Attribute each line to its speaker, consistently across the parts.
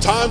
Speaker 1: time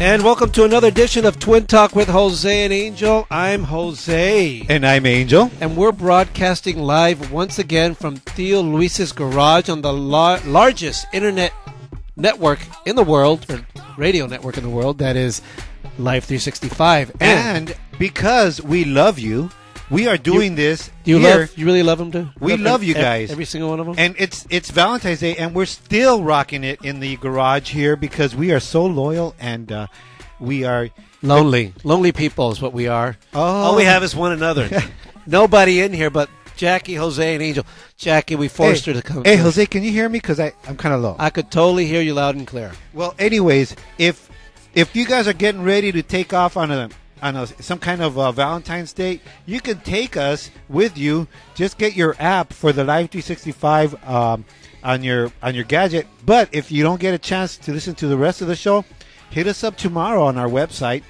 Speaker 2: And welcome to another edition of Twin Talk with Jose and Angel. I'm Jose.
Speaker 3: And I'm Angel.
Speaker 2: And we're broadcasting live once again from Theo Luis's garage on the lar- largest internet network in the world, or radio network in the world, that is Live 365.
Speaker 3: And because we love you, we are doing this
Speaker 2: do you
Speaker 3: here.
Speaker 2: love, you really love them, too?
Speaker 3: We love you guys.
Speaker 2: Every single one of them?
Speaker 3: and it's it's Valentine's Day, and we're still rocking it in the garage here because we are so loyal and uh, we are.
Speaker 2: Lonely. Lonely people is what we are.
Speaker 3: Oh.
Speaker 2: All we have is one another. Nobody in here but Jackie, Jose, and Angel. Jackie, we forced her to come.
Speaker 3: hey, Jose, can you hear me? Because I I'm kind of low.
Speaker 2: I could totally hear you loud and clear.
Speaker 3: well, anyways, if if you guys are getting ready to take off on a on a, some kind of uh Valentine's Day, you can take us with you. Just get your app for the Live 365 um, on your on your gadget. But if you don't get a chance to listen to the rest of the show, hit us up tomorrow on our website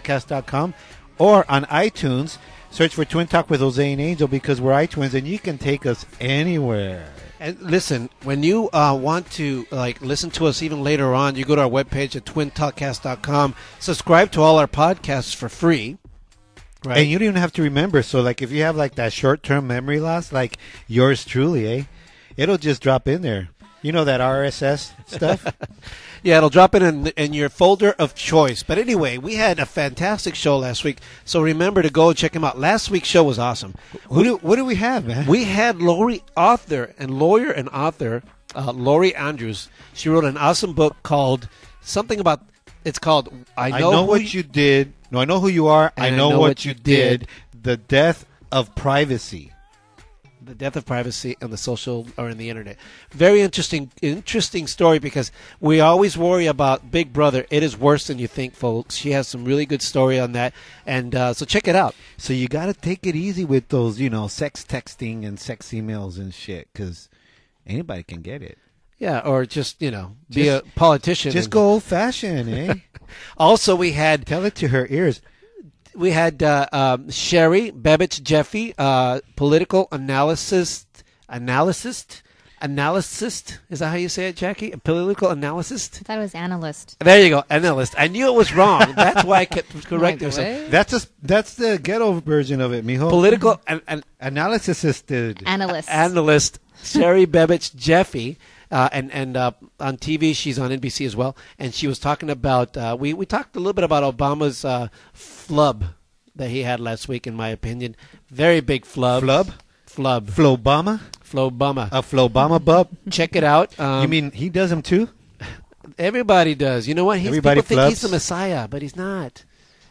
Speaker 3: twintalkcast.com or on iTunes. Search for Twin Talk with Jose and Angel because we're iTunes and you can take us anywhere.
Speaker 2: And listen, when you uh, want to like listen to us even later on, you go to our webpage at twintalkcast.com. Subscribe to all our podcasts for free. Right.
Speaker 3: And you don't even have to remember. So, like, if you have like that short-term memory loss, like yours truly, eh? It'll just drop in there. You know that RSS stuff.
Speaker 2: yeah, it'll drop it in in your folder of choice. But anyway, we had a fantastic show last week, so remember to go and check him out. Last week's show was awesome.
Speaker 3: Who do what do we have, man?
Speaker 2: We had Lori author and lawyer and author uh, Lori Andrews. She wrote an awesome book called something about. It's called I know,
Speaker 3: I know
Speaker 2: Who
Speaker 3: what you did. No, I know who you are. I
Speaker 2: And
Speaker 3: know, what, you did. The death of privacy.
Speaker 2: the death of privacy and the social or in the internet. Very interesting, interesting story because we always worry about Big Brother. It is worse than you think, folks. She has some really good story on that, and uh, so check it out.
Speaker 3: So you got to take it easy with those, you know, sex texting and sex emails and shit, because anybody can get it.
Speaker 2: Yeah, or just you know, be
Speaker 3: Just-
Speaker 2: a politician.
Speaker 3: Just
Speaker 2: and-
Speaker 3: go old fashioned, eh?
Speaker 2: Also, we had
Speaker 3: Tell it to her ears.
Speaker 2: we had uh, um, Sherry Bebich Jeffy, uh, political analysis, analyst, analyst. Is that how you say it, Jackie? A political analyst.
Speaker 4: I thought it was analyst.
Speaker 2: There you go, analyst. I knew it was wrong. That's why I kept correcting
Speaker 4: Like,
Speaker 2: myself.
Speaker 4: what?
Speaker 3: That's a, s- that's the ghetto version of it, mijo. Mm-hmm.
Speaker 2: Political an, an
Speaker 3: Analysis assisted.
Speaker 4: Analyst.
Speaker 2: analyst Sherry Bebich Jeffy. Uh, and and uh, on TV, she's on NBC as well. And she was talking about uh, we we talked a little bit about Obama's uh, flub that he had last week. In my opinion, very big flub.
Speaker 3: Flub?
Speaker 2: flub,
Speaker 3: Flobama?
Speaker 2: flobama.
Speaker 3: A Flobama bub?
Speaker 2: Check it out. Um,
Speaker 3: you mean he does them too?
Speaker 2: everybody does? You know what? He's,
Speaker 3: Everybody
Speaker 2: people think he's the
Speaker 3: flubs?
Speaker 2: messiah, but he's not.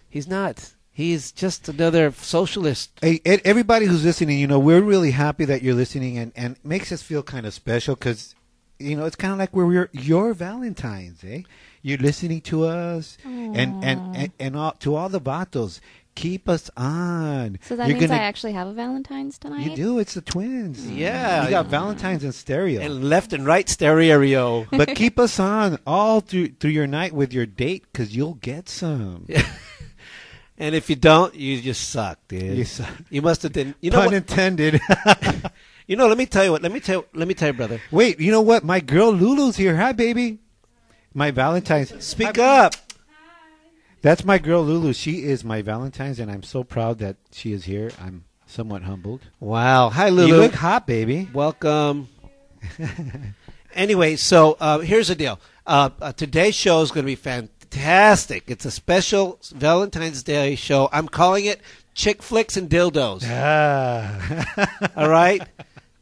Speaker 2: He's not. He's just another socialist.
Speaker 3: Hey, e- everybody who's listening, you know, we're really happy that you're listening and, and it makes us feel kind of special because, you know, it's kind of like we're your, your Valentine's, eh? You're listening to us and, and, and, and all, to all the vatos. Keep us on.
Speaker 4: So that
Speaker 3: You're
Speaker 4: means
Speaker 3: gonna-
Speaker 4: I actually have a Valentine's tonight.
Speaker 3: You do. It's the twins.
Speaker 2: Yeah.
Speaker 3: You got Valentine's and stereo.
Speaker 2: And left and right stereo.
Speaker 3: but keep us on all through through your night with your date because you'll get some.
Speaker 2: And if you don't, you just suck, dude.
Speaker 3: You suck.
Speaker 2: You must have didn't. You know.
Speaker 3: Pun
Speaker 2: What,
Speaker 3: intended.
Speaker 2: you know. Let me tell you what. Let me tell. Let me tell you, brother.
Speaker 3: Wait, you know what? My girl Lulu's here. Hi, baby. My Valentine's.
Speaker 2: Speak
Speaker 3: Hi.
Speaker 2: up.
Speaker 3: That's my girl Lulu. She is my Valentine's, and I'm so proud that she is here. I'm somewhat humbled.
Speaker 2: Wow. Hi,
Speaker 3: You
Speaker 2: Lulu.
Speaker 3: look hot, baby.
Speaker 2: Welcome. anyway, so uh, here's the deal. Uh, uh, today's show is going to be fantastic. It's a special Valentine's Day show. I'm calling it Chick Flicks and Dildos.
Speaker 3: Ah.
Speaker 2: All right?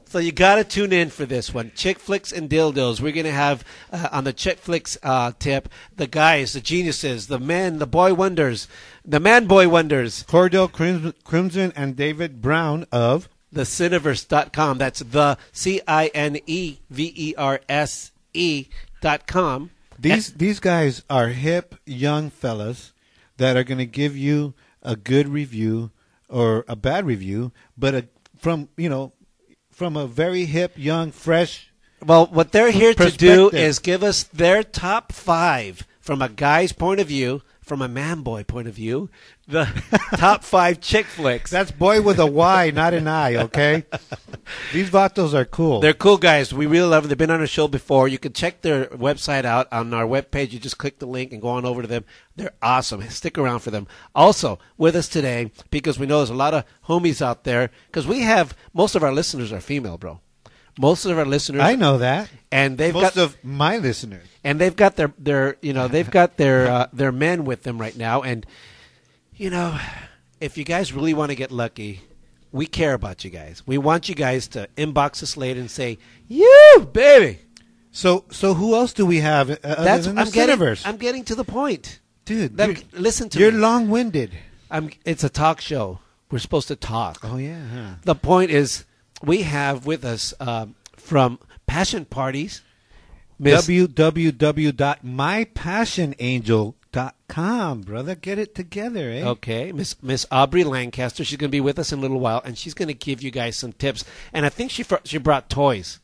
Speaker 2: So you got to tune in for this one, chick flicks and dildos. We're gonna have uh, on the chick flicks uh, tip the guys, the geniuses, the men, the boy wonders, the man boy wonders.
Speaker 3: Cordell Crimson, Crimson and David Brown of
Speaker 2: thecineverse.com. That's the C I N E V E R S E dot com.
Speaker 3: These these guys are hip young fellas that are going to give you a good review or a bad review, but a, from you know from a very hip, young, fresh.
Speaker 2: Well, what they're here to do
Speaker 3: Perspective.
Speaker 2: is give us their top five from a guy's point of view, from a man boy point of view, the top five chick flicks.
Speaker 3: That's boy with a Y, not an I. Okay, these vatos are cool.
Speaker 2: They're cool guys. We really love them. They've been on our show before. You can check their website out on our webpage. You just click the link and go on over to them. They're awesome. Stick around for them. Also, with us today, because we know there's a lot of homies out there, because we have most of our listeners are female, bro. Most of our listeners,
Speaker 3: I know that.
Speaker 2: and they've
Speaker 3: Most
Speaker 2: got
Speaker 3: of my listeners.
Speaker 2: and they've got their their you know they've got their uh, their men with them right now and you know if you guys really want to get lucky we care about you guys we want you guys to inbox us late and say you baby
Speaker 3: So so who else do we have? Uh,
Speaker 2: that's
Speaker 3: other than
Speaker 2: I'm
Speaker 3: the
Speaker 2: getting
Speaker 3: Cineverse?
Speaker 2: I'm getting to the point
Speaker 3: dude.
Speaker 2: That-
Speaker 3: you're-
Speaker 2: listen to
Speaker 3: you're
Speaker 2: me.
Speaker 3: long-winded.
Speaker 2: I'm it's a talk show we're supposed to talk
Speaker 3: Oh yeah. huh.
Speaker 2: the point is we have with us um, from passion parties Miss
Speaker 3: www.mypassionangel.com, brother. Get it together, eh?
Speaker 2: Okay, Miss Miss Aubrey Lancaster. She's going to be with us in a little while, and she's going to give you guys some tips. And I think she fr- she brought toys.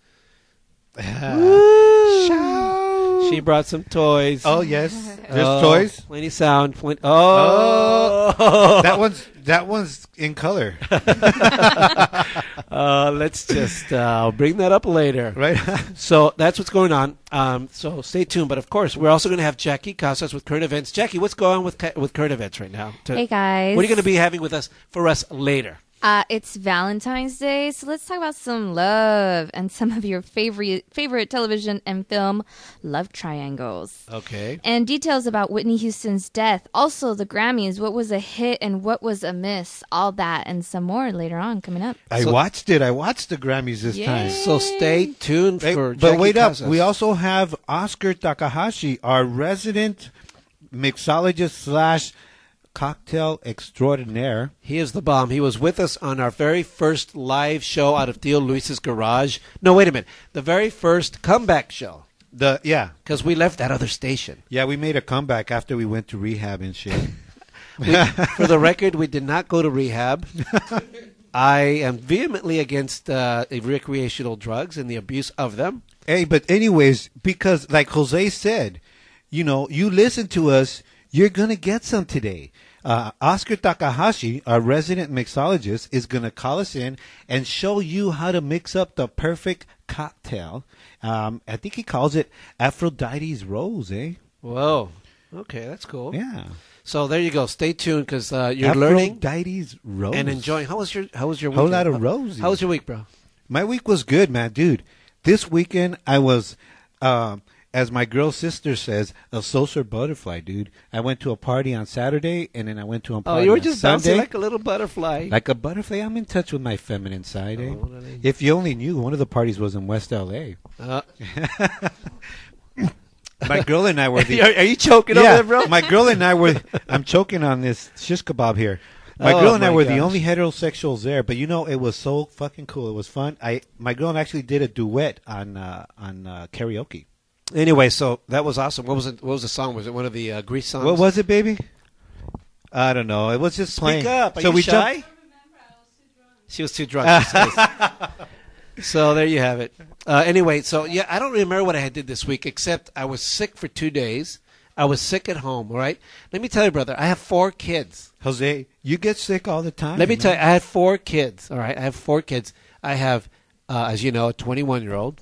Speaker 2: Woo! She brought some toys.
Speaker 3: Oh yes, there's
Speaker 2: Oh,
Speaker 3: toys.
Speaker 2: Plenty sound. Plenty, oh, oh.
Speaker 3: That one's that one's in color,
Speaker 2: Uh, let's just uh, bring that up later.
Speaker 3: right?
Speaker 2: So that's what's going on. Um, so stay tuned. But of course, we're also going to have Jackie Casas with current events. Jackie, what's going on with cu- with current events right now? To-
Speaker 4: Hey, guys.
Speaker 2: what are you going to be having with us for us later?
Speaker 4: Uh, it's Valentine's Day, so let's talk about some love and some of your favorite favorite television and film love triangles.
Speaker 2: Okay.
Speaker 4: And details about Whitney Houston's death. Also, the Grammys. What was a hit and what was a miss? All that and some more later on coming up.
Speaker 3: I
Speaker 2: So-
Speaker 3: watched it. I watched the Grammys this
Speaker 4: Yeah.
Speaker 3: time.
Speaker 2: So stay tuned
Speaker 3: Hey,
Speaker 2: for.
Speaker 3: but
Speaker 2: Jackie
Speaker 3: wait up.
Speaker 2: Casas.
Speaker 3: We also have Oscar Takahashi, our resident mixologist slash cocktail extraordinaire.
Speaker 2: He is the bomb. He was with us on our very first live show out of Theo Luis's garage. No, wait a minute. The very first comeback show
Speaker 3: The yeah,
Speaker 2: because we left that other station.
Speaker 3: yeah. We made a comeback after we went to rehab and shit.
Speaker 2: for the record, we did not go to rehab. I am vehemently against uh, recreational drugs and the abuse of them.
Speaker 3: Hey, but anyways, because like Jose said, you know, you listen to us, you're gonna get some today. Uh, Oscar Takahashi, our resident mixologist, is gonna call us in and show you how to mix up the perfect cocktail. Um, I think he calls it Aphrodite's Rose, eh?
Speaker 2: Whoa. Okay, that's cool.
Speaker 3: Yeah,
Speaker 2: So there you go. Stay tuned because uh, you're learning
Speaker 3: Aphrodite's Rose.
Speaker 2: and enjoying. How was your How was your
Speaker 3: Whole
Speaker 2: weekend?
Speaker 3: lot of
Speaker 2: How-
Speaker 3: rosy.
Speaker 2: How was your week, bro?
Speaker 3: My week was good, man, dude. This weekend I was, um, as my girl sister says, a social butterfly, dude. I went to a party on Saturday, and then I went to a
Speaker 2: Oh,
Speaker 3: party
Speaker 2: you were
Speaker 3: on
Speaker 2: just
Speaker 3: Sunday.
Speaker 2: bouncing like a little butterfly. Oh,
Speaker 3: Like a butterfly, I'm in touch with my feminine side. Eh?
Speaker 2: Totally.
Speaker 3: If you only knew, one of the parties was in West LA.
Speaker 2: Uh,
Speaker 3: My girl and I were the
Speaker 2: are, are you choking over
Speaker 3: yeah,
Speaker 2: there, bro?
Speaker 3: my girl and I were. I'm choking on this shish kebab here. My
Speaker 2: Oh,
Speaker 3: girl and I
Speaker 2: my
Speaker 3: were the
Speaker 2: gosh.
Speaker 3: only heterosexuals there, but you know it was so fucking cool. It was fun. I my girl and I actually did a duet on uh, on uh, karaoke.
Speaker 2: Anyway, so that was awesome. What was it? What was the song? Was it one of the uh, Grease songs?
Speaker 3: What was it, baby? I don't know. It was just playing.
Speaker 2: Speak up. Are
Speaker 3: so
Speaker 2: you
Speaker 3: we
Speaker 2: shy?
Speaker 3: jumped-
Speaker 2: She was too drunk. she says. so there you have it. Uh, anyway, so yeah, I don't remember what I had did this week except I was sick for two days. I was sick at home. All right. Let me tell you, brother. I have four kids.
Speaker 3: Jose, you get sick all the time.
Speaker 2: Let me
Speaker 3: man.
Speaker 2: tell you, I had four kids. All right, I have four kids. I have, uh, as you know, a 21 year old,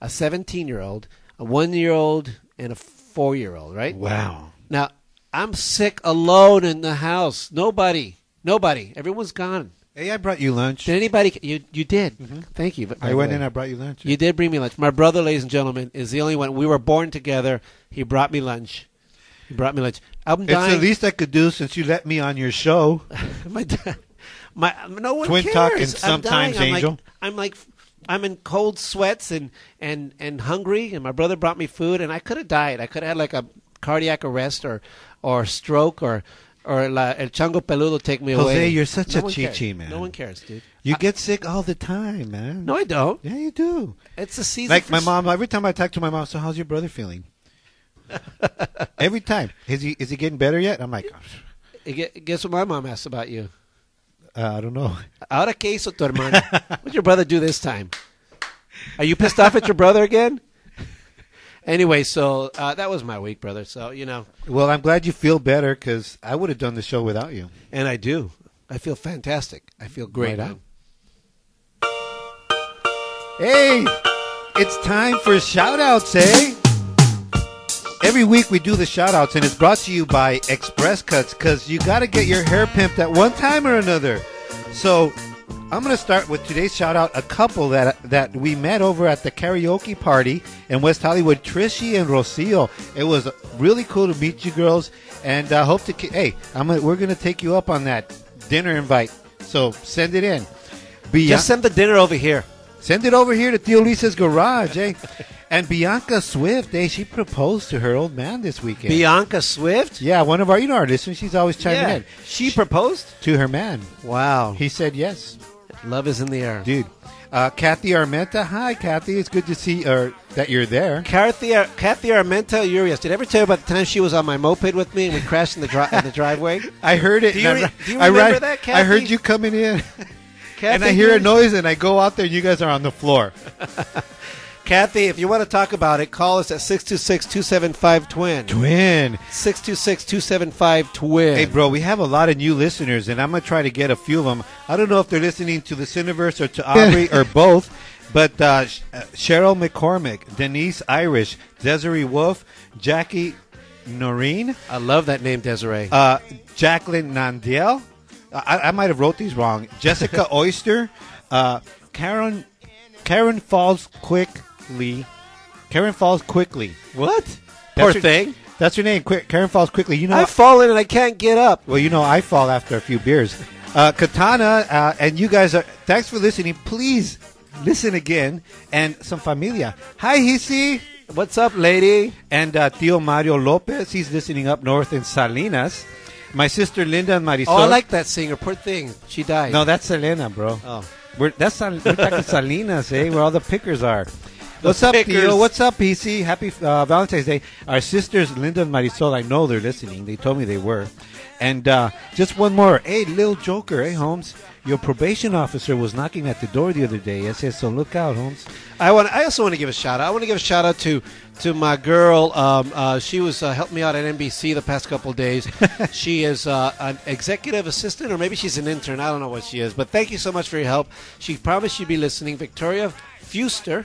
Speaker 2: a 17 year old, a one year old, and a four year old. Right.
Speaker 3: Wow.
Speaker 2: Now I'm sick alone in the house. Nobody. Nobody. Everyone's gone.
Speaker 3: Hey, I brought you lunch. Mm-hmm.
Speaker 2: Did anybody? You you did. Thank you. by
Speaker 3: I
Speaker 2: the
Speaker 3: went
Speaker 2: way.
Speaker 3: in. I brought you lunch.
Speaker 2: You did bring me lunch. My brother, ladies and gentlemen, is the only one. We were born together. He brought me lunch. He brought me lunch. I'm
Speaker 3: it's
Speaker 2: dying.
Speaker 3: the least I could do since you let me on your show.
Speaker 2: my, da- my no one
Speaker 3: Twin
Speaker 2: cares.
Speaker 3: talk and
Speaker 2: I'm dying.
Speaker 3: sometimes
Speaker 2: I'm like-
Speaker 3: angel.
Speaker 2: I'm like I'm in cold sweats and and and hungry. And my brother brought me food, and I could have died. I could have had like a cardiac arrest or or stroke or or La, El Chango Peludo Take Me
Speaker 3: Jose,
Speaker 2: Away.
Speaker 3: you're such a
Speaker 2: one
Speaker 3: chichi,
Speaker 2: cares.
Speaker 3: man.
Speaker 2: No one cares, dude.
Speaker 3: You get sick all the time, man.
Speaker 2: No, I don't.
Speaker 3: Yeah, you do.
Speaker 2: It's a season.
Speaker 3: Like
Speaker 2: for
Speaker 3: my
Speaker 2: s-
Speaker 3: mom, every time I talk to my mom, so how's your brother feeling? every time, is he is he getting better yet? I'm like,
Speaker 2: I gue- Guess what my mom asked about you?
Speaker 3: uh, I don't know.
Speaker 2: Ahora que hizo tu hermana? What'd your brother do this time? Are you pissed off at your brother again? Anyway, so uh, that was my week, brother. So you know,
Speaker 3: Well, I'm glad you feel better because I would have done the show without you.
Speaker 2: and I do. I feel fantastic. I feel great.
Speaker 3: Right on.
Speaker 2: man.
Speaker 3: Hey, it's time for shout outs, eh? Every week we do the shout outs, and it's brought to you by Express Cuts because you got to get your hair pimped at one time or another. So I'm going to start with today's shout out a couple that, that we met over at the karaoke party in West Hollywood, Trishy and Rocio. It was really cool to meet you girls, and I hope to. ki- Hey, I'm gonna, we're going to take you up on that dinner invite. So send it in. Beyond-
Speaker 2: Just send the dinner over here.
Speaker 3: Send it over here to Theo Lisa's garage, eh? and Bianca Swift, eh? She proposed to her old man this weekend.
Speaker 2: Bianca Swift.
Speaker 3: yeah, one of our you know our listeners. She's always chiming in
Speaker 2: She proposed.
Speaker 3: to her man.
Speaker 2: Wow.
Speaker 3: He said yes,
Speaker 2: Love is in the air.
Speaker 3: dude. Uh, Kathy Armenta, hi Kathy. It's good to see or that you're there.
Speaker 2: Kathy, Ar- Kathy Armenta Urias. Did I ever tell you about the time she was on my moped with me and we crashed in the, dri- in the driveway?
Speaker 3: I heard it.
Speaker 2: Do you
Speaker 3: and I
Speaker 2: re- do you
Speaker 3: I ri-
Speaker 2: remember that,
Speaker 3: I heard
Speaker 2: Kathy?
Speaker 3: you coming in, and
Speaker 2: Kathy
Speaker 3: I hear a
Speaker 2: Urias?
Speaker 3: noise, and I go out there, and you guys are on the floor.
Speaker 2: Kathy, if you want to talk about it, call us at 626 275 twin.
Speaker 3: Twin.
Speaker 2: 626 275 twin.
Speaker 3: Hey, bro, we have a lot of new listeners, and I'm going to try to get a few of them. I don't know if they're listening to the Cineverse or to Aubrey or both, but uh, Sh- uh, Cheryl McCormick, Denise Irish, Desiree Wolf, Jackie Noreen,
Speaker 2: I love that name, Desiree.
Speaker 3: uh, Jacqueline Nandiel. I, I might have wrote these wrong. Jessica Oyster, uh, Karen, Karen Falls Quickly. Karen Falls Quickly.
Speaker 2: what?
Speaker 3: That's
Speaker 2: Poor
Speaker 3: her-
Speaker 2: thing.
Speaker 3: That's her name. Quick, Karen Falls Quickly. You know,
Speaker 2: I've fallen and I can't get up.
Speaker 3: well, you know, I fall after a few beers. Uh, Katana uh, and you guys are. Thanks for listening. Please listen again and some familia. Hi, Hisi
Speaker 2: What's up, lady?
Speaker 3: and uh, Tio Mario Lopez. He's listening up north in Salinas. My sister Linda and Marisol.
Speaker 2: Oh, I like that singer. Poor thing. She died.
Speaker 3: No, that's Selena, bro.
Speaker 2: Oh.
Speaker 3: We're that's Sal- we're talking Salinas, eh? Where all the pickers are. What's up,
Speaker 2: pickers.
Speaker 3: Theo? What's up, PC? Happy uh, Valentine's Day. Our sisters, Linda and Marisol, I know they're listening. They told me they were. And uh, just one more. Hey, little joker, hey, Holmes. Your probation officer was knocking at the door the other day. I said, so look out, Holmes.
Speaker 2: I want. I also want to give a shout out. I want to give a shout out to to my girl. Um, uh, she was uh, helping me out at NBC the past couple of days. she is uh, an executive assistant, or maybe she's an intern. I don't know what she is. But thank you so much for your help. She promised she'd be listening. Victoria Fuster.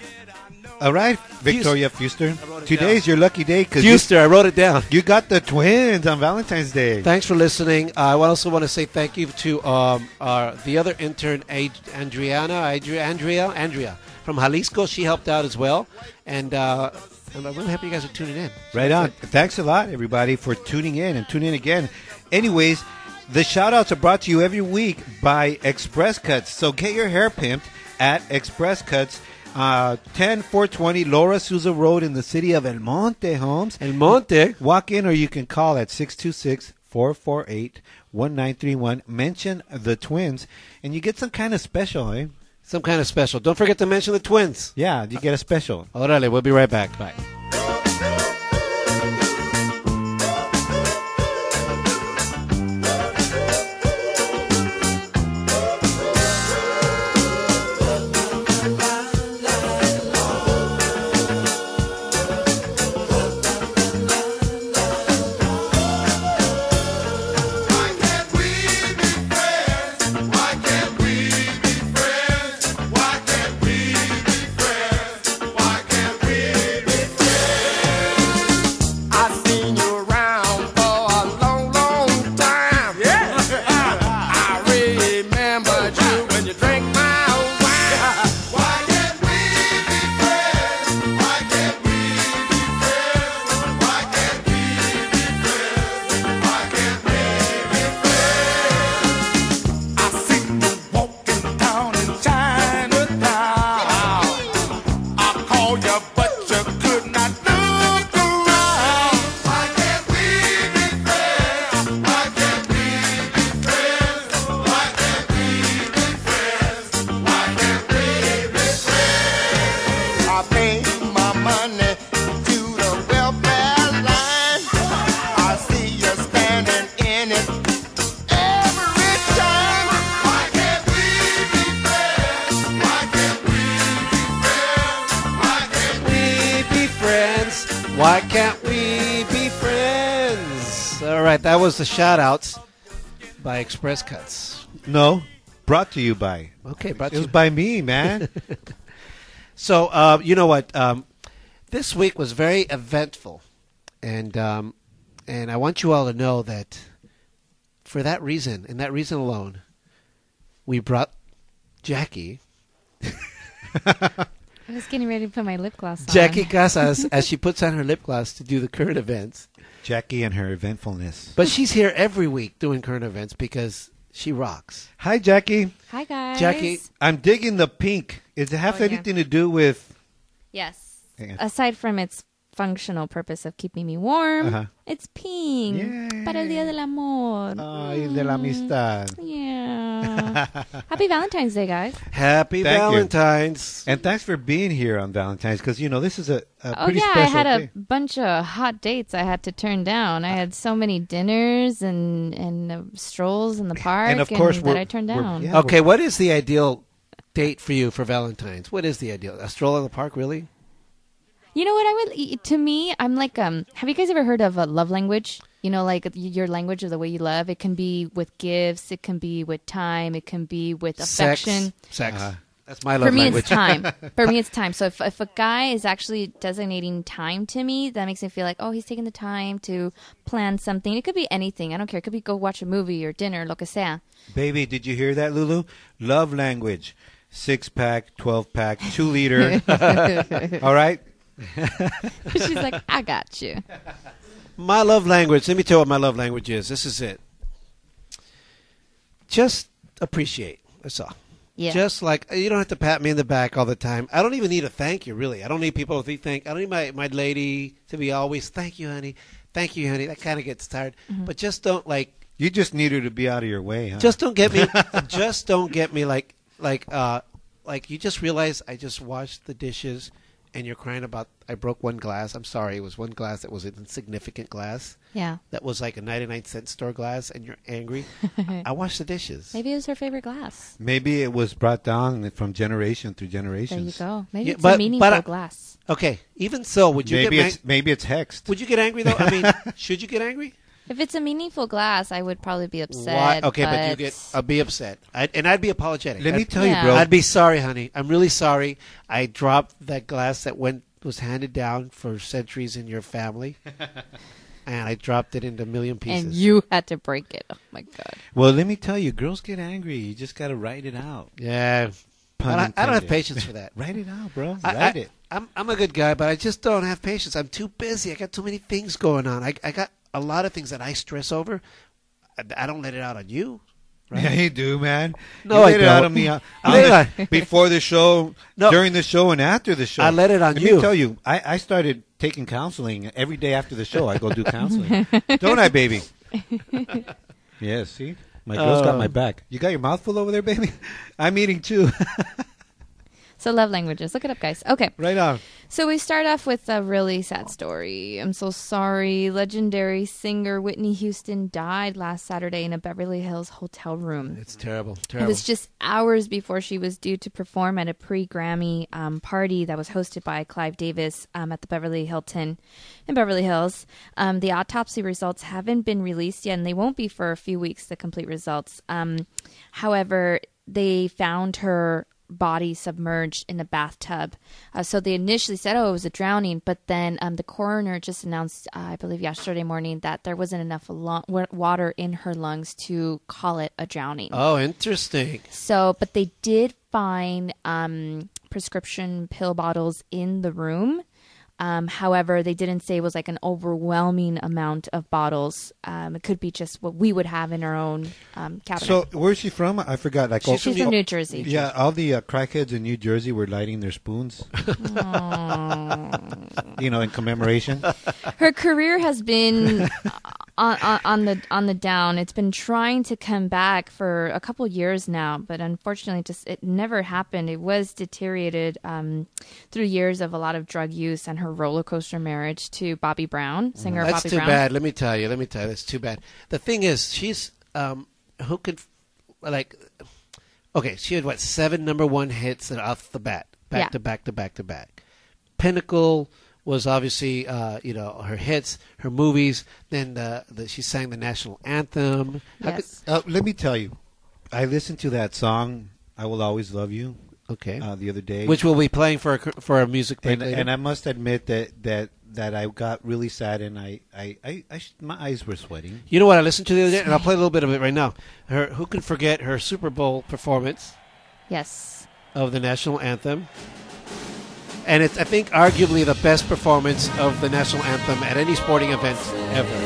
Speaker 3: All right, Victoria Fuster.
Speaker 2: I wrote it
Speaker 3: Today's your lucky day because you,
Speaker 2: Fuster. I wrote it down.
Speaker 3: you got the twins on Valentine's Day.
Speaker 2: Thanks for listening. Uh, I also want to say thank you to um, our, the other intern, Ad- Adriana, Adria, Andrea, Andrea from Jalisco. She helped out as well, and uh, I'm really happy you guys are tuning in.
Speaker 3: Right on. Thanks a lot, everybody, for tuning in and tune in again. Anyways, the shout outs are brought to you every week by Express Cuts. So get your hair pimped at Express Cuts, uh, 10420 Laura Souza Road in the city of El Monte, Holmes.
Speaker 2: El Monte.
Speaker 3: Walk in or you can call at 626 448 1931. Mention the twins and you get some kind of special, eh?
Speaker 2: Some kind of special. Don't forget to mention the twins.
Speaker 3: Yeah, you get a special.
Speaker 2: Orale, we'll be right back. Bye.
Speaker 5: Why can't we be friends? Why can't we be friends? Why can't we be friends? Why can't we be friends? I've seen you around for a long, long time. Yeah. I remember you when you drank my wine. Why can't we be friends? Why can't we be friends? Why can't we be friends? Why can't we? I see you walking down in Chinatown. I called you, but you could not look around. Why can't we be friends? Why can't we
Speaker 2: Why can't we be friends? All right, that was the shout outs by Express Cuts.
Speaker 3: No, brought to you by.
Speaker 2: Okay, brought
Speaker 3: It
Speaker 2: to
Speaker 3: was
Speaker 2: you-
Speaker 3: by me, man.
Speaker 2: So uh, you know what? Um, this week was very eventful, and um, and I want you all to know that for that reason and that reason alone, we brought Jackie
Speaker 4: I was getting ready to put my lip gloss on.
Speaker 2: Jackie Casas as she puts on her lip gloss to do the current events.
Speaker 3: Jackie and her eventfulness.
Speaker 2: But she's here every week doing current events because she rocks.
Speaker 3: Hi, Jackie.
Speaker 4: Hi guys.
Speaker 2: Jackie-
Speaker 3: I'm digging the pink. Does it have
Speaker 4: Oh, yeah. Uh,
Speaker 3: anything to do with?
Speaker 4: Yes.
Speaker 3: Yeah.
Speaker 4: Aside from its functional purpose of keeping me warm,
Speaker 3: Uh-huh.
Speaker 4: it's pink.
Speaker 3: Yay. Uh.
Speaker 4: Para el Día del Amor.
Speaker 3: Ay, de la amistad.
Speaker 4: Yeah. Happy Valentine's Day, guys.
Speaker 2: Happy
Speaker 3: Thank you.
Speaker 2: Valentine's.
Speaker 3: And thanks for being here on Valentine's, because you know this is a, a
Speaker 4: Oh
Speaker 3: pretty
Speaker 4: yeah, I
Speaker 3: special
Speaker 4: had a
Speaker 3: thing.
Speaker 4: bunch of hot dates I had to turn down.
Speaker 3: Uh.
Speaker 4: I had so many dinners and and uh, strolls in the park,
Speaker 3: of course,
Speaker 4: that
Speaker 3: we're-
Speaker 4: I turned
Speaker 3: we're-
Speaker 4: down.
Speaker 3: yeah.
Speaker 2: Okay, what is the ideal date for you for Valentine's? What is the ideal? A stroll in the park, really?
Speaker 4: You know what I would to me I'm like um have you guys ever heard of a love language? You know like y- your language of the way you love. It can be with gifts, it can be with time, it can be with affection.
Speaker 2: Sex. Sex.
Speaker 3: Uh-huh.
Speaker 2: That's my love
Speaker 4: For me
Speaker 2: language.
Speaker 4: it's time. For me it's time. So if if a guy is actually designating time to me, that makes me feel like oh he's taking the time to plan something. It could be anything. I don't care. It could be go watch a movie or dinner, lo que sea.
Speaker 3: Baby, did you hear that, Lulu? Love language. Six pack, 12 pack, two liter. All right?
Speaker 4: She's like I got you.
Speaker 2: my love language. Let me tell you what my love language is. This is it. Just appreciate. That's all.
Speaker 4: Yeah.
Speaker 2: Just like you don't have to pat me in the back all the time. I don't even need a thank you, really. I don't need people to be thank. I don't need my, my lady to be always thank you, honey, thank you, honey. That kind of gets tired. But just don't like
Speaker 3: You just need her to be out of your way, huh?
Speaker 2: just don't get me just don't get me like like uh like you just realize i just washed the dishes and you're crying about i broke one glass i'm sorry it was one glass that was an insignificant glass
Speaker 4: Yeah.
Speaker 2: that was like a 99 cent store glass and you're angry I- i washed the dishes
Speaker 4: Maybe it was her favorite glass.
Speaker 3: Maybe it was brought down from generation through
Speaker 4: There you
Speaker 3: generations.
Speaker 4: go. Maybe
Speaker 2: Yeah,
Speaker 4: it's
Speaker 2: but-
Speaker 4: a
Speaker 2: but
Speaker 4: meaningful
Speaker 2: I-
Speaker 4: glass.
Speaker 2: okay even so would you
Speaker 3: Maybe
Speaker 2: get
Speaker 3: it's
Speaker 2: ang-
Speaker 3: maybe it's hexed.
Speaker 2: would you get angry though i mean should you get angry
Speaker 4: If it's a meaningful glass, I would probably be upset.
Speaker 2: okay but, you get i'd be upset I'd, and i'd be apologetic
Speaker 3: Let
Speaker 2: I'd-
Speaker 3: me tell
Speaker 4: Yeah.
Speaker 3: you, bro.
Speaker 2: I'd be sorry, honey. I'm really sorry. I dropped that glass that went was handed down for centuries in your family, and I dropped it into a million pieces.
Speaker 4: and you had to break it. Oh my god!
Speaker 3: well, let me tell you, girls get angry. You just got to write it out.
Speaker 2: yeah,
Speaker 3: Pun
Speaker 2: I, don't- I don't
Speaker 3: intended.
Speaker 2: have patience for that.
Speaker 3: Write it out, bro.
Speaker 2: I,
Speaker 3: write
Speaker 2: I,
Speaker 3: it.
Speaker 2: I'm I'm a good guy, but I just don't have patience. I'm too busy. I got too many things going on. I I got a lot of things that I stress over. I, I don't let it out on you.
Speaker 3: Yeah, you do, man.
Speaker 2: No,
Speaker 3: you
Speaker 2: I
Speaker 3: let it out
Speaker 2: don't.
Speaker 3: of me on,
Speaker 2: I
Speaker 3: on
Speaker 2: let
Speaker 3: the- before the show,
Speaker 2: No.
Speaker 3: during the show, and after the show.
Speaker 2: I let it on
Speaker 3: Let
Speaker 2: you.
Speaker 3: Me tell you, I, I started taking counseling every day after the show. I go do counseling, don't I, baby? yeah. See, my girl's got
Speaker 2: Uh,
Speaker 3: my back. Um, You got your mouth full over there, baby. I'm eating too.
Speaker 4: So love languages. Look it up, guys. Okay,
Speaker 3: right on.
Speaker 4: so we start off with a really sad story. I'm so sorry. Legendary singer Whitney Houston died last Saturday in a Beverly Hills hotel room.
Speaker 2: It's terrible.
Speaker 4: It
Speaker 2: Terrible.
Speaker 4: was just hours before she was due to perform at a pre Grammy um, party that was hosted by Clive Davis um, at the Beverly Hilton in Beverly Hills. Um, the autopsy results haven't been released yet, and they won't be for a few weeks, the complete results. Um, however, they found her body submerged in a bathtub. Uh, so they initially said, oh, it was a drowning, but then um, the coroner just announced, uh, I believe yesterday morning, that there wasn't enough lo- wa- water in her lungs to call it a drowning.
Speaker 2: oh, interesting.
Speaker 4: So, but they did find um, prescription pill bottles in the room. Um, however, they didn't say it was like an overwhelming amount of bottles. Um, it could be just what we would have in our own um, cabinet.
Speaker 3: So, where's she from? I forgot. Like, all-
Speaker 4: She's from New Jersey.
Speaker 3: Yeah, all the uh, crackheads in New Jersey were lighting their spoons. you know, in commemoration.
Speaker 4: her career has been on, on, on the on the down. It's been trying to come back for a couple years now, but unfortunately, just it never happened. It was deteriorated um, through years of a lot of drug use and her roller coaster marriage to Bobby Brown, singer
Speaker 2: Mm-hmm. That's
Speaker 4: Bobby
Speaker 2: too
Speaker 4: Brown.
Speaker 2: bad. Let me tell you. Let me tell you. That's too bad. The thing is, she's um, who could like okay. She had what seven number one hits and off the bat, back
Speaker 4: Yeah.
Speaker 2: to back to back to back, pinnacle was obviously uh, you know her hits, her movies. Then the, the she sang the national anthem. How could-
Speaker 4: Yes.
Speaker 3: Uh, let me tell you, I listened to that song "I Will Always Love You"
Speaker 2: okay.
Speaker 3: uh, the other day,
Speaker 2: Which we'll be playing for a, cr- for a music break
Speaker 3: and,
Speaker 2: later.
Speaker 3: and I must admit that that that I got really sad, and I I, I, I sh- my eyes were sweating.
Speaker 2: you know what I listened to the other day, and I'll play a little bit of it right now. Her who can forget her Super Bowl performance
Speaker 4: Yes.
Speaker 2: of the national anthem. And it's, I think, arguably the best performance of the national anthem at any sporting event ever.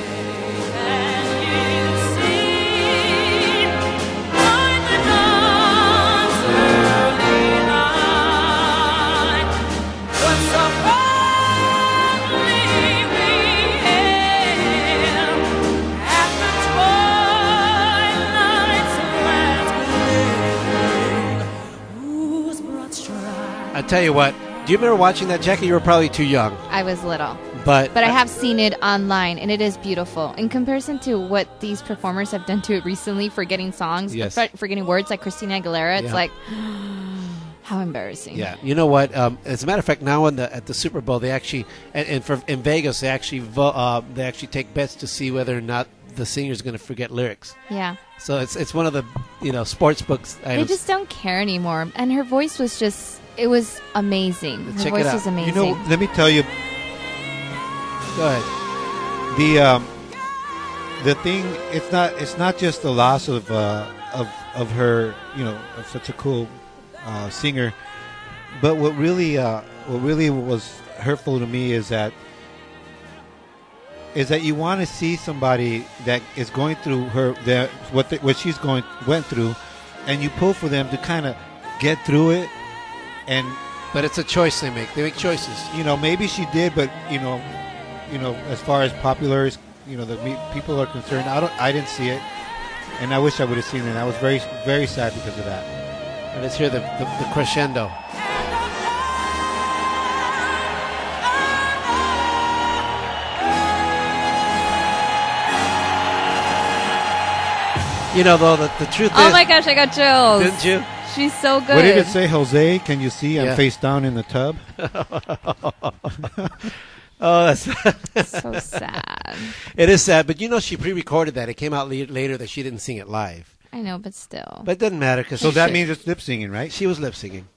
Speaker 2: I tell you what, do you remember watching that, Jackie? You were probably too young,
Speaker 4: I was little.
Speaker 2: but
Speaker 4: But I have seen it online, and it is beautiful. In comparison to what these performers have done to it recently, forgetting songs,
Speaker 2: Yes.
Speaker 4: for- forgetting words like Christina Aguilera, it's
Speaker 2: Yeah.
Speaker 4: like, how embarrassing.
Speaker 2: Yeah, you know what? Um, as a matter of fact, now in the at the Super Bowl, they actually and, and for in Vegas, they actually vo- uh, they actually take bets to see whether or not the singer's going to forget lyrics.
Speaker 4: Yeah.
Speaker 2: So it's it's one of the you know sports books.
Speaker 4: They
Speaker 2: Items.
Speaker 4: just don't care anymore. And her voice was just, it was amazing. Her
Speaker 2: Check it
Speaker 4: voice
Speaker 2: out.
Speaker 4: was
Speaker 2: You
Speaker 4: amazing.
Speaker 3: You know, let me tell you
Speaker 2: go ahead.
Speaker 3: the um, the thing. It's not it's not just the loss of uh, of of her. You know, of such a cool uh, singer, but what really uh, what really was hurtful to me is that is that you want to see somebody that is going through her that what the, what she's going went through, and you pull for them to kind of get through it, and
Speaker 2: But it's a choice they make. They make choices.
Speaker 3: you know maybe she did, but you know, you know as far as popular as you know the me- people are concerned, I don't I didn't see it, and I wish I would have seen it. I was very very sad because of that.
Speaker 2: And let's hear the, the, the crescendo. You know, though, the, the truth
Speaker 4: oh
Speaker 2: is,
Speaker 4: my gosh, I got chills.
Speaker 2: didn't you?
Speaker 4: She's so good.
Speaker 3: What did it say, Jose? Can you see? I'm
Speaker 2: Yeah.
Speaker 3: face down in the tub.
Speaker 2: Oh, that's.
Speaker 4: so sad.
Speaker 2: It is sad, but you know she pre-recorded that. It came out le- later that she didn't sing it live,
Speaker 4: I know, but still.
Speaker 2: but it doesn't matter because
Speaker 3: So that means it's lip singing, right?
Speaker 2: she was lip singing.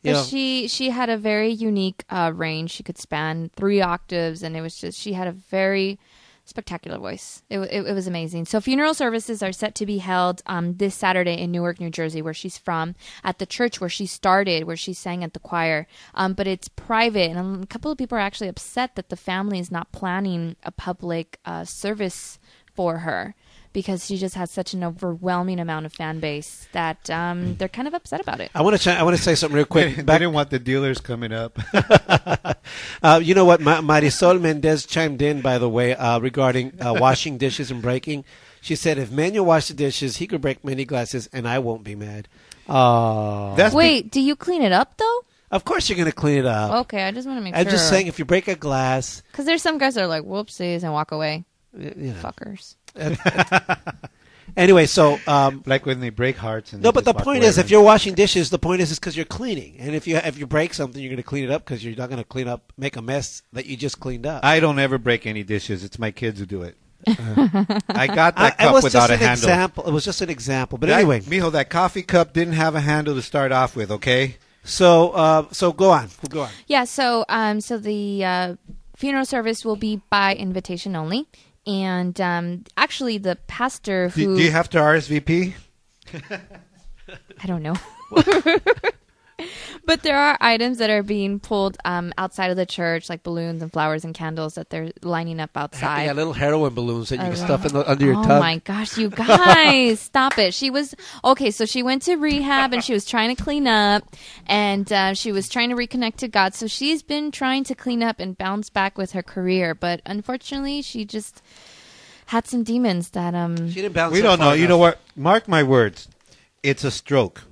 Speaker 2: You
Speaker 4: But
Speaker 2: know,
Speaker 4: she she had a very unique uh, range. She could span three octaves, and it was just she had a very spectacular voice. It, wa- it, it was amazing. So funeral services are set to be held um, this Saturday in Newark, New Jersey, where she's from, at the church where she started, where she sang at the choir. Um, but it's private, and a couple of people are actually upset that the family is not planning a public uh, service for her. Because she just has such an overwhelming amount of fan base that um, they're kind of upset about it.
Speaker 2: I want to. Ch- I want to say something real
Speaker 3: they
Speaker 2: quick. Back,
Speaker 3: didn't want the dealers coming up.
Speaker 2: uh, you know what? Ma- Marisol Mendez chimed in, by the way, uh, regarding uh, washing dishes and breaking. She said, "If Manuel washed the dishes, he could break many glasses, and I won't be mad." Oh,
Speaker 3: That's
Speaker 4: Wait, do you clean it up though?
Speaker 2: of course you're going to clean it up.
Speaker 4: Okay, I just want to make
Speaker 2: I'm
Speaker 4: sure.
Speaker 2: Uh, just saying, if you break a glass,
Speaker 4: because there's some guys that are like whoopsies and walk away,
Speaker 2: y- you know.
Speaker 4: fuckers.
Speaker 2: Anyway, so um,
Speaker 3: like when they break hearts. And
Speaker 2: No,
Speaker 3: they
Speaker 2: but
Speaker 3: just
Speaker 2: the
Speaker 3: walk
Speaker 2: point
Speaker 3: away,
Speaker 2: is, if
Speaker 3: right?
Speaker 2: you're washing dishes, the point is, is because you're cleaning, and if you if you break something, you're going to clean it up because you're not going to clean up, make a mess that you just cleaned up.
Speaker 3: I don't ever break any dishes. It's my kids who do it. I got
Speaker 2: Uh-huh. I-
Speaker 3: that
Speaker 2: it
Speaker 3: cup
Speaker 2: was
Speaker 3: without
Speaker 2: just
Speaker 3: a
Speaker 2: an
Speaker 3: handle.
Speaker 2: example. It was just an example, but
Speaker 3: That-
Speaker 2: anyway.
Speaker 3: Mijo, that coffee cup didn't have a handle to start off with. Okay,
Speaker 2: So uh, so go on, go on.
Speaker 4: Yeah. So, um, so the uh, funeral service will be by invitation only, and um, actually, the pastor
Speaker 3: do,
Speaker 4: who
Speaker 3: do you have to RSVP?
Speaker 4: I don't know. but there are items that are being pulled um, outside of the church, like balloons and flowers and candles that they're lining up outside.
Speaker 2: Yeah, little heroin balloons that you
Speaker 4: I
Speaker 2: can
Speaker 4: love
Speaker 2: stuff in the, under your
Speaker 4: oh
Speaker 2: tongue.
Speaker 4: my gosh, you guys, stop it. She was okay, so she went to rehab and she was trying to clean up and uh, she was trying to reconnect to God. So she's been trying to clean up and bounce back with her career, but unfortunately, she just had some demons that um
Speaker 2: She didn't bounce.
Speaker 3: We
Speaker 2: up
Speaker 3: don't
Speaker 2: far
Speaker 3: know. You
Speaker 2: enough.
Speaker 3: know what? Mark my words. It's a stroke.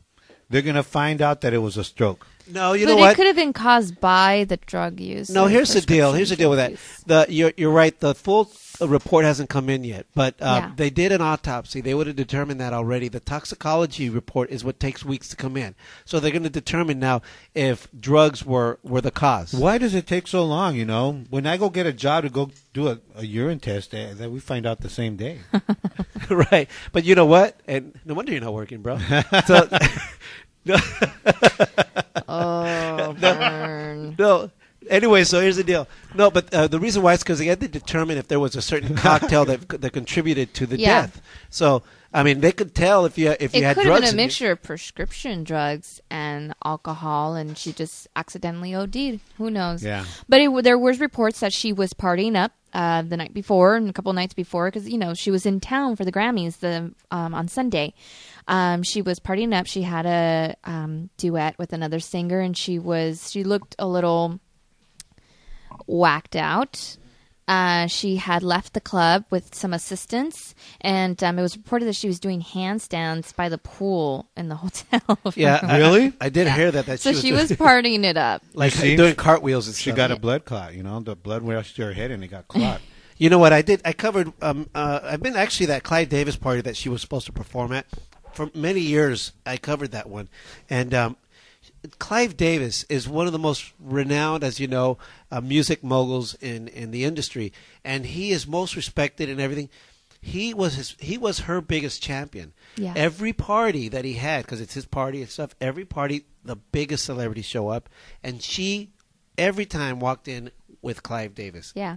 Speaker 3: They're gonna find out that it was a stroke.
Speaker 2: No, you
Speaker 4: but
Speaker 2: know
Speaker 4: it
Speaker 2: what?
Speaker 4: could have been caused by the drug use.
Speaker 2: No,
Speaker 4: or
Speaker 2: here's the deal.
Speaker 4: prescription
Speaker 2: Here's the deal with that.
Speaker 4: drug use.
Speaker 2: The you're, you're right. The full uh, report hasn't come in yet, but uh,
Speaker 4: Yeah.
Speaker 2: they did an autopsy. They would have determined that already. The toxicology report is what takes weeks to come in, so they're going to determine now if drugs were were the cause.
Speaker 3: Why does it take so long? You know, when I go get a job to go do a, a urine test, eh, that we find out the same day.
Speaker 2: right? But you know what? And no wonder you're not working, bro. So,
Speaker 4: Oh, burn.
Speaker 2: no. Anyway, so here's the deal. No, but uh, the reason why is because they had to determine if there was a certain cocktail that that contributed to the
Speaker 4: Yeah.
Speaker 2: death. So I mean, they could tell if you if you
Speaker 4: It
Speaker 2: had
Speaker 4: could
Speaker 2: drugs.
Speaker 4: have been a
Speaker 2: in you.
Speaker 4: mixture of prescription drugs and alcohol, and she just accidentally OD'd. Who knows?
Speaker 3: Yeah.
Speaker 4: But it, there was reports that she was partying up uh, the night before and a couple nights before because you know she was in town for the Grammys the um, on Sunday. Um, she was partying up. She had a um, duet with another singer, and she was she looked a little whacked out. Uh, she had left the club with some assistance, and um, it was reported that she was doing handstands by the pool in the hotel.
Speaker 2: Yeah, I-
Speaker 3: Really?
Speaker 2: I, I did hear that. That
Speaker 4: so
Speaker 2: she was,
Speaker 4: she
Speaker 2: doing-
Speaker 4: was partying it up.
Speaker 2: like
Speaker 3: You see?
Speaker 2: doing cartwheels and
Speaker 3: she
Speaker 2: stuff.
Speaker 3: got a blood clot. You know, the blood rushed to her head and it got clot.
Speaker 2: You know what? I did. I covered. Um, uh, I've been actually that Clyde Davis party that she was supposed to perform at for many years. I covered that one, and um, Clive Davis is one of the most renowned, as you know, uh, music moguls in in the industry, and he is most respected and everything. He was his, he was her biggest champion.
Speaker 4: Yeah.
Speaker 2: Every party that he had, because it's his party and stuff. Every party, the biggest celebrities show up, and she every time walked in with Clive Davis.
Speaker 4: Yeah.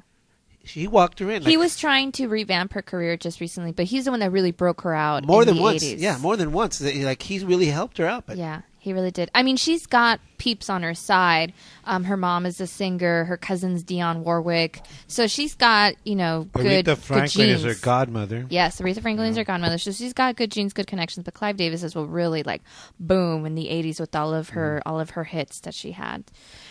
Speaker 2: She walked her in.
Speaker 4: He
Speaker 2: like-
Speaker 4: was trying to revamp her career just recently, but he's the one that really broke her out.
Speaker 2: more
Speaker 4: in
Speaker 2: than
Speaker 4: the
Speaker 2: once.
Speaker 4: 80s.
Speaker 2: Yeah, more than once. They- Like he's really helped her out. But
Speaker 4: Yeah, he really did. I mean, she's got peeps on her side. Um, her mom is a singer. Her cousin's Dionne Warwick. So she's got you know
Speaker 3: Aretha
Speaker 4: good. good
Speaker 3: Franklin is her
Speaker 4: genes.
Speaker 3: godmother.
Speaker 4: Yes, Aretha Franklin is her godmother, so she's got good genes, good connections. But Clive Davis is what really like boom in the '80s with all of her
Speaker 3: Mm-hmm.
Speaker 4: all of her hits that she had.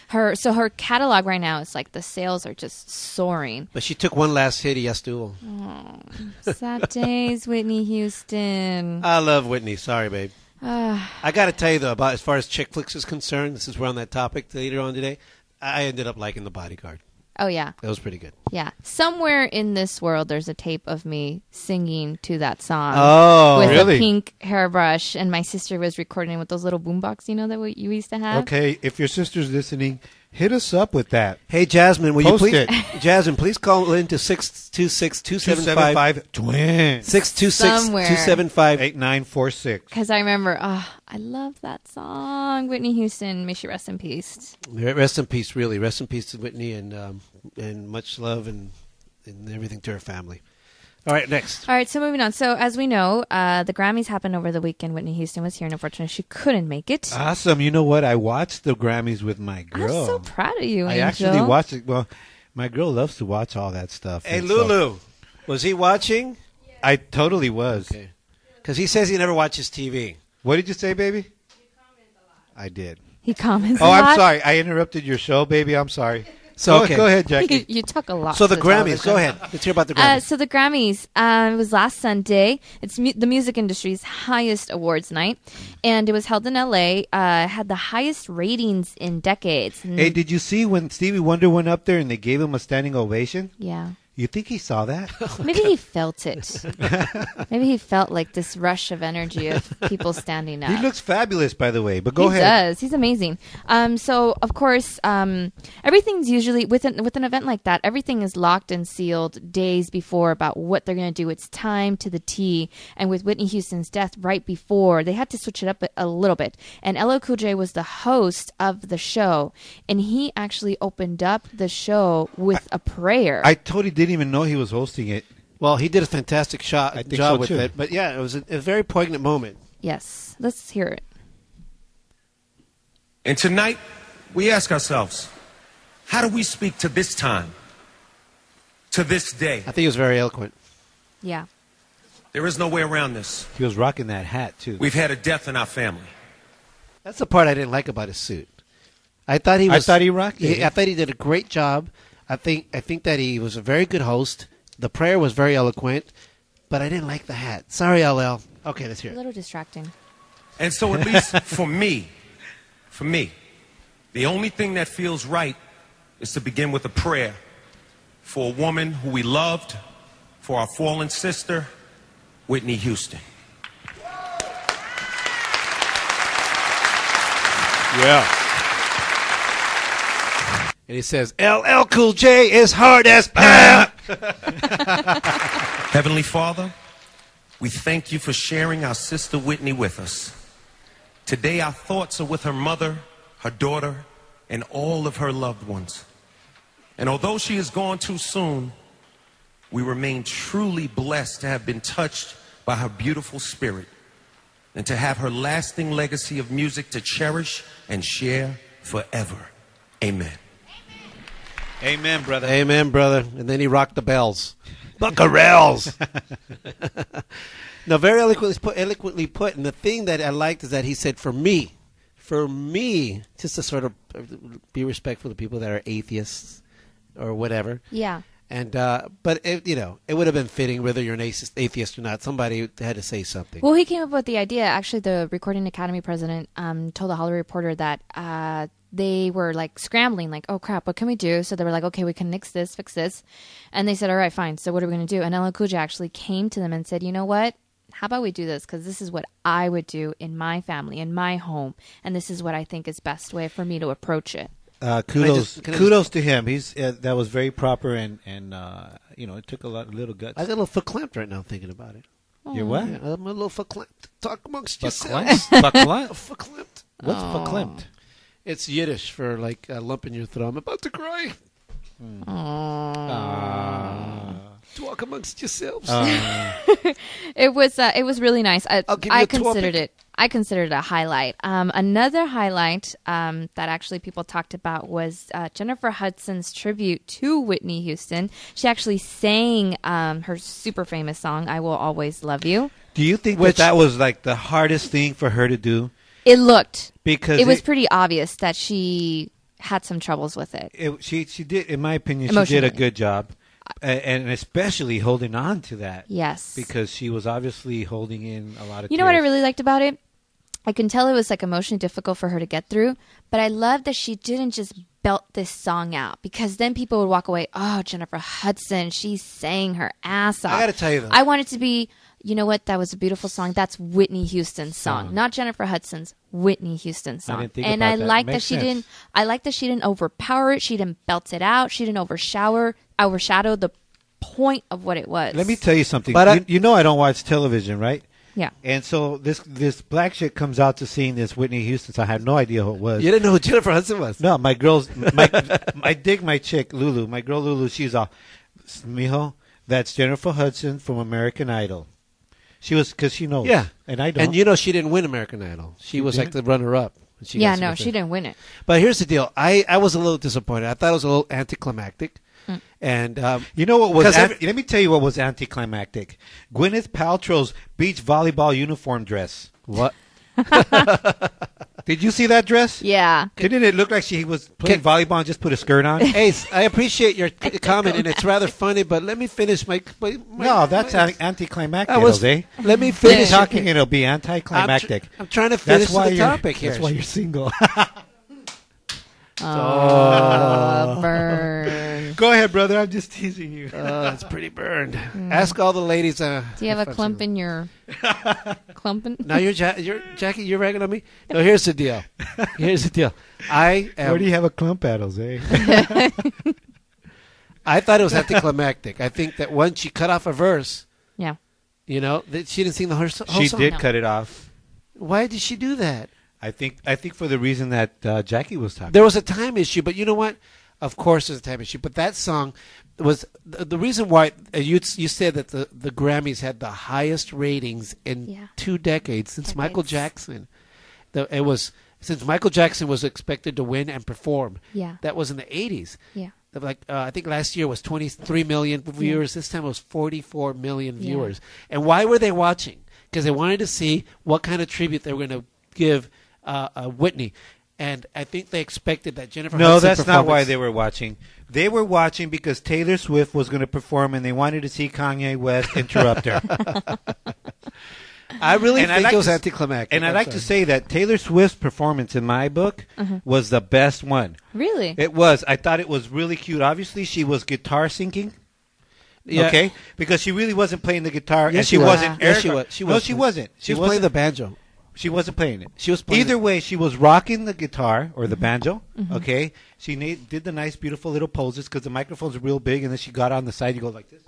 Speaker 4: Her so her catalog right now is like the sales are just soaring.
Speaker 2: but she took one last hit. Yes, duel.
Speaker 4: Sad days, Whitney Houston.
Speaker 2: I love Whitney. Sorry, babe.
Speaker 4: Ah.
Speaker 2: I got to tell you though, about as far as chick flicks is concerned, this is we're on that topic later on today. I ended up liking The Bodyguard.
Speaker 4: oh yeah,
Speaker 2: That was pretty good.
Speaker 4: yeah. Somewhere in this world, there's a tape of me singing to that song.
Speaker 2: Oh,
Speaker 4: with
Speaker 3: really?
Speaker 4: a pink hairbrush, and my sister was recording it with those little boombox, you know, that we, you used to have.
Speaker 3: Okay, if your sister's listening, hit us up with that.
Speaker 2: Hey Jasmine, will
Speaker 3: Post
Speaker 2: you please?
Speaker 3: it.
Speaker 2: Jasmine, please call in to six two six two
Speaker 3: Two
Speaker 2: seven
Speaker 3: seven
Speaker 2: five
Speaker 3: five twins
Speaker 2: six two six two seven five.
Speaker 3: eight nine four six.
Speaker 4: Because I remember, oh, I love that song. Whitney Houston, may she rest in peace.
Speaker 2: Rest in peace, really. Rest in peace to Whitney, and um, and much love and and everything to her family. All right, next.
Speaker 4: All right, so moving on. So, as we know, uh, the Grammys happened over the weekend. Whitney Houston was here, and unfortunately, she couldn't make it.
Speaker 3: Awesome. You know what? I watched the Grammys with my
Speaker 4: I'm
Speaker 3: girl.
Speaker 4: so proud of you,
Speaker 3: I
Speaker 4: Angel.
Speaker 3: actually watched it. Well, my girl loves to watch all that stuff.
Speaker 2: Hey,
Speaker 3: and so-
Speaker 2: Lulu, was he watching?
Speaker 3: I totally was.
Speaker 2: Because he says he never watches TV.
Speaker 3: What did you say, baby? I did.
Speaker 4: He comments.
Speaker 3: Oh,
Speaker 4: a
Speaker 3: I'm
Speaker 4: lot.
Speaker 3: sorry. I interrupted your show, baby. I'm sorry.
Speaker 2: So,
Speaker 3: go,
Speaker 2: okay.
Speaker 3: go ahead,
Speaker 4: You,
Speaker 3: Jackie.
Speaker 4: you talk a lot.
Speaker 2: So the
Speaker 4: to television.
Speaker 2: Grammys. Go ahead. Let's hear about the
Speaker 4: Uh,
Speaker 2: Grammys.
Speaker 4: so the Grammys, um, it was last Sunday. It's mu- the music industry's highest awards night,
Speaker 3: Mm-hmm.
Speaker 4: and it was held in LA. Uh, it had the highest ratings in decades. And-
Speaker 3: Hey, did you see when Stevie Wonder went up there and they gave him a standing ovation?
Speaker 4: yeah,
Speaker 3: You think he saw that?
Speaker 4: maybe he felt it. maybe he felt like this rush of energy of people standing up.
Speaker 3: he looks fabulous, by the way. But go
Speaker 4: he
Speaker 3: ahead.
Speaker 4: does. He's amazing. Um, so of course, um, everything's usually with an with an event like that. Everything is locked and sealed days before about what they're going to do. It's time to the T. And with Whitney Houston's death right before, they had to switch it up a, a little bit. And LL Cool J was the host of the show, and he actually opened up the show with a prayer.
Speaker 3: I totally didn't even know he was hosting it.
Speaker 2: well, he did a fantastic shot,
Speaker 3: I think
Speaker 2: job
Speaker 3: so,
Speaker 2: with
Speaker 3: too.
Speaker 2: it. But yeah, it was a, a very poignant moment.
Speaker 4: yes, let's hear it.
Speaker 6: And tonight, we ask ourselves how do we speak to this time, to this day?
Speaker 2: I think it was very eloquent.
Speaker 4: Yeah.
Speaker 6: There is no way around this.
Speaker 3: He was rocking that hat too.
Speaker 6: We've had a death in our family.
Speaker 2: That's the part I didn't like about his suit. I thought he
Speaker 3: I
Speaker 2: was.
Speaker 3: thought he rocked it.
Speaker 2: I thought he did a great job. I think. I think that he was a very good host. The prayer was very eloquent, but I didn't like the hat. Sorry, LL. Okay, let's hear
Speaker 4: A
Speaker 2: it.
Speaker 4: little distracting.
Speaker 6: And so, at least for me, for me, The only thing that feels right is to begin with a prayer for a woman who we loved, for our fallen sister, Whitney Houston.
Speaker 2: Yeah. And he says, LL Cool J is hard as. Ah!
Speaker 6: Heavenly Father, we thank you for sharing our sister Whitney with us. Today, our thoughts are with her mother, her daughter, and all of her loved ones. And although she is gone too soon, we remain truly blessed to have been touched by her beautiful spirit and to have her lasting legacy of music to cherish and share forever. Amen.
Speaker 3: Amen, brother.
Speaker 2: Amen, brother. And then he rocked the bells. Buckarels. now, very eloquently put, eloquently put. And the thing that I liked is that he said, for me, for me, just to sort of uh, be respectful to people that are atheists or whatever.
Speaker 4: Yeah.
Speaker 2: And, uh, but, it, you know, it would have been fitting whether you're an atheist, atheist or not. Somebody had to say something.
Speaker 4: Well, he came up with the idea. Actually, the Recording Academy president um, told the Hollywood Reporter that uh, they were like scrambling, like, "Oh crap, what can we do?" So they were like, "Okay, we can nix this, fix this," and they said, "All right, fine. So what are we going to do?" And LL Cool J actually came to them and said, "You know what? How about we do this? Because this is what I would do in my family, in my home, and this is what I think is best way for me to approach it."
Speaker 3: Uh,
Speaker 2: I
Speaker 3: kudos,
Speaker 2: just- can I just-
Speaker 3: kudos to him. He's uh, that was very proper, and and uh, you know it took a lot, little guts.
Speaker 2: I got a little foot clamped right now thinking about it.
Speaker 7: Oh,
Speaker 3: Your what?
Speaker 2: Yeah, I'm a little foot clamped. Talk amongst yourselves.
Speaker 3: Verklempt? Verklempt?
Speaker 2: Foot clamped.
Speaker 3: What's
Speaker 4: Oh.
Speaker 3: verklempt?
Speaker 2: It's Yiddish for like a lump in your throat. I'm about to cry.
Speaker 4: Hmm.
Speaker 2: Ah. Talk amongst yourselves.
Speaker 4: It was uh, it was really nice. I,
Speaker 2: I'll give you
Speaker 4: I
Speaker 2: a
Speaker 4: considered
Speaker 2: topic.
Speaker 4: it I considered it a highlight. Um, another highlight um, that actually people talked about was uh, Jennifer Hudson's tribute to Whitney Houston. She actually sang um, her super famous song "I Will Always Love You."
Speaker 3: Do you think
Speaker 2: Which-
Speaker 3: that that was like the hardest thing for her to do?
Speaker 4: It looked
Speaker 3: Because
Speaker 4: it was
Speaker 3: it-
Speaker 4: pretty obvious that she had some troubles with it.
Speaker 3: It, she she did, in my opinion, she did a
Speaker 4: Emotionally.
Speaker 3: good job, A- and especially holding on to that.
Speaker 4: Yes.
Speaker 3: because she was obviously holding in a lot of.
Speaker 4: You know what I
Speaker 3: tears.
Speaker 4: really liked about it? I can tell it was like emotionally difficult for her to get through, but I love that she didn't just belt this song out because then people would walk away, oh, Jennifer Hudson, she sang her ass off.
Speaker 2: I gotta tell you though.
Speaker 4: I want it to be, you know what? That was a beautiful song. That's Whitney Houston's song, not Jennifer Hudson's. Whitney Houston's song,
Speaker 3: didn't think
Speaker 4: and
Speaker 3: about
Speaker 4: I
Speaker 3: that.
Speaker 4: like that
Speaker 3: Makes
Speaker 4: she
Speaker 3: sense.
Speaker 4: didn't. I like that she didn't overpower it. She didn't belt it out. She didn't overshower, overshadow the point of what it was.
Speaker 3: Let me tell you something.
Speaker 2: But I-
Speaker 3: you, you know I don't watch television, right?
Speaker 4: Yeah.
Speaker 3: And so this this black shit comes out to seeing this Whitney Houston. So I had no idea who it was.
Speaker 2: you didn't know who Jennifer Hudson was.
Speaker 3: No, my girls, my, I dig my chick Lulu. My girl Lulu, she's a mijo. That's Jennifer Hudson from American Idol. She was because she knows.
Speaker 2: Yeah,
Speaker 3: and I don't.
Speaker 2: And you know she didn't win American Idol. She was like the runner-up. when She
Speaker 4: yeah,
Speaker 2: got
Speaker 4: no,
Speaker 2: something.
Speaker 4: she didn't win it.
Speaker 2: But here's the deal. I, I was a little disappointed. I thought it was a little anticlimactic.
Speaker 4: Hmm.
Speaker 2: And um,
Speaker 3: You know what was?
Speaker 2: 'Cause
Speaker 3: An-
Speaker 2: every-
Speaker 3: let me tell you what was anticlimactic. Gwyneth Paltrow's beach volleyball uniform dress.
Speaker 2: what?
Speaker 3: Did you see that dress?
Speaker 4: Yeah.
Speaker 3: Didn't it look like she was playing volleyball and just put a skirt on?
Speaker 2: Ace, I appreciate your c- comment, and it's rather funny. But let me finish my. my my-
Speaker 3: no, that's
Speaker 2: my-
Speaker 3: an- anticlimactic,
Speaker 2: I was-
Speaker 3: Jose.
Speaker 2: Let me
Speaker 3: Finish
Speaker 2: finish
Speaker 3: eh? talking, and it'll be anticlimactic.
Speaker 2: I'm, tr- I'm trying to finish
Speaker 3: that's why
Speaker 2: the
Speaker 3: you're,
Speaker 2: topic here.
Speaker 3: That's why you're single.
Speaker 4: Uh, burn.
Speaker 3: Oh. Go ahead, brother. I'm just teasing you.
Speaker 2: Uh, it's pretty burned. Ask all the ladies. Uh,
Speaker 4: Hmm. Do you have
Speaker 2: if
Speaker 4: a
Speaker 2: I'm
Speaker 4: clump
Speaker 2: single.
Speaker 4: in your clump in?
Speaker 2: Now you're, ja- you're Jackie. You're ragging on me. No, here's the deal. Here's the deal. I am.
Speaker 3: Where do you have a clump at, Jose?
Speaker 2: I thought it was anticlimactic. I think that once she cut off a verse,
Speaker 4: Yeah.
Speaker 2: you know, that she didn't sing the whole, s- whole
Speaker 3: she
Speaker 2: song.
Speaker 3: did
Speaker 4: No.
Speaker 3: cut it off.
Speaker 2: Why did she do that?
Speaker 3: I think. I think for the reason that uh, Jackie was talking.
Speaker 2: There was a time issue, but you know what? Of course, there's a time issue. But that song was the, the reason why uh, you you said that the, the Grammys had the highest ratings in
Speaker 4: Yeah.
Speaker 2: two decades since Michael
Speaker 4: Decades.
Speaker 2: Jackson. The, it was since Michael Jackson was expected to win and perform.
Speaker 4: Yeah.
Speaker 2: that was in the 80s.
Speaker 4: Yeah.
Speaker 2: Like uh, I think last year was 23 million viewers. This time it was 44 million
Speaker 4: Yeah.
Speaker 2: viewers. And why were they watching? Because they wanted to see what kind of tribute they were going to give uh, uh, Whitney. And I think they expected that Jennifer.
Speaker 3: no,
Speaker 2: Hudson
Speaker 3: that's not why
Speaker 2: performance-
Speaker 3: they were watching. They were watching because Taylor Swift was going to perform, and they wanted to see Kanye West interrupt her.
Speaker 2: I really
Speaker 3: And I
Speaker 2: think
Speaker 3: like
Speaker 2: it was
Speaker 3: to s-
Speaker 2: anticlimactic.
Speaker 3: And I
Speaker 2: I'm
Speaker 3: like to
Speaker 2: sorry.
Speaker 3: say that Taylor Swift's performance in my book
Speaker 2: Mm-hmm.
Speaker 3: was the best one.
Speaker 4: Really?
Speaker 3: It was. I thought it was really cute. Obviously, she was guitar syncing.
Speaker 2: Yeah.
Speaker 3: Okay, because she really wasn't playing the guitar,
Speaker 2: Yes,
Speaker 3: and she
Speaker 2: she was.
Speaker 3: wasn't.
Speaker 2: Yes,
Speaker 3: Eric-
Speaker 2: she was. She
Speaker 3: No,
Speaker 2: was.
Speaker 3: she wasn't.
Speaker 2: She was
Speaker 3: wasn't,
Speaker 2: playing the banjo.
Speaker 3: She wasn't playing it.
Speaker 2: She was playing
Speaker 3: Either
Speaker 2: it. Mm-hmm.
Speaker 3: way, she was rocking the guitar or the banjo. Okay, she na- did the nice, beautiful little poses because the microphone's real big, and then she got on the side. You go like this.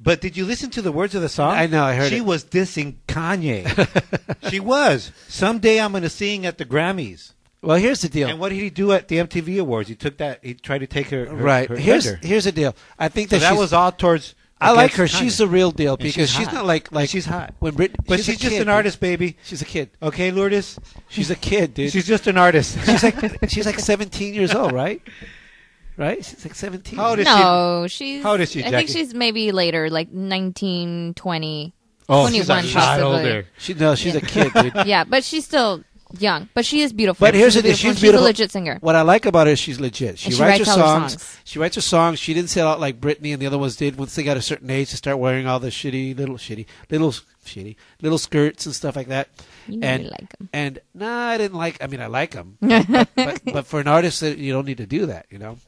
Speaker 3: But did you listen to the words of the song?
Speaker 2: I know, I heard
Speaker 3: She
Speaker 2: it.
Speaker 3: was dissing Kanye. she was. Someday I'm going to sing at the Grammys.
Speaker 2: Well, here's the deal.
Speaker 3: And what did he do at the MTV Awards? He took that. He tried to take her. her
Speaker 2: right.
Speaker 3: her
Speaker 2: here's
Speaker 3: thunder.
Speaker 2: here's the deal. I think
Speaker 3: So
Speaker 2: that,
Speaker 3: that
Speaker 2: she's-
Speaker 3: was all towards.
Speaker 2: I like her.
Speaker 3: against Kanye.
Speaker 2: She's the real deal
Speaker 3: And
Speaker 2: because she's,
Speaker 3: hot.
Speaker 2: not like like
Speaker 3: And she's hot.
Speaker 2: When Brit,
Speaker 3: but she's,
Speaker 2: a
Speaker 3: just
Speaker 2: kid,
Speaker 3: an
Speaker 2: dude.
Speaker 3: artist, baby.
Speaker 2: She's a kid.
Speaker 3: Okay, Lourdes.
Speaker 2: She's a kid, dude.
Speaker 3: She's just an artist.
Speaker 2: She's like she's like 17 years old, right? Right? She's like 17.
Speaker 3: How old is
Speaker 4: no, she's.
Speaker 3: How old is she,
Speaker 4: I think
Speaker 3: Jackie?
Speaker 4: she's maybe later, like 19, 20,
Speaker 3: Oh,
Speaker 4: 21
Speaker 3: she's a lot
Speaker 4: possibly.
Speaker 3: older.
Speaker 2: she? No, she's a kid, dude.
Speaker 4: Yeah, but she's still young. But she is beautiful.
Speaker 2: But here's
Speaker 4: she's
Speaker 2: the thing.
Speaker 4: a beautiful-
Speaker 2: She's beautiful.
Speaker 4: a legit singer.
Speaker 2: What I like about her is she's legit. She,
Speaker 4: And she
Speaker 2: writes,
Speaker 4: writes
Speaker 2: her
Speaker 4: all her
Speaker 2: songs.
Speaker 4: songs.
Speaker 2: She writes her songs. She didn't sell out like Britney and the other ones did once they got a certain age to start wearing all the shitty little shitty little shitty little skirts and stuff like that.
Speaker 4: You know
Speaker 2: and
Speaker 4: you like 'em.
Speaker 2: and no, I didn't like. I mean, I like them, but, but, but for an artist, that you don't need to do that. You know,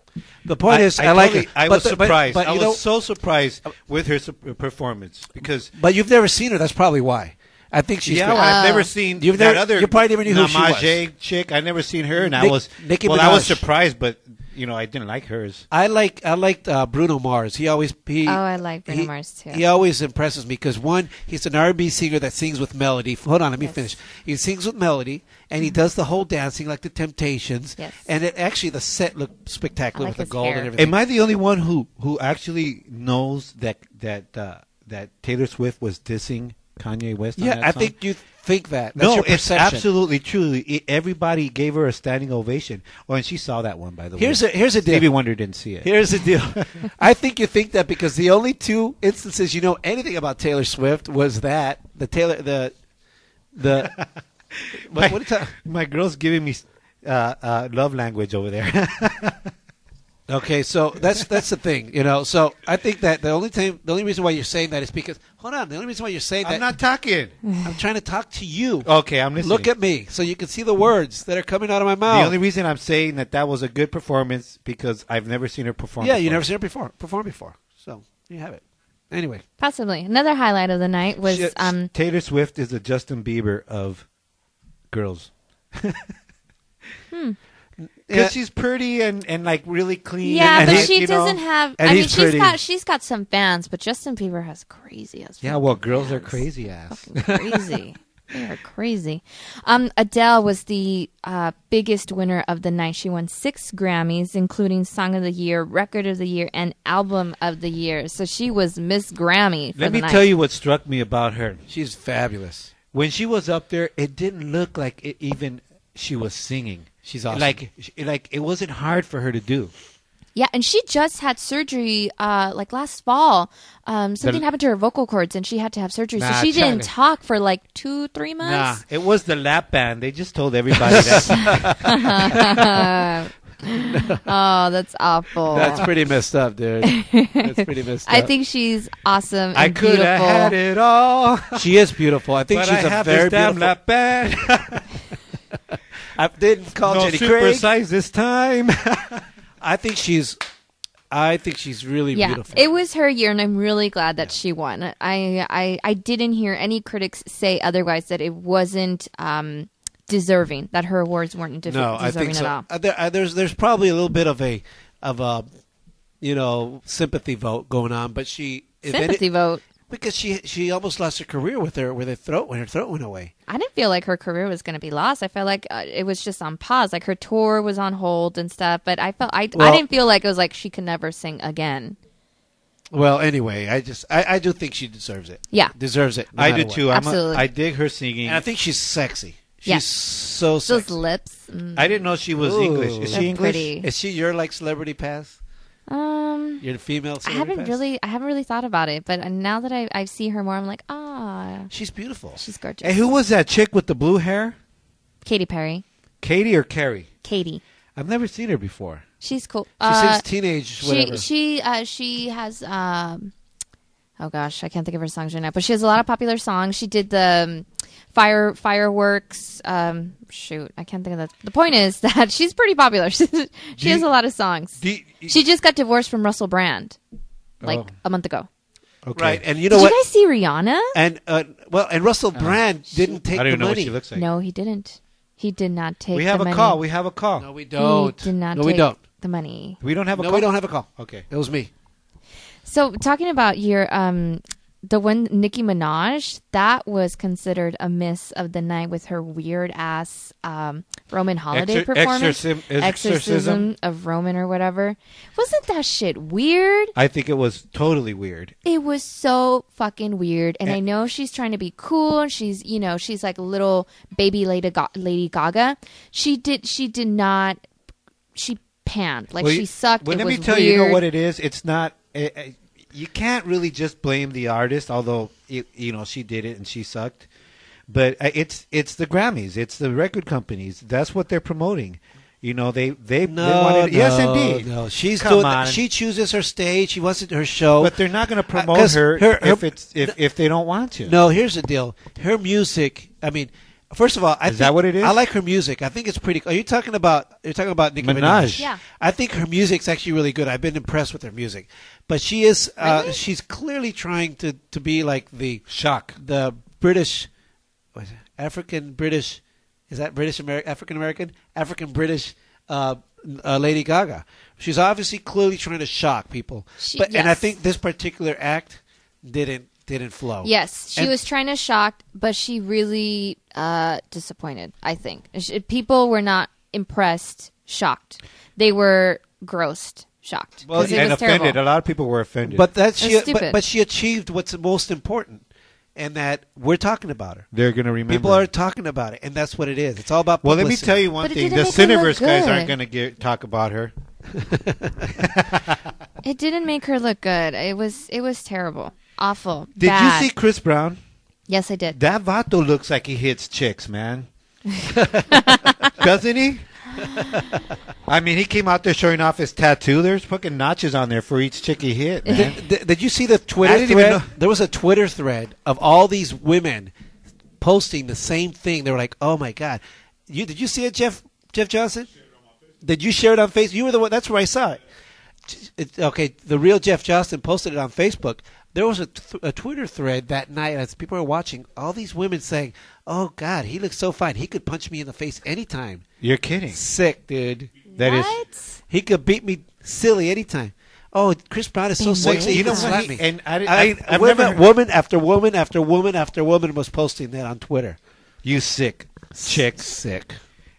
Speaker 2: the point is, I, like
Speaker 3: totally-
Speaker 2: her.
Speaker 3: I
Speaker 2: But
Speaker 3: was
Speaker 2: the- but-
Speaker 3: surprised.
Speaker 2: But,
Speaker 3: I
Speaker 2: you
Speaker 3: was
Speaker 2: know,
Speaker 3: so surprised with her sup- performance because
Speaker 2: but you've never seen her. That's probably why. I think she's
Speaker 3: yeah,
Speaker 2: great.
Speaker 3: well, I've
Speaker 4: Oh.
Speaker 3: never seen
Speaker 2: You've
Speaker 3: that
Speaker 2: never-
Speaker 3: other.
Speaker 2: you probably never knew who she was.
Speaker 3: Namajé chick. I never seen her, and I
Speaker 2: Nick-
Speaker 3: was
Speaker 2: Nicki
Speaker 3: well. I was
Speaker 2: Minaj.
Speaker 3: surprised, but you know, I didn't like hers.
Speaker 2: I like I liked uh, Bruno Mars. He always he.
Speaker 4: Oh, I like Bruno
Speaker 2: he-
Speaker 4: Mars, too.
Speaker 2: He always impresses me because one, he's an R&B singer that sings with melody. Hold on, let me
Speaker 4: Yes. Mm-hmm.
Speaker 2: finish. He sings with melody and he does the whole dancing like the Temptations.
Speaker 4: Yes.
Speaker 2: And it actually the set looked spectacular
Speaker 4: I
Speaker 2: with
Speaker 4: like
Speaker 2: the
Speaker 4: his
Speaker 2: gold
Speaker 4: hair.
Speaker 2: and everything.
Speaker 3: Am I the only one who who actually knows that that uh, that Taylor Swift was dissing Kanye West? on
Speaker 2: yeah,
Speaker 3: that
Speaker 2: I
Speaker 3: song?
Speaker 2: think you think that. That's
Speaker 3: No,
Speaker 2: your
Speaker 3: it's
Speaker 2: perception.
Speaker 3: absolutely true. E- Everybody gave her a standing ovation. Oh, and she saw that one by the
Speaker 2: Here's a
Speaker 3: way.
Speaker 2: here's a deal.
Speaker 3: Stevie Wonder didn't see it.
Speaker 2: Here's the deal. I think you think that because the only two instances you know anything about Taylor Swift was that the Taylor the the what, what is that?
Speaker 3: My girl's giving me uh, uh, love language over there.
Speaker 2: Okay, so that's that's the thing, you know. So I think that the only time, the only reason why you're saying that is because hold on, the only reason why you're saying
Speaker 3: I'm
Speaker 2: that
Speaker 3: not talking.
Speaker 2: I'm trying to talk to you.
Speaker 3: Okay, I'm listening.
Speaker 2: Look at me, so you can see the words that are coming out of my mouth.
Speaker 3: the only reason I'm saying that that was a good performance because I've never seen her perform.
Speaker 2: yeah, you
Speaker 3: before.
Speaker 2: never seen her before, perform before, so you have it. Anyway,
Speaker 4: Possibly. Another highlight of the night was
Speaker 3: She-
Speaker 4: um,
Speaker 3: Taylor Swift is the Justin Bieber of girls.
Speaker 4: Hmm.
Speaker 3: Because
Speaker 2: Yeah.
Speaker 3: she's pretty and, and like really clean.
Speaker 4: Yeah,
Speaker 3: and
Speaker 4: but
Speaker 3: like,
Speaker 4: she
Speaker 3: you know-
Speaker 4: doesn't have.
Speaker 3: and
Speaker 4: I mean,
Speaker 3: he's
Speaker 4: she's
Speaker 3: pretty.
Speaker 4: got she's got some fans, but Justin Bieber has crazy ass.
Speaker 3: Yeah, well, girls are crazy ass.
Speaker 4: fucking crazy. they are crazy. Um, Adele was the uh, biggest winner of the night. She won six Grammys, including Song of the Year, Record of the Year, and Album of the Year. So she was Miss Grammy. For
Speaker 3: Let
Speaker 4: the
Speaker 3: me
Speaker 4: night.
Speaker 3: tell you what struck me about her.
Speaker 2: she's fabulous.
Speaker 3: When she was up there, it didn't look like it even she was singing.
Speaker 2: She's awesome.
Speaker 3: Like, sh- like it wasn't hard for her to do.
Speaker 4: Yeah, and she just had surgery uh, like last fall. Um, something
Speaker 3: The-
Speaker 4: happened to her vocal cords, and she had to have surgery.
Speaker 3: Nah,
Speaker 4: so she didn't
Speaker 3: China.
Speaker 4: talk for like two, three months.
Speaker 3: it was the lap band. They just told everybody that.
Speaker 4: Oh, that's awful.
Speaker 2: That's pretty messed up, dude. That's pretty messed up.
Speaker 4: I think she's awesome. And
Speaker 3: I could
Speaker 4: beautiful.
Speaker 3: have had it all. I
Speaker 2: she is beautiful. I think
Speaker 3: but
Speaker 2: she's
Speaker 3: I
Speaker 2: a
Speaker 3: have
Speaker 2: very
Speaker 3: this damn
Speaker 2: beautiful.
Speaker 3: lap band.
Speaker 2: I didn't call
Speaker 3: no
Speaker 2: Jenny Craig.
Speaker 3: supersize this time.
Speaker 2: I think she's, I think she's really
Speaker 4: Yeah,
Speaker 2: beautiful.
Speaker 4: it was her year, and I'm really glad that she won. I, I I didn't hear any critics say otherwise that it wasn't um, deserving, that her awards weren't de-
Speaker 2: no, I
Speaker 4: deserving
Speaker 2: think so.
Speaker 4: at all.
Speaker 2: Uh, There, uh, there's there's probably a little bit of a of a you know sympathy vote going on, but she if any-
Speaker 4: Sympathy vote.
Speaker 2: because she she almost lost her career with her with her throat when her throat went away.
Speaker 4: I didn't feel like her career was going to be lost. I felt like uh, it was just on pause. Like her tour was on hold and stuff. But I felt I
Speaker 2: Well-
Speaker 4: I didn't feel like it was like she could never sing again.
Speaker 2: Well, anyway, I just I, I do think she deserves it.
Speaker 4: Yeah.
Speaker 2: deserves it. no
Speaker 3: I
Speaker 2: matter
Speaker 3: do
Speaker 2: what.
Speaker 3: too. I'm a,
Speaker 4: Absolutely.
Speaker 3: I dig her singing.
Speaker 2: and I think she's sexy. She's
Speaker 4: Yeah.
Speaker 2: so
Speaker 4: Those
Speaker 2: sexy.
Speaker 4: lips. mm.
Speaker 3: I didn't know she was
Speaker 2: Ooh.
Speaker 3: English. Is
Speaker 4: They're
Speaker 3: she English?
Speaker 4: pretty.
Speaker 2: Is she your like celebrity pass?
Speaker 4: Um,
Speaker 2: Your female
Speaker 4: I
Speaker 2: celebrity?
Speaker 4: haven't
Speaker 2: pass?
Speaker 4: really I haven't really thought about it. But now that I I see her more, I'm like ah,
Speaker 2: She's beautiful.
Speaker 4: she's gorgeous.
Speaker 3: Hey, who was that chick with the blue hair?
Speaker 4: Katy Perry,
Speaker 3: Katie or Carrie?
Speaker 4: Katy.
Speaker 3: I've never seen her before.
Speaker 4: She's cool.
Speaker 2: she
Speaker 4: Uh,
Speaker 2: sings teenage
Speaker 4: she
Speaker 2: whatever.
Speaker 4: she uh, she has um oh gosh, I can't think of her songs right now, but she has a lot of popular songs. She did the um, fire fireworks. Um, shoot, I can't think of that. The point is that she's pretty popular. she has a lot of songs.
Speaker 3: do you-
Speaker 4: she just got divorced from Russell Brand
Speaker 2: Oh,
Speaker 4: like a month ago.
Speaker 3: Okay.
Speaker 2: Right, and you know
Speaker 4: Did
Speaker 2: what?
Speaker 4: you guys see Rihanna?
Speaker 2: and uh, well, and Russell Brand didn't
Speaker 3: I
Speaker 2: take
Speaker 3: don't
Speaker 2: the
Speaker 3: even know what
Speaker 2: money.
Speaker 3: she looks like.
Speaker 4: No, he didn't. He did not take.
Speaker 3: we have
Speaker 4: the
Speaker 3: a
Speaker 4: money.
Speaker 3: call. We have a call.
Speaker 2: no, we
Speaker 4: He
Speaker 2: don't.
Speaker 4: did not.
Speaker 2: no, we
Speaker 4: take
Speaker 2: don't.
Speaker 4: The money.
Speaker 3: we don't have a
Speaker 2: No,
Speaker 3: call.
Speaker 2: we don't have a call.
Speaker 3: Okay.
Speaker 2: It was me.
Speaker 4: So talking about your um the one Nicki Minaj, that was considered a miss of the night with her weird ass um Roman holiday
Speaker 3: Exor-
Speaker 4: performance.
Speaker 3: exorcism- exorcism.
Speaker 4: of Roman or whatever. Wasn't that shit weird?
Speaker 3: I think it was totally weird.
Speaker 4: It was so fucking weird. And I know she's trying to be cool and she's, you know, she's like little baby Lady, Ga- Lady Gaga. She did she did not she panned. Like
Speaker 3: Well,
Speaker 4: she
Speaker 3: you-
Speaker 4: sucked.
Speaker 3: Well,
Speaker 4: it
Speaker 3: let
Speaker 4: was
Speaker 3: me tell
Speaker 4: weird.
Speaker 3: you, you know what it is. It's not. It, it- you can't really just blame the artist, although you- you know she did it and she sucked. But uh, it's it's the Grammys, it's the record companies. That's what they're promoting. You know they they, they
Speaker 2: No,
Speaker 3: wanted, yes
Speaker 2: no,
Speaker 3: indeed.
Speaker 2: No, she's
Speaker 3: Come
Speaker 2: doing.
Speaker 3: on.
Speaker 2: She chooses her stage. She wants it her show. Uh,
Speaker 3: but they're not going to promote
Speaker 2: 'cause
Speaker 3: her,
Speaker 2: her-
Speaker 3: if
Speaker 2: her-
Speaker 3: it's if, if they don't want to.
Speaker 2: No, here's the deal. Her music. I mean, first of all, I
Speaker 3: Is
Speaker 2: think,
Speaker 3: that what it is?
Speaker 2: I like her music. I think it's pretty. Are you talking about? You're talking about Nicki Minaj.
Speaker 3: Minaj.
Speaker 4: Yeah.
Speaker 2: I think her music's actually really good. I've been impressed with her music, but she is. Uh, She's clearly trying to to be like the
Speaker 3: shock.
Speaker 2: the British, what is it? African British, is that British American, African American, African British uh, uh, Lady Gaga. She's obviously clearly trying to shock people,
Speaker 4: She-
Speaker 2: but and I
Speaker 4: yes.
Speaker 2: think this particular act didn't didn't
Speaker 3: Oh.
Speaker 2: flow.
Speaker 4: Yes, she
Speaker 2: Oh. And-
Speaker 4: was trying to shock, but she really uh, disappointed. I think She- people were not impressed, shocked. They were grossed, shocked.
Speaker 3: Well,
Speaker 4: 'Cause it
Speaker 3: and
Speaker 4: was
Speaker 3: offended.
Speaker 4: terrible.
Speaker 3: A lot of people were offended.
Speaker 2: But that she, but,
Speaker 4: stupid.
Speaker 2: but she achieved what's most important, and that we're talking about her.
Speaker 3: they're going to remember.
Speaker 2: People are talking about it, and that's what it is. It's all about.
Speaker 3: Well, let me
Speaker 2: publicity.
Speaker 3: tell you one
Speaker 4: But it
Speaker 3: thing: the
Speaker 4: didn't make her look
Speaker 3: Cineverse guys aren't
Speaker 4: good.
Speaker 3: going to talk about her.
Speaker 4: It didn't make her look good. It was it was terrible, awful.
Speaker 3: Did
Speaker 4: bad.
Speaker 3: you see Chris Brown?
Speaker 4: Yes, I did.
Speaker 3: That Vato looks like he hits chicks, man. Doesn't he? I mean, he came out there showing off his tattoo. There's fucking notches on there for each chick he hit, man.
Speaker 2: Did, did- did you see the Twitter
Speaker 3: I didn't even
Speaker 2: thread?
Speaker 3: know-
Speaker 2: There was a Twitter thread of all these women posting the same thing. They were like, "Oh my god, you did you see it, Jeff Jeff Johnson? Did you share it on Facebook? You were the one. That's where I saw it. J- it- okay, the real Jeff Johnston posted it on Facebook. There was a, th- a Twitter thread that night as people were watching all these women saying, "Oh God, he looks so fine. He could punch me in the face anytime.
Speaker 3: You're kidding.
Speaker 2: Sick, dude.
Speaker 3: That is.
Speaker 4: what?
Speaker 2: He could beat me silly anytime. Oh, Chris Brown is so sexy.
Speaker 3: you
Speaker 2: he
Speaker 3: know
Speaker 2: could
Speaker 3: what?
Speaker 2: slap
Speaker 3: He-
Speaker 2: me.
Speaker 3: and I- I- I've
Speaker 2: women,
Speaker 3: never-
Speaker 2: woman after woman after woman after woman was posting that on Twitter.
Speaker 3: You sick chick.
Speaker 2: Sick.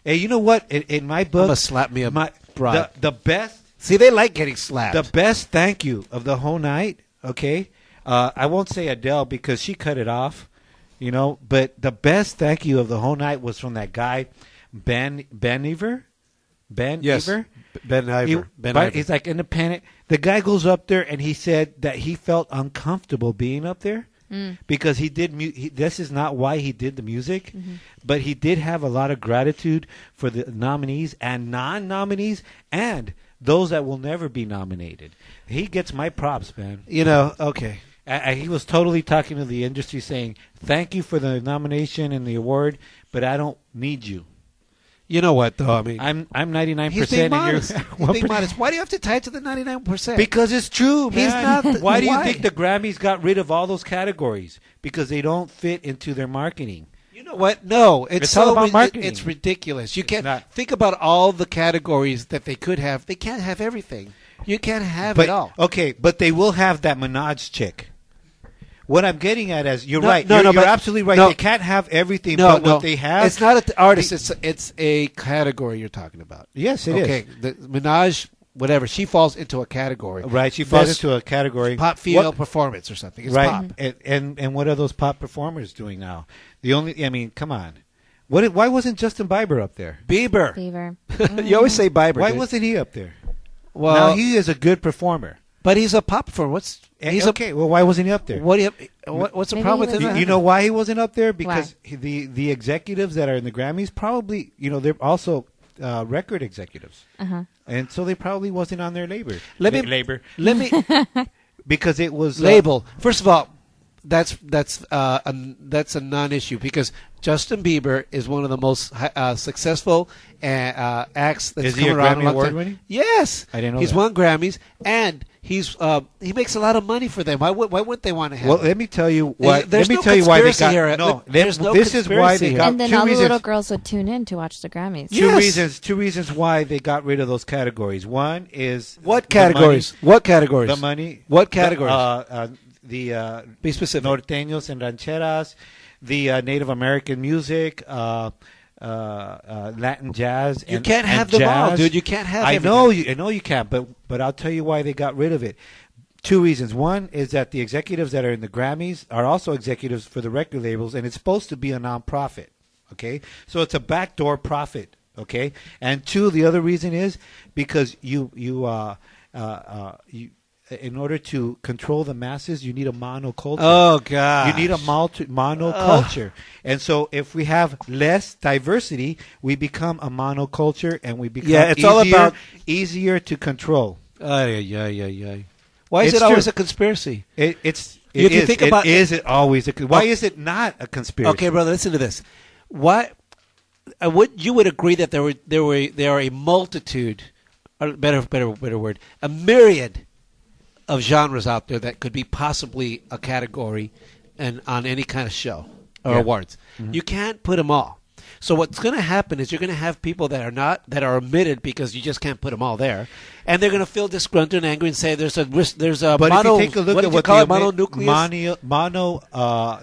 Speaker 3: Hey, you know what? In, in my book,
Speaker 2: I'ma slap me a
Speaker 3: my,
Speaker 2: broad.
Speaker 3: The, the best,
Speaker 2: See, they like getting slapped.
Speaker 3: the best. Thank you of the whole night. Okay, uh, I won't say Adele because she cut it off. You know, but the best thank you of the whole night was from that guy, Ben Ben Ever, Ben
Speaker 2: Yes.
Speaker 3: Ever.
Speaker 2: Ben Iver.
Speaker 3: He-
Speaker 2: ben
Speaker 3: but
Speaker 2: Iver.
Speaker 3: he's like independent. The guy goes up there and he said that he felt uncomfortable being up there because he did. Mu- he, this is not why he did the music, but he did have a lot of gratitude for the nominees and non-nominees and those that will never be nominated. He gets my props, man.
Speaker 2: you know, okay.
Speaker 3: I, I, he was totally talking to the industry, saying, "Thank you for the nomination and the award, but I don't need you.
Speaker 2: You know what, though? I mean,
Speaker 3: I'm I'm 99
Speaker 2: he's
Speaker 3: percent,
Speaker 2: being
Speaker 3: and you're
Speaker 2: modest. he's being
Speaker 3: 1%.
Speaker 2: modest. Why do you have to tie it to the 99%?
Speaker 3: Because it's true, man.
Speaker 2: He's not the-
Speaker 3: why do you
Speaker 2: why?
Speaker 3: think the Grammys got rid of all those categories? Because they don't fit into their marketing.
Speaker 2: You know what? No, it's,
Speaker 3: It's
Speaker 2: so
Speaker 3: all about
Speaker 2: ri- it-
Speaker 3: marketing.
Speaker 2: it's ridiculous. You can't
Speaker 3: not.
Speaker 2: think about all the categories that they could have. They can't have everything. You can't have
Speaker 3: but
Speaker 2: it all.
Speaker 3: okay, but they will have that Minaj chick. What I'm getting at is, you're
Speaker 2: No,
Speaker 3: right.
Speaker 2: no,
Speaker 3: you're
Speaker 2: no,
Speaker 3: you're
Speaker 2: but-
Speaker 3: absolutely right.
Speaker 2: no.
Speaker 3: they can't have everything,
Speaker 2: no,
Speaker 3: but
Speaker 2: no.
Speaker 3: what they have.
Speaker 2: It's not an artist. it's it's a category you're talking about.
Speaker 3: Yes, it is.
Speaker 2: okay, the Minaj, whatever she falls into a category.
Speaker 3: Right, she falls
Speaker 2: This
Speaker 3: into a category.
Speaker 2: pop female
Speaker 3: What-
Speaker 2: performance or something. It's
Speaker 3: right,
Speaker 2: pop.
Speaker 3: and, and and what are those pop performers doing now? The only, I mean, come on, what? Why wasn't Justin Bieber up there?
Speaker 2: Bieber.
Speaker 4: Favor.
Speaker 2: you always say Bieber.
Speaker 3: Why
Speaker 2: dude.
Speaker 3: wasn't he up there?
Speaker 2: well?
Speaker 3: now he is a good performer.
Speaker 2: but he's a pop performer. What's
Speaker 3: And-
Speaker 2: he's
Speaker 3: okay, well, why wasn't he up
Speaker 2: a
Speaker 3: there?
Speaker 2: what? Do you, what what's the
Speaker 4: Maybe
Speaker 2: problem with
Speaker 4: he was
Speaker 2: him?
Speaker 3: You,
Speaker 4: Doesn't
Speaker 3: you know why he wasn't up there? Because
Speaker 4: Why?
Speaker 3: he- the the executives that are in the Grammys probably, you know, they're also uh, record executives, and so they probably wasn't on their labor.
Speaker 2: Let me-
Speaker 3: labor.
Speaker 2: Let me.
Speaker 3: because it was uh,
Speaker 2: label. First of all, that's that's uh, a, that's a non-issue because Justin Bieber is one of the most hi- uh, successful uh, uh, acts that's
Speaker 3: Is he
Speaker 2: come
Speaker 3: a
Speaker 2: around.
Speaker 3: Grammy
Speaker 2: in a long
Speaker 3: award
Speaker 2: time.
Speaker 3: winning?
Speaker 2: Yes,
Speaker 3: I didn't know
Speaker 2: He's
Speaker 3: that.
Speaker 2: won Grammys and he's uh, he makes a lot of money for them. Why would why wouldn't they want to have?
Speaker 3: Well,
Speaker 2: him?
Speaker 3: let me tell you
Speaker 2: There's-
Speaker 3: why.
Speaker 2: there's
Speaker 3: let me
Speaker 2: no
Speaker 3: tell you why they
Speaker 2: conspiracy
Speaker 3: got.
Speaker 2: here.
Speaker 3: No,
Speaker 2: There's
Speaker 3: them-
Speaker 2: no
Speaker 3: this is why
Speaker 2: conspiracy
Speaker 3: they
Speaker 2: here.
Speaker 3: got
Speaker 4: and then
Speaker 3: two
Speaker 4: all the
Speaker 3: reasons.
Speaker 4: little girls would tune in to watch the Grammys.
Speaker 3: Two
Speaker 2: Yes.
Speaker 3: reasons. Two reasons why they got rid of those categories. One is
Speaker 2: what
Speaker 3: the money-
Speaker 2: categories? what categories?
Speaker 3: The money.
Speaker 2: What
Speaker 3: the,
Speaker 2: categories?
Speaker 3: uh, uh, the uh,
Speaker 2: Be specific.
Speaker 3: Norteños and rancheras, the uh, Native American music. Uh, uh, uh, Latin jazz.
Speaker 2: You
Speaker 3: and-
Speaker 2: can't
Speaker 3: and
Speaker 2: have them all,
Speaker 3: jazz.
Speaker 2: dude. You can't have
Speaker 3: I
Speaker 2: everything.
Speaker 3: know. You, I know you can't. But but I'll tell you why they got rid of it. Two reasons. One is that the executives that are in the Grammys are also executives for the record labels, and it's supposed to be a nonprofit. Okay, so it's a backdoor profit. Okay, and two, the other reason is because you you uh, uh, uh, you. In order to control the masses, you need a monoculture.
Speaker 2: Oh, gosh.
Speaker 3: You need a multi- monoculture. And so, if we have less diversity, we become a monoculture, and we become
Speaker 2: Yeah, it's all
Speaker 3: easier-
Speaker 2: about-
Speaker 3: easier to control.
Speaker 2: Ay, ay, ay, ay, ay. Why is
Speaker 3: It's
Speaker 2: it always
Speaker 3: true.
Speaker 2: a conspiracy?
Speaker 3: It, it's
Speaker 2: If
Speaker 3: it
Speaker 2: you
Speaker 3: is.
Speaker 2: think
Speaker 3: It
Speaker 2: about-
Speaker 3: is it always a con- why
Speaker 2: Oh.
Speaker 3: is it not a conspiracy?
Speaker 2: Okay, brother, listen to this. What I would you would agree that there were there were there are a multitude, or better better better word, a myriad of genres out there that could be possibly a category, and on any kind of show
Speaker 3: Yeah.
Speaker 2: or
Speaker 3: Mm-hmm.
Speaker 2: awards, you can't put them all. So what's going to happen is you're going to have people that are not that are omitted because you just can't put them all there, and they're going to feel disgruntled and angry and say there's a there's a
Speaker 3: But
Speaker 2: mono,
Speaker 3: if you take a look
Speaker 2: what
Speaker 3: at
Speaker 2: did
Speaker 3: what
Speaker 2: you call
Speaker 3: the
Speaker 2: it mononucleus
Speaker 3: mono, mono uh,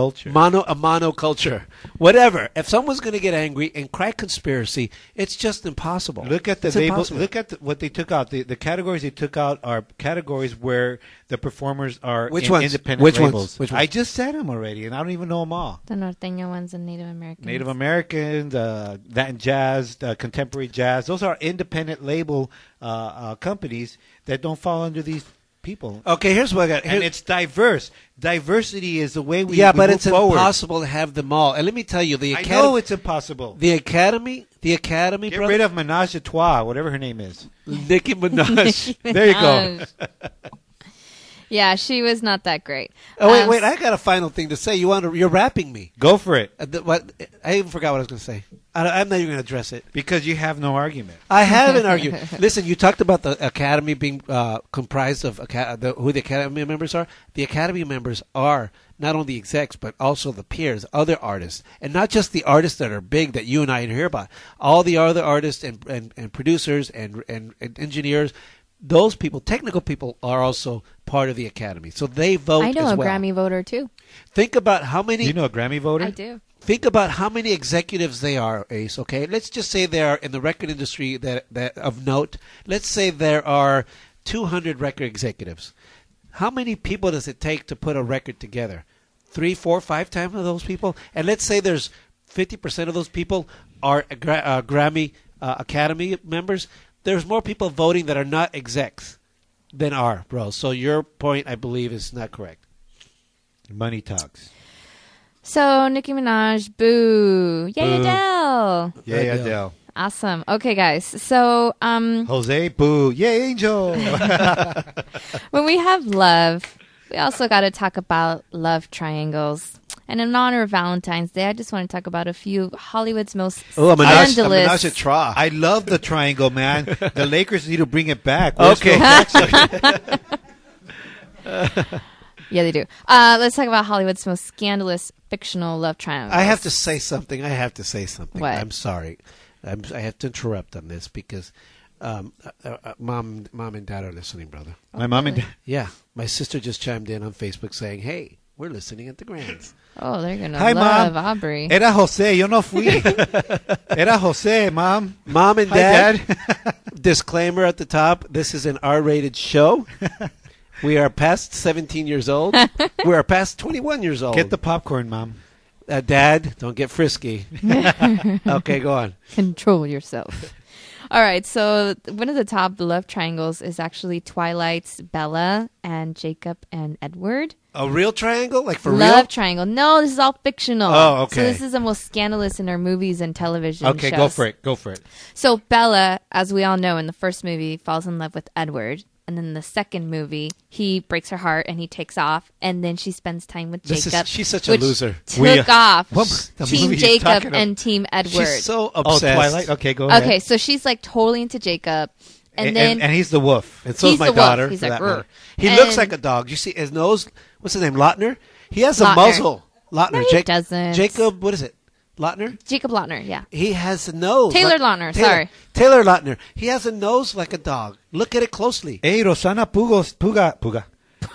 Speaker 3: culture.
Speaker 2: mono a monoculture whatever if someone's going to get angry and crack conspiracy it's just impossible
Speaker 3: Look at the
Speaker 2: It's
Speaker 3: label.
Speaker 2: impossible.
Speaker 3: Look at the, what they took out. The, the categories they took out are categories where the performers are
Speaker 2: Which
Speaker 3: in-
Speaker 2: ones?
Speaker 3: independent
Speaker 2: Which ones?
Speaker 3: labels.
Speaker 2: Which ones?
Speaker 3: I just said them already, and I don't even know them all.
Speaker 4: The Norteño ones and Native
Speaker 2: Mm-hmm.
Speaker 4: Americans.
Speaker 3: Native American, uh, Latin jazz, uh, contemporary jazz. Those are independent label uh, uh, companies that don't fall under these people.
Speaker 2: okay here's what i got
Speaker 3: and
Speaker 2: Here-
Speaker 3: it's diverse. Diversity is the way we
Speaker 2: yeah
Speaker 3: we
Speaker 2: but
Speaker 3: move
Speaker 2: it's
Speaker 3: forward.
Speaker 2: impossible to have them all and let me tell you the
Speaker 3: I
Speaker 2: academy
Speaker 3: know it's impossible.
Speaker 2: the academy the academy
Speaker 3: Get
Speaker 2: brother,
Speaker 3: rid of Menage a Trois, whatever her name is.
Speaker 2: nicki minaj
Speaker 3: There you go.
Speaker 4: yeah, she was not that great.
Speaker 2: oh wait
Speaker 4: Um,
Speaker 2: wait i got a final thing to say you want to you're rapping me
Speaker 3: Go for it,
Speaker 2: Uh, the- what, i even forgot what i was going to say I, i'm not even going to address it
Speaker 3: because you have no argument.
Speaker 2: I have an argument. Listen, you talked about the academy being uh, comprised of aca- the, who the academy members are. The academy members are not only execs but also the peers, other artists, and not just the artists that are big that you and I hear about. All the other artists and and, and producers and, and and engineers, those people, technical people, are also part of the academy. So they vote.
Speaker 4: I know
Speaker 2: as
Speaker 4: a
Speaker 2: well.
Speaker 4: Grammy voter too.
Speaker 2: Think about how many.
Speaker 3: You know a Grammy voter?
Speaker 4: I do.
Speaker 2: Think about how many executives they are, Ace. Okay, let's just say they are in the record industry that, that of note. Let's say there are 200 record executives. How many people does it take to put a record together? Three, four, five times of those people. And let's say there's 50% of those people are gra- uh, Grammy uh, Academy members. There's more people voting that are not execs than are, bro. So your point, I believe, is not correct.
Speaker 3: Money talks.
Speaker 4: So Nicki Minaj, boo, yay
Speaker 3: Boo.
Speaker 4: Adele,
Speaker 3: Yeah,
Speaker 2: Adele.
Speaker 3: Adele.
Speaker 4: awesome. Okay, guys. So um,
Speaker 3: Jose, boo. Yeah, Angel.
Speaker 4: when we have love, we also got to talk about love triangles. And in honor of Valentine's Day, I just want to talk about a few Hollywood's most
Speaker 2: Oh, a menage-
Speaker 3: a
Speaker 4: scandalous.
Speaker 3: I love the triangle, man. The Lakers need to bring it back. Where's
Speaker 2: Okay.
Speaker 3: Phil Jackson?
Speaker 4: yeah, they do. Uh, let's talk about Hollywood's most scandalous fictional love triangle.
Speaker 2: I have to say something. I have to say something.
Speaker 4: What?
Speaker 2: I'm sorry. I'm, I have to interrupt on this because um, uh, uh, mom, mom and dad are listening, brother.
Speaker 3: My mom and dad.
Speaker 2: Yeah, my sister just chimed in on Facebook saying, "Hey, we're listening at the Grands."
Speaker 4: Oh, they're gonna
Speaker 3: Hi,
Speaker 4: love
Speaker 3: mom.
Speaker 4: Aubrey.
Speaker 3: Era Jose, yo no fui. Era Jose, mom.
Speaker 2: Mom and
Speaker 3: Hi,
Speaker 2: dad.
Speaker 3: Dad.
Speaker 2: disclaimer at the top: This is an R-rated show. We are past 17 years old. we are past 21 years old.
Speaker 3: Get the popcorn, mom.
Speaker 2: uh, dad. Don't get frisky. okay, go on.
Speaker 4: Control yourself. All right, so th- one of the top love triangles is actually Twilight's Bella and Jacob and Edward.
Speaker 2: A real triangle, like for
Speaker 4: love
Speaker 2: real.
Speaker 4: triangle. No, this is all fictional.
Speaker 3: Oh,
Speaker 4: So
Speaker 3: okay.
Speaker 4: this is the most scandalous in our movies and television
Speaker 3: Okay,
Speaker 4: shows.
Speaker 3: go for it. Go for it.
Speaker 4: So Bella, as we all know in the first movie, falls in love with Edward. And then the second movie, he breaks her heart and he takes off. And then she spends time with
Speaker 2: This is-
Speaker 4: Jacob.
Speaker 2: she's such a
Speaker 4: which
Speaker 2: loser.
Speaker 4: Took
Speaker 3: We- uh,
Speaker 4: off
Speaker 3: What was the
Speaker 4: Team
Speaker 3: movie you're talking
Speaker 4: Jacob
Speaker 3: about?
Speaker 4: and Team Edward.
Speaker 2: She's so
Speaker 3: Oh,
Speaker 2: obsessed.
Speaker 3: Twilight. Okay, go ahead.
Speaker 4: okay, so she's like totally into Jacob. And,
Speaker 3: and,
Speaker 4: then
Speaker 3: and, he's the wolf.
Speaker 2: And so is
Speaker 4: He's
Speaker 2: my
Speaker 4: the wolf.
Speaker 2: daughter.
Speaker 4: He's
Speaker 2: for
Speaker 4: like,
Speaker 2: that matter.
Speaker 4: "Grr."
Speaker 2: He looks
Speaker 4: And-
Speaker 2: like a dog. You see his nose. What's his name? Lotner. He has a
Speaker 4: Lautner.
Speaker 2: muzzle. Lotner.
Speaker 4: No, he doesn't.
Speaker 2: Jacob. What is it? Lotner.
Speaker 4: Jacob Lautner, yeah.
Speaker 2: He has a nose.
Speaker 4: Taylor Lautner,
Speaker 2: Taylor,
Speaker 4: sorry.
Speaker 2: Taylor Lautner. He has a nose like a dog. Look at it closely.
Speaker 3: Hey, Rosana Pugos, Puga, Puga.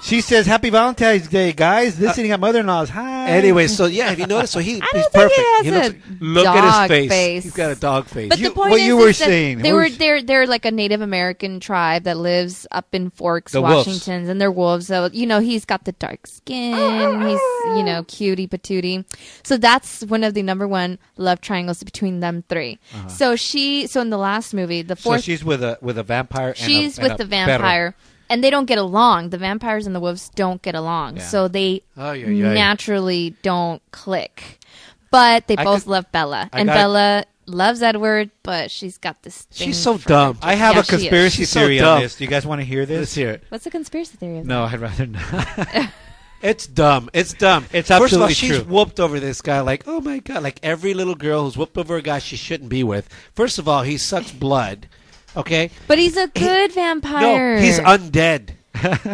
Speaker 3: She says, "Happy Valentine's Day, guys! Visiting at mother-in-law's. Hi."
Speaker 2: Uh, Anyway, so yeah, have you noticed? So he,
Speaker 4: I don't
Speaker 2: he's
Speaker 4: think he
Speaker 2: perfect.
Speaker 4: has
Speaker 2: looks,
Speaker 4: a
Speaker 2: look at his
Speaker 4: dog
Speaker 2: face.
Speaker 4: face.
Speaker 2: He's got a dog face.
Speaker 4: But
Speaker 3: You-
Speaker 4: the point
Speaker 3: what
Speaker 4: is,
Speaker 3: you were
Speaker 4: is that
Speaker 3: saying,
Speaker 4: they
Speaker 3: what
Speaker 4: were
Speaker 3: was-
Speaker 4: they're they're like a Native American tribe that lives up in Forks,
Speaker 3: The wolves.
Speaker 4: Washington, and they're wolves. So you know he's got the dark skin. He's you know cutie patootie. So that's one of the number one love triangles between them 3 So she so in the last movie, the
Speaker 3: Uh-huh. so
Speaker 4: fourth,
Speaker 3: she's with a with a vampire. and a-
Speaker 4: she's
Speaker 3: and
Speaker 4: with
Speaker 3: a
Speaker 4: the
Speaker 3: perro.
Speaker 4: vampire. And they don't get along. The vampires and the wolves don't get along, so they
Speaker 2: Ay, ay, ay.
Speaker 4: naturally don't click. But they
Speaker 3: I
Speaker 4: both
Speaker 3: could-
Speaker 4: love Bella,
Speaker 3: I
Speaker 4: and
Speaker 3: got-
Speaker 4: Bella loves Edward, but she's got this. Thing
Speaker 2: She's so
Speaker 4: for-
Speaker 2: dumb.
Speaker 3: I have
Speaker 4: Yeah,
Speaker 3: a
Speaker 4: she is.
Speaker 3: conspiracy
Speaker 2: She's so
Speaker 3: theory
Speaker 2: dumb.
Speaker 3: on this. Do you guys want to hear this?
Speaker 2: Let's hear it.
Speaker 4: What's the conspiracy theory? Of that?
Speaker 3: No, I'd rather not.
Speaker 2: It's dumb. It's dumb.
Speaker 3: It's
Speaker 2: First of all,
Speaker 3: absolutely
Speaker 2: she's
Speaker 3: true.
Speaker 2: whooped over this guy like, oh my god, like every little girl who's whooped over a guy she shouldn't be with. First of all, he sucks blood. Okay,
Speaker 4: But he's a good vampire.
Speaker 2: no, he's undead.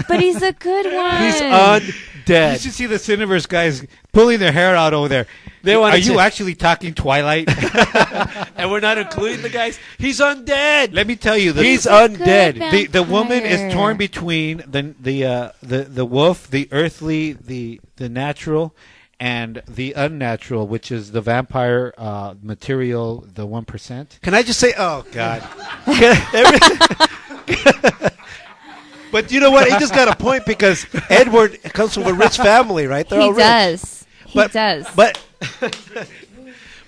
Speaker 4: but he's a good one.
Speaker 2: He's
Speaker 3: You
Speaker 2: undead.
Speaker 3: should see the Cineverse guys pulling their hair out over there.
Speaker 2: They wanna
Speaker 3: Are you
Speaker 2: see-
Speaker 3: actually talking Twilight?
Speaker 2: and we're not including the guys. He's undead.
Speaker 3: Let me tell you, the,
Speaker 2: he's
Speaker 4: a good
Speaker 2: undead.
Speaker 4: man.
Speaker 3: the, the woman
Speaker 4: vampire.
Speaker 3: is torn between the the uh, the the wolf, the earthly, the the natural, and the unnatural, which is the vampire uh, material, the one percent.
Speaker 2: Can I just say, oh god. but you know what? He just got a point because Edward comes from a rich family, right? They're
Speaker 4: he
Speaker 2: all rich.
Speaker 4: does. He
Speaker 2: but,
Speaker 4: does.
Speaker 2: But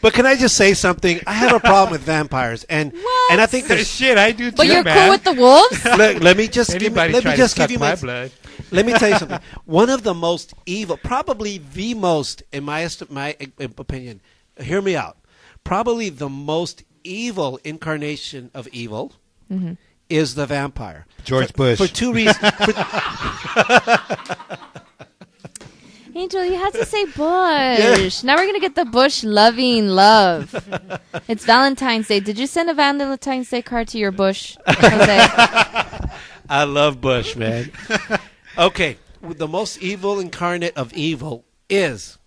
Speaker 2: but can I just say something? I have a problem with vampires, and
Speaker 4: What?
Speaker 2: and I think there's.
Speaker 3: Shit, I do too,
Speaker 4: But you're
Speaker 3: man.
Speaker 4: cool with the wolves.
Speaker 2: Let, let me just give,
Speaker 3: Anybody
Speaker 2: me- let
Speaker 3: try
Speaker 2: me just
Speaker 3: to suck
Speaker 2: give you
Speaker 3: my
Speaker 2: my
Speaker 3: blood?
Speaker 2: Let me tell you something. One of the most evil, probably the most, in my esti- my uh, opinion, hear me out. Probably the most evil incarnation of evil
Speaker 4: Mm-hmm.
Speaker 2: is the vampire.
Speaker 3: George
Speaker 2: For-
Speaker 3: Bush.
Speaker 2: for two reasons. For-
Speaker 4: Angel, you had to say Bush. Now we're gonna get the Bush loving love. it's Valentine's Day. Did you send a Valentine's Day card to your Bush? Jose?
Speaker 2: I love Bush, man. okay, the most evil incarnate of evil is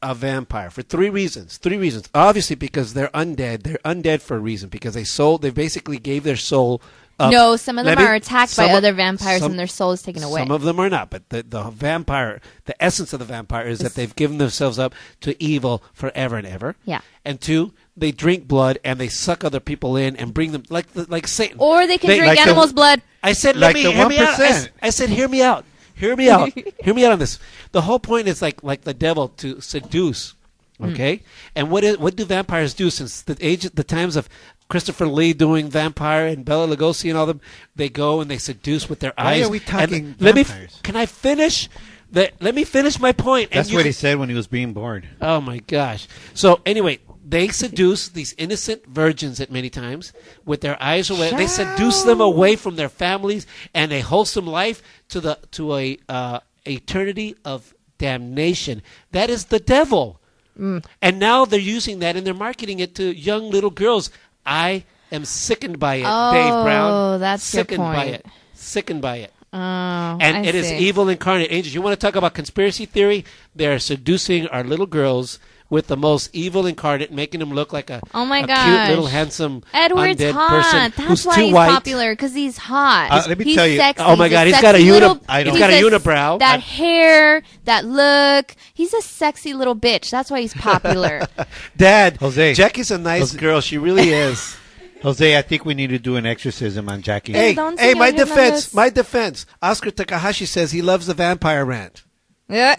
Speaker 2: a vampire for three reasons. Three reasons. Obviously, because they're undead. They're undead for a reason because they sold. They basically gave their soul. Up.
Speaker 4: no, some of
Speaker 2: Let
Speaker 4: them
Speaker 2: me-
Speaker 4: are attacked by
Speaker 2: some of-
Speaker 4: other vampires
Speaker 2: some-
Speaker 4: and their soul is taken away.
Speaker 2: Some of them are not, but the, the vampire, the essence of the vampire is that they've given themselves up to evil forever and ever.
Speaker 4: Yeah.
Speaker 2: And two, they drink blood and they suck other people in and bring them like like Satan.
Speaker 4: or they can drink
Speaker 3: like the-
Speaker 4: animals' blood.
Speaker 2: I said,
Speaker 3: Like
Speaker 2: let me
Speaker 3: the
Speaker 2: hear me out. I, s-
Speaker 3: 1%.
Speaker 2: I said, hear me out. Hear me out. hear me out on this. The whole point is like like the devil to seduce.
Speaker 4: Hmm.
Speaker 2: Okay, and what is what do vampires do since the age the times of Christopher Lee doing vampire and Bella Lugosi and all them? They go and they seduce with their
Speaker 3: Why
Speaker 2: eyes.
Speaker 3: are we
Speaker 2: And
Speaker 3: talking
Speaker 2: let me.
Speaker 3: vampires?
Speaker 2: Can I finish? The, let me finish my point. and
Speaker 3: That's
Speaker 2: you
Speaker 3: what
Speaker 2: can-
Speaker 3: he said when he was being born.
Speaker 2: Oh my gosh. So anyway, they seduce these innocent virgins at many times with their eyes away. They seduce them away from their families and a wholesome life to the to a uh, eternity of damnation. That is the devil.
Speaker 4: Mm.
Speaker 2: And now they're using that and they're marketing it to young little girls. I am sickened by it, Dave Brown.
Speaker 4: Oh, that's your
Speaker 2: sickened by
Speaker 4: point.
Speaker 2: it. Sickened by it
Speaker 4: Oh,
Speaker 2: and
Speaker 4: I
Speaker 2: it is
Speaker 4: see.
Speaker 2: evil incarnate angels. You want to talk about conspiracy theory? They're seducing our little girls with the most evil incarnate, making them look like a,
Speaker 4: Oh my
Speaker 2: a
Speaker 4: gosh.
Speaker 2: cute little handsome
Speaker 4: Edward's
Speaker 2: undead
Speaker 4: hot.
Speaker 2: person
Speaker 4: That's
Speaker 2: who's
Speaker 4: why
Speaker 2: too
Speaker 4: he's
Speaker 2: white.
Speaker 4: popular because he's hot.
Speaker 3: Uh, let me
Speaker 4: he's
Speaker 3: tell you-
Speaker 4: Sexy.
Speaker 2: Oh my
Speaker 4: He's
Speaker 2: God,
Speaker 4: a
Speaker 2: he's got a
Speaker 4: sexy
Speaker 2: uni-
Speaker 4: little-
Speaker 3: I don't-
Speaker 4: he's
Speaker 2: got a
Speaker 4: s-
Speaker 2: unibrow.
Speaker 4: That
Speaker 2: I-
Speaker 4: hair, that look. He's a sexy little bitch. That's why he's popular.
Speaker 2: Dad,
Speaker 3: Jose.
Speaker 2: Jackie's a nice
Speaker 3: Jose.
Speaker 2: girl. She really is.
Speaker 3: Jose, I think we need to do an exorcism on Jackie.
Speaker 2: hey,
Speaker 4: don't
Speaker 2: hey,
Speaker 4: say
Speaker 2: my
Speaker 4: I didn't know
Speaker 2: defense,
Speaker 4: this.
Speaker 2: my defense. Oscar Takahashi says he loves the vampire rant.
Speaker 4: Yeah.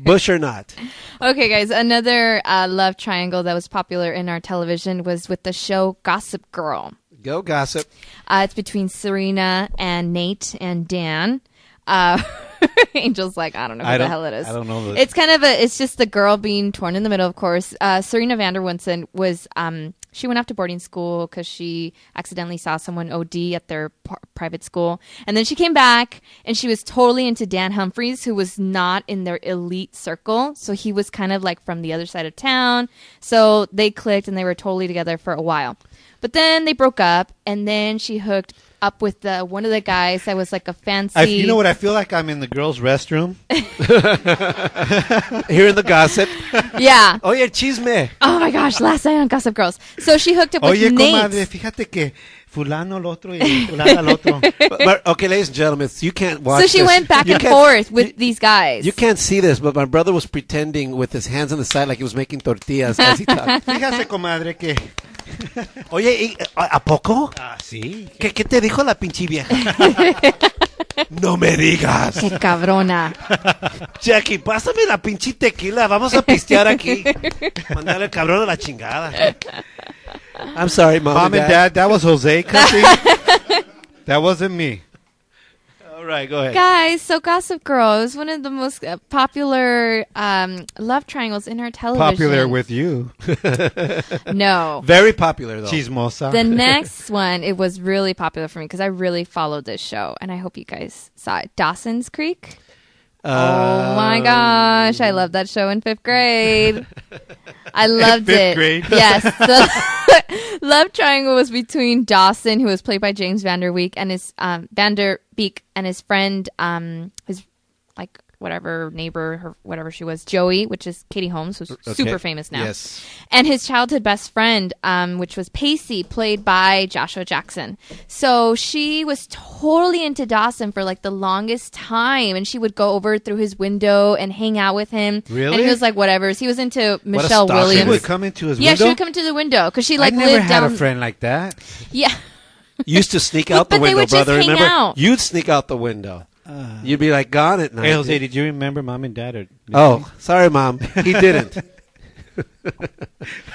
Speaker 2: Bush or not?
Speaker 4: okay, guys. Another uh, love triangle that was popular in our television was with the show Gossip Girl.
Speaker 2: Go gossip.
Speaker 4: Uh, it's between Serena and Nate and Dan. Uh, Angel's like, I don't know
Speaker 3: I
Speaker 4: what the
Speaker 3: don't-
Speaker 4: hell it is.
Speaker 3: I don't know the-
Speaker 4: It's kind of a. It's just the girl being torn in the middle. Of course, uh, Serena Vanderwinson was. Um, she went off to boarding school because she accidentally saw someone OD at their p- private school, and then she came back and she was totally into Dan Humphries, who was not in their elite circle. So he was kind of like from the other side of town. So they clicked and they were totally together for a while. But then they broke up, and then she hooked up with the one of the guys that was like a fancy.
Speaker 3: I, you know what? I feel like I'm in the girls' restroom.
Speaker 2: Hearing the gossip.
Speaker 4: yeah.
Speaker 2: Oh yeah, chisme. Pues,
Speaker 4: Oh my gosh, last night on Gossip Girls. So she hooked up with
Speaker 3: Oye,
Speaker 4: Nate.
Speaker 3: comadre, fíjate que fulano al otro y fulana al otro.
Speaker 2: but, but, okay, ladies and gentlemen, you can't watch.
Speaker 4: so she
Speaker 2: this.
Speaker 4: went back
Speaker 2: You
Speaker 4: and
Speaker 2: can't-
Speaker 4: forth with
Speaker 2: you-
Speaker 4: these guys.
Speaker 2: You can't see this, but my brother was pretending with his hands on the side like he was making tortillas as he talked.
Speaker 3: Fíjase, comadre, que...
Speaker 2: Oye, ¿y, Uh, ¿a a poco?
Speaker 3: Ah, sí.
Speaker 2: ¿Qué, qué te dijo la pinche vieja? no me digas.
Speaker 4: Qué cabrona.
Speaker 2: Jackie, pásame la pinche tequila. Vamos a pistear aquí. Mandar el cabrón a la chingada. I'm sorry, mom,
Speaker 3: Mom and dad, that was Jose cussing. that wasn't me.
Speaker 2: All right, go ahead.
Speaker 4: guys, so Gossip Girl is one of the most uh, popular um, love triangles in our television.
Speaker 3: Popular with you.
Speaker 4: No.
Speaker 2: Very popular though.
Speaker 3: Chismosa.
Speaker 4: The next one, it was really popular for me because I really followed this show, and I hope you guys saw it. Dawson's Creek.
Speaker 7: uh,
Speaker 4: oh
Speaker 3: Um,
Speaker 4: my gosh, I loved that show in fifth grade. I loved
Speaker 3: fifth
Speaker 4: it.
Speaker 3: grade?
Speaker 4: Yes, the love triangle was between Dawson, who was played by James Vanderbeek, and his um, Vanderbeek and his friend, um, his like whatever neighbor, her, whatever she was, Joey, which is Katie Holmes,
Speaker 3: Uh,
Speaker 4: who's super famous now
Speaker 2: Yes.
Speaker 4: and his childhood best friend, um, which was Pacey, played by Joshua Jackson. So she was totally into Dawson for like the longest time, and she would go over through his window and hang out with him.
Speaker 3: Really?
Speaker 4: And he was like, whatever. So he was into Michelle
Speaker 2: stalker.
Speaker 3: she
Speaker 4: Williams.
Speaker 3: would come into his
Speaker 4: yeah,
Speaker 3: window.
Speaker 4: she would come to the window because she like
Speaker 3: I never
Speaker 4: lived
Speaker 3: had
Speaker 4: down.
Speaker 3: a friend like that.
Speaker 4: Yeah.
Speaker 2: Used to sneak out the
Speaker 4: But they
Speaker 2: window,
Speaker 4: would just
Speaker 2: brother.
Speaker 4: hang
Speaker 2: remember? Uh,
Speaker 4: out.
Speaker 2: You'd sneak out the window. You'd be like gone at
Speaker 3: Uh.
Speaker 2: night.
Speaker 3: Hey, Jose, did you remember mom and dad? Or
Speaker 2: oh, sorry, mom. He didn't.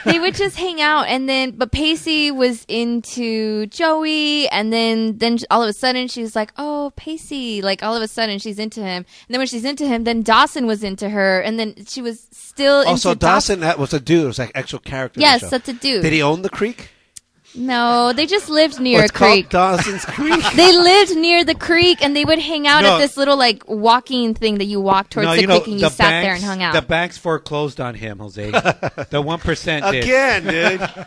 Speaker 4: they would just hang out and then but Pacey was into Joey and then then all of a sudden she was like, "Oh, Pacey." Like all of a sudden she's into him. And then when she's into him, then Dawson was into her and then she was still
Speaker 3: Oh,
Speaker 2: also,
Speaker 4: into Daw-
Speaker 2: Dawson that was a dude. It was like actual character. in the
Speaker 4: Yes,
Speaker 2: show.
Speaker 4: that's a dude.
Speaker 2: Did he own the creek?
Speaker 4: No, they just lived
Speaker 2: Oh,
Speaker 4: near a
Speaker 2: it's called
Speaker 4: creek.
Speaker 2: Dawson's Creek.
Speaker 4: they lived near the creek and they would hang out
Speaker 3: No.
Speaker 4: at this little like walking thing that you walked towards
Speaker 3: no,
Speaker 4: the
Speaker 3: you know,
Speaker 4: creek and
Speaker 3: the
Speaker 4: you sat there
Speaker 3: banks-
Speaker 4: and hung out.
Speaker 3: The banks foreclosed on him, Jose. the one percent did.
Speaker 2: Again, dude.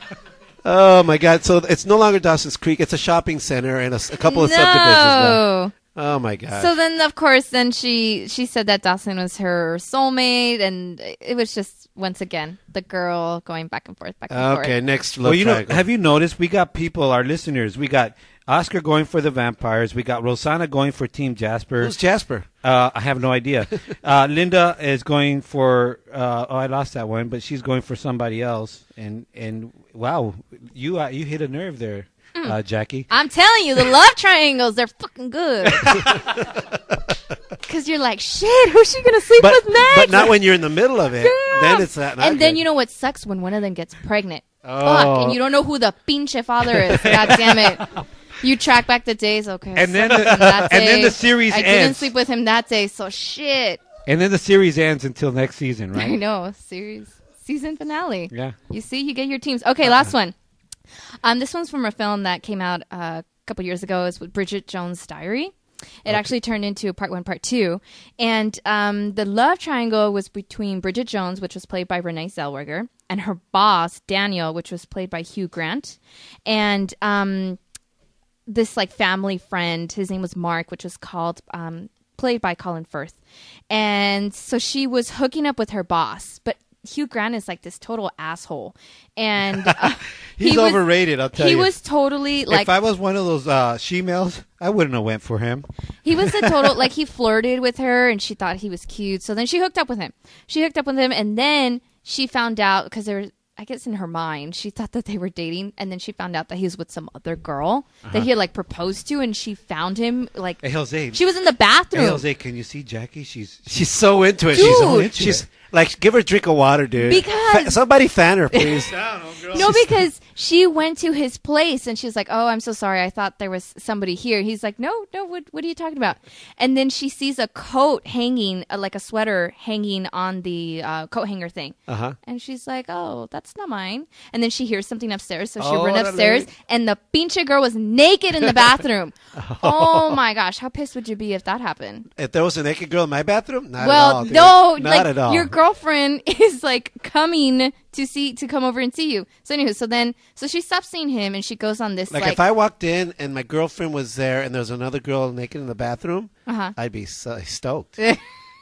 Speaker 2: oh my God! So it's no longer Dawson's Creek. It's a shopping center and a, s- a couple of subdivisions. now.
Speaker 4: no.
Speaker 2: Oh my God!
Speaker 4: So then, of course, then she she said that Dawson was her soulmate, and it was just once again the girl going back and forth, back and
Speaker 2: okay,
Speaker 4: forth.
Speaker 2: next. Love
Speaker 3: Well, you know,
Speaker 2: triangle.
Speaker 3: have you noticed we got people, our listeners? We got Oscar going for the vampires. We got Rosanna going for Team Jasper.
Speaker 2: Who's Jasper?
Speaker 3: Uh, I have no idea. uh, Linda is going for. Uh, oh, I lost that one, but she's going for somebody else. And and wow, you uh, you hit a nerve there, uh, Jackie.
Speaker 4: I'm telling you, the love triangles they're fucking good. Because you're like, shit, who's she gonna sleep
Speaker 2: But,
Speaker 4: with next?
Speaker 2: but not when you're in the middle of it.
Speaker 4: Yeah.
Speaker 2: Then it's not.
Speaker 4: and then you know what sucks when one of them gets pregnant. Fuck,
Speaker 3: Oh.
Speaker 4: and you don't know who the pinche father is. God damn it. You track back the days, okay. I
Speaker 3: And then
Speaker 4: slept
Speaker 3: the-
Speaker 4: with him that
Speaker 3: and then
Speaker 4: day.
Speaker 3: the series
Speaker 4: I didn't
Speaker 3: ends.
Speaker 4: sleep with him that day, so shit.
Speaker 3: And then the series ends until next season,
Speaker 4: I
Speaker 3: right?
Speaker 4: know. Series season finale.
Speaker 3: Yeah. Uh-huh.
Speaker 4: You see, you get your teams. Okay, last one. Um, this one's from a film that came out uh, a couple years ago. It's with Bridget Jones' Diary. It actually turned into part one, part two, and um, the love triangle was between Bridget Jones, which was played by Renee Zellweger, and her boss Daniel, which was played by Hugh Grant, and um, this like family friend. His name was Mark, which was called um, played by Colin Firth, and so she was hooking up with her boss, but Hugh Grant is like this total asshole, and uh,
Speaker 3: He's
Speaker 4: was-
Speaker 3: overrated, I'll tell
Speaker 4: he
Speaker 3: you.
Speaker 4: was totally like
Speaker 3: if I was one of those uh, she-males, I wouldn't have went for him.
Speaker 4: he was a total like he flirted with her and she thought he was cute. So then she hooked up with him. She hooked up with him and then she found out because there was I guess in her mind she thought that they were dating and then she found out that he was with some other girl that he had like proposed to and she found him like
Speaker 3: Hey, Jose.
Speaker 4: she was in the bathroom.
Speaker 3: Hey, Jose, can you see Jackie? She's
Speaker 2: she's so into it.
Speaker 4: Dude.
Speaker 2: she's
Speaker 4: She's
Speaker 2: She's like, give her a drink of water, dude.
Speaker 4: Because-
Speaker 2: Fa- somebody fan her, please.
Speaker 4: No, because she went to his place and she was like, "Oh, I'm so sorry. I thought there was somebody here." He's like, "No, no. What what are you talking about?" And then she sees a coat hanging, uh, like a sweater hanging on the uh, coat hanger thing.
Speaker 2: Uh-huh.
Speaker 4: And she's like, "Oh, that's not mine." And then she hears something upstairs, so she
Speaker 2: Oh,
Speaker 4: ran
Speaker 2: really?
Speaker 4: upstairs, and the pinche girl was naked in the bathroom. oh my gosh, how pissed would you be if that happened?
Speaker 2: If there was a naked girl in my bathroom, not at all.
Speaker 4: well,
Speaker 2: dude.
Speaker 4: no,
Speaker 2: not
Speaker 4: like
Speaker 2: at all.
Speaker 4: your girlfriend is like coming to see to come over and see you. So anywho, so then so she stops seeing him and she goes on this
Speaker 2: like,
Speaker 4: like,
Speaker 2: if I walked in and my girlfriend was there and there was another girl naked in the bathroom,
Speaker 4: Uh-huh.
Speaker 2: I'd be so stoked.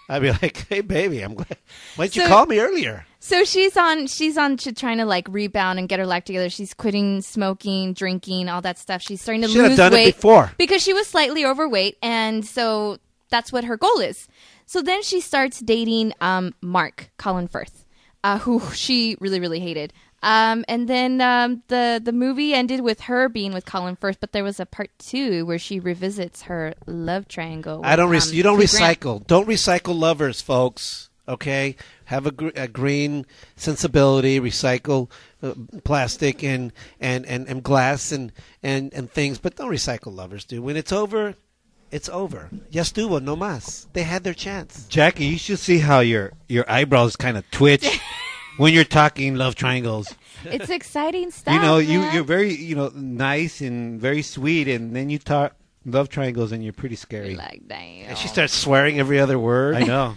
Speaker 2: I'd be like, "Hey, baby, I'm glad. Why'd you
Speaker 4: So-
Speaker 2: call me earlier?"
Speaker 4: so she's on she's on to trying to like rebound and get her life together. She's quitting smoking, drinking, all that stuff. She's starting to
Speaker 2: Should have
Speaker 4: lose
Speaker 2: done it
Speaker 4: weight
Speaker 2: before.
Speaker 4: because she was slightly overweight, and so that's what her goal is. So then she starts dating um, Mark Colin Firth, uh, who she really really hated. Um, and then um, the the movie ended with her being with Colin Firth, but there was a part two where she revisits her love triangle. um,
Speaker 2: I don't.
Speaker 4: Re-
Speaker 2: rec you don't recycle. Don't recycle lovers, folks. Okay, have a, gr- a green sensibility. Recycle uh, plastic and, and, and, and glass and, and, and things, but don't recycle lovers, dude. When it's over, it's over. Yes, duo, no mas. They had their chance.
Speaker 3: Jackie, you should see how your your eyebrows kind of twitch when you're talking love triangles.
Speaker 4: It's exciting stuff.
Speaker 3: you know, you
Speaker 4: man.
Speaker 3: you're very you know nice and very sweet, and then you talk love triangles, and you're pretty scary.
Speaker 4: like damn.
Speaker 2: And she starts swearing every other word.
Speaker 3: I know.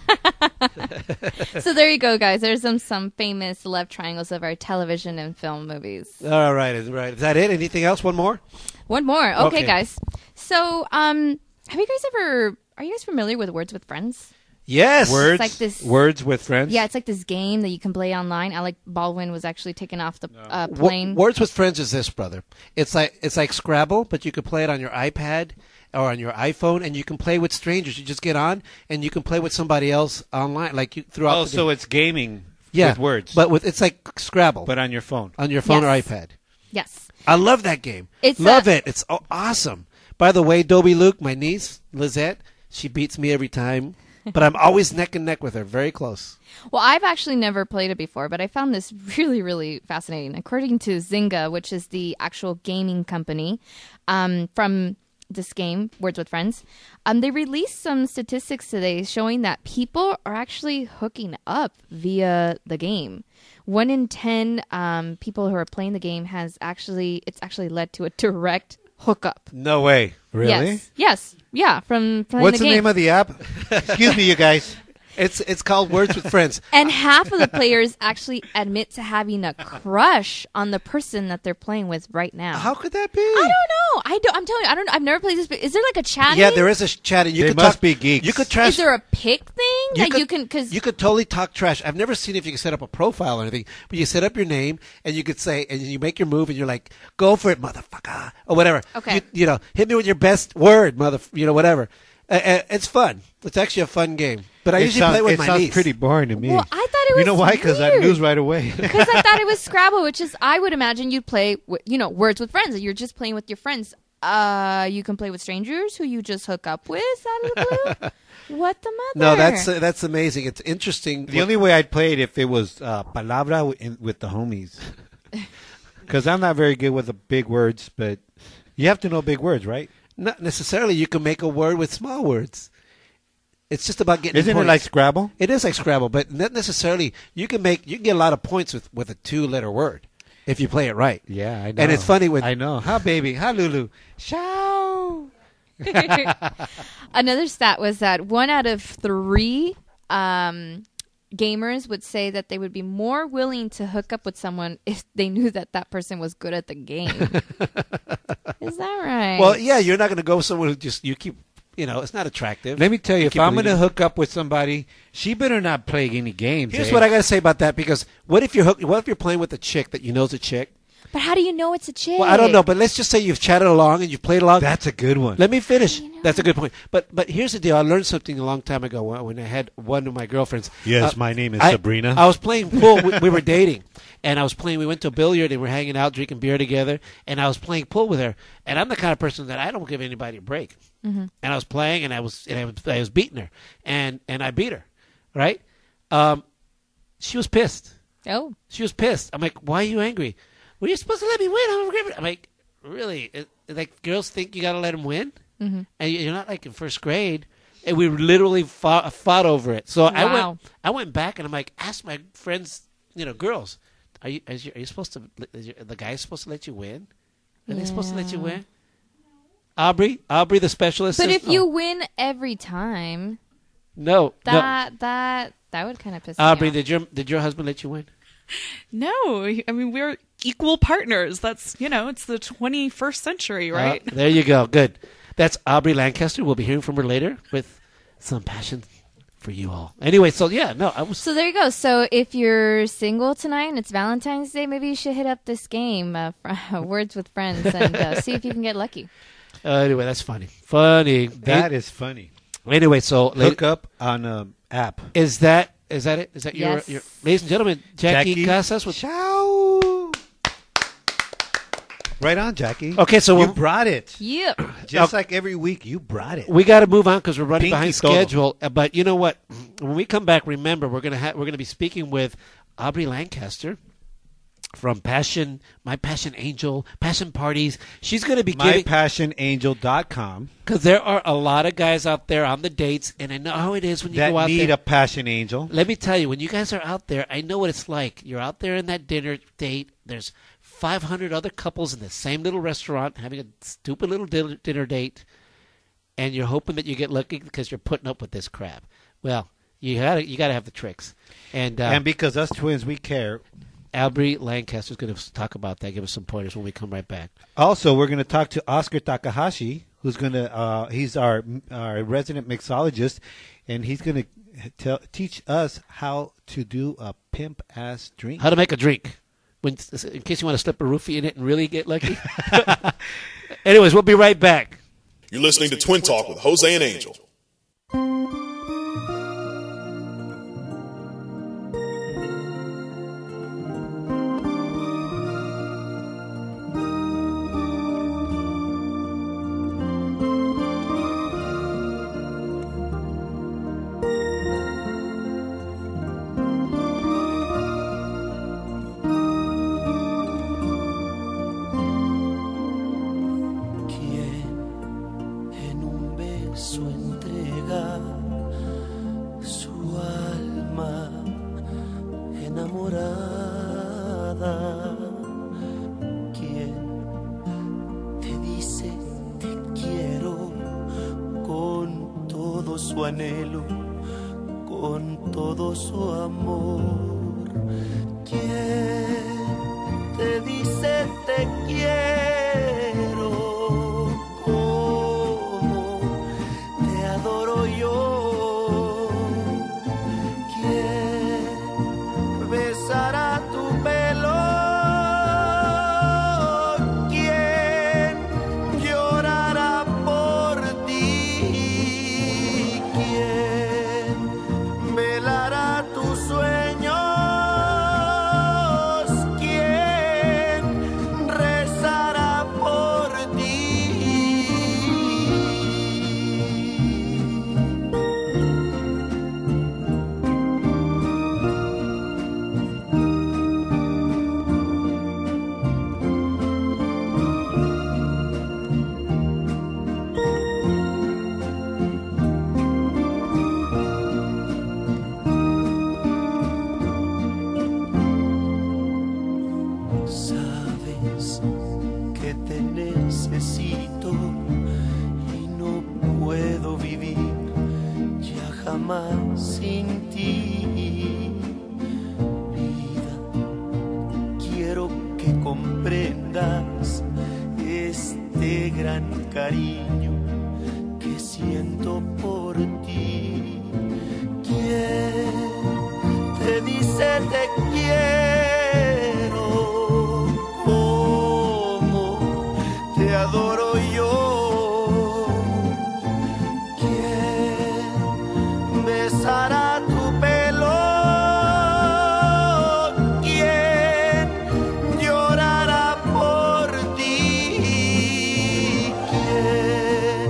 Speaker 4: so there you go, guys. There's some some famous love triangles of our television and film movies.
Speaker 2: All right, all right. Is that it? Anything else? One more?
Speaker 4: One more, okay,
Speaker 2: Okay.
Speaker 4: guys. So, um, have you guys ever? Are you guys familiar with Words with Friends?
Speaker 2: Yes.
Speaker 3: words
Speaker 4: like this-
Speaker 3: words with friends.
Speaker 4: Yeah, it's like this game that you can play online. Alec Baldwin was actually taken off the uh,
Speaker 2: Wo-
Speaker 4: plane.
Speaker 2: Words with Friends is this, brother. It's like it's like Scrabble, but you can play it on your iPad or on your iPhone, and you can play with strangers. You just get on and you can play with somebody else online, like you throughout.
Speaker 3: Oh,
Speaker 2: the
Speaker 3: so
Speaker 2: day.
Speaker 3: it's gaming
Speaker 2: yeah,
Speaker 3: with words, but,
Speaker 2: but with it's like Scrabble, but
Speaker 3: on your phone.
Speaker 2: on your phone
Speaker 4: Yes.
Speaker 2: or iPad.
Speaker 4: yes.
Speaker 2: I love that game.
Speaker 4: It's
Speaker 2: love
Speaker 4: a-
Speaker 2: it. It's aw- awesome. By the way, Dobie Luke, my niece Lizette, she beats me every time, but I'm always neck and neck with her, very close.
Speaker 4: Well, I've actually never played it before, but I found this really, really fascinating. According to Zynga, which is the actual gaming company um, from this game, Words with Friends, um, they released some statistics today showing that people are actually hooking up via the game. One in ten um, people who are playing the game has actually it's actually led to a direct hookup.
Speaker 2: No way.
Speaker 4: Yes. Yes. Yeah. From playing
Speaker 3: What's
Speaker 4: the
Speaker 3: the,
Speaker 4: game.
Speaker 3: name of the app? Excuse me, you guys.
Speaker 2: It's it's called Words with Friends.
Speaker 4: And half of the players actually admit to having a crush on the person that they're playing with right now.
Speaker 2: How could that be?
Speaker 4: I don't know. I don't. I'm telling you, I don't. I've never played this. But is there like a chat?
Speaker 2: Yeah, there is a sh- chat, and you
Speaker 3: They
Speaker 2: could
Speaker 3: must
Speaker 2: talk,
Speaker 3: be geeks.
Speaker 2: You could trash.
Speaker 4: Is there a pick thing
Speaker 2: you
Speaker 4: that you can? Because
Speaker 2: you could totally talk trash. I've never seen if you can set up a profile or anything, but you set up your name and you could say, and you make your move, and you're like, "Go for it, motherfucker," or whatever.
Speaker 4: Okay.
Speaker 2: You, you know, hit me with your best word, mother. You know, whatever. Uh, uh, it's fun. It's actually a fun game. But I
Speaker 3: it
Speaker 2: usually
Speaker 3: sound-
Speaker 2: play with
Speaker 3: it
Speaker 2: my
Speaker 3: sounds
Speaker 2: niece.
Speaker 3: pretty boring to me.
Speaker 4: Well, I thought it
Speaker 3: You know
Speaker 4: was
Speaker 3: why? Because I
Speaker 4: weird.
Speaker 3: lose right away.
Speaker 4: because I thought it was Scrabble, which is I would imagine you'd play. wi- You know, words with friends. You're just playing with your friends. Uh, you can play with strangers who you just hook up with out of the blue. what the mother?
Speaker 2: no, that's uh, that's amazing. It's interesting.
Speaker 3: the only way I'd play it if it was uh, palabra w- in, with the homies. Because I'm not very good with the big words, but you have to know big words, right?
Speaker 2: not necessarily you can make a word with small words. It's just about getting.
Speaker 3: Isn't it
Speaker 2: points.
Speaker 3: like Scrabble?
Speaker 2: It is like Scrabble, but not necessarily. You can make you can get a lot of points with with a two letter word if you play it right.
Speaker 3: Yeah, I know.
Speaker 2: And it's funny with
Speaker 3: I know. Hi, baby. Hi, Lulu. Ciao.
Speaker 4: Another stat was that one out of three um, gamers would say that they would be more willing to hook up with someone if they knew that that person was good at the game. Is that right?
Speaker 2: well, yeah, you're not going to go with someone who just you keep you know it's not attractive.
Speaker 3: Let me tell you, if
Speaker 2: keep
Speaker 3: I'm going to
Speaker 2: leaving.
Speaker 3: hook up with somebody, she better not play any games.
Speaker 2: Here's
Speaker 3: eh?
Speaker 2: what I got to say about that because what if you're hook, what if you're playing with a chick that you know's a chick?
Speaker 4: but how do you know it's a chick?
Speaker 2: Well, I don't know, but let's just say you've chatted along and you've played along.
Speaker 3: That's a good one.
Speaker 2: Let me finish. That's a good point. But but here's the deal. I learned something a long time ago when, when I had one of my girlfriends. Uh,
Speaker 3: Yes, my name is
Speaker 2: I-
Speaker 3: Sabrina.
Speaker 2: I was playing pool. we, we were dating, and I was playing. We went to a billiard and we're hanging out, drinking beer together. And I was playing pool with her. And I'm the kind of person that I don't give anybody a break. And I was playing, and I was and I was, I was beating her, and and I beat her, right? Um, she was pissed.
Speaker 4: Oh,
Speaker 2: She was pissed. I'm like, why are you angry? "Were you supposed to let me win?" I'm, a- I'm like, "Really? It- Like girls think you got to let them win, mm-hmm. and you're not like in first grade." And we literally fought, fought over it. So I
Speaker 4: Wow.
Speaker 2: went, I went back and I'm like, ask my friends, you know, girls, are you, is you, are you supposed to? Is your, the guy's supposed to let you win? Are they supposed to let you
Speaker 4: Yeah.
Speaker 2: win? Aubrey, Aubrey, the specialist.
Speaker 4: But
Speaker 2: is-
Speaker 4: if you win every time,
Speaker 2: no, no,
Speaker 4: that that that would kind of piss
Speaker 2: Aubrey,
Speaker 4: me off.
Speaker 2: did your did your husband let you win?
Speaker 8: No, I mean we're equal partners. That's you know, it's the 21st century, right?
Speaker 2: Uh, there you go. Good. That's Aubrey Lancaster. We'll be hearing from her later with some passion for you all. Anyway, so yeah, no, I was
Speaker 4: So there you go. So if you're single tonight and it's Valentine's Day, maybe you should hit up this game, uh, fr- Words with Friends, and uh, see if you can get lucky.
Speaker 2: uh, anyway. That's funny. Funny.
Speaker 3: That is funny.
Speaker 2: anyway. So la-
Speaker 3: Look up on um, app.
Speaker 2: is that is that it? Is that your,
Speaker 4: Yes.
Speaker 2: your ladies and gentlemen, Jackie,
Speaker 3: Jackie.
Speaker 2: Casas with
Speaker 3: Ciao. Right on, Jackie.
Speaker 2: Okay, so
Speaker 3: you
Speaker 2: we're-
Speaker 3: brought it.
Speaker 4: Yeah.
Speaker 3: Just like every week, you brought it.
Speaker 2: we got to move on because we're running
Speaker 3: Pinky
Speaker 2: behind
Speaker 3: todo.
Speaker 2: schedule. Uh, But you know what? When we come back, remember we're gonna ha- we're gonna be speaking with Aubrey Lancaster from Passion, My Passion Angel, Passion Parties. She's gonna be giving
Speaker 3: MyPassionAngel.com
Speaker 2: because there are a lot of guys out there on the dates, and I know how it is when you go
Speaker 3: that
Speaker 2: out
Speaker 3: need
Speaker 2: there.
Speaker 3: a passion angel.
Speaker 2: Let me tell you, when you guys are out there, I know what it's like. You're out there in that dinner date. There's 500 other couples in the same little restaurant having a stupid little dinner, dinner date, and you're hoping that you get lucky because you're putting up with this crap. Well, you gotta you gotta have the tricks. And, uh,
Speaker 3: And because us twins, we care.
Speaker 2: Aubrey Lancaster's going to talk about that. Give us some pointers when we come right back.
Speaker 3: Also, we're going to talk to Oscar Takahashi, who's going to uh, he's our our resident mixologist, and he's going to tell, teach us how to do a pimp ass drink.
Speaker 2: How to make a drink. When, in case you want to slip a roofie in it and really get lucky. Anyways, we'll be right back.
Speaker 1: You're listening to Twin Talk with Jose and Angel.
Speaker 9: quien en un beso entrega su alma enamorada, quien te dice te quiero con todo su anhelo, con todo su amor, quien te dice te quiero, como te adoro yo. ¿Quién besará tu pelo? ¿Quién llorará por ti? ¿Quién velará tus sueños. ¿Quién rezará por ti? Sabes que te necesito y no puedo vivir ya jamás sin ti. Vida, quiero que comprendas este gran cariño que siento por ti. ¿Quién te dice te quiero, como te adoro yo. ¿Quién besará tu pelo? ¿Quién llorará por ti? ¿Quién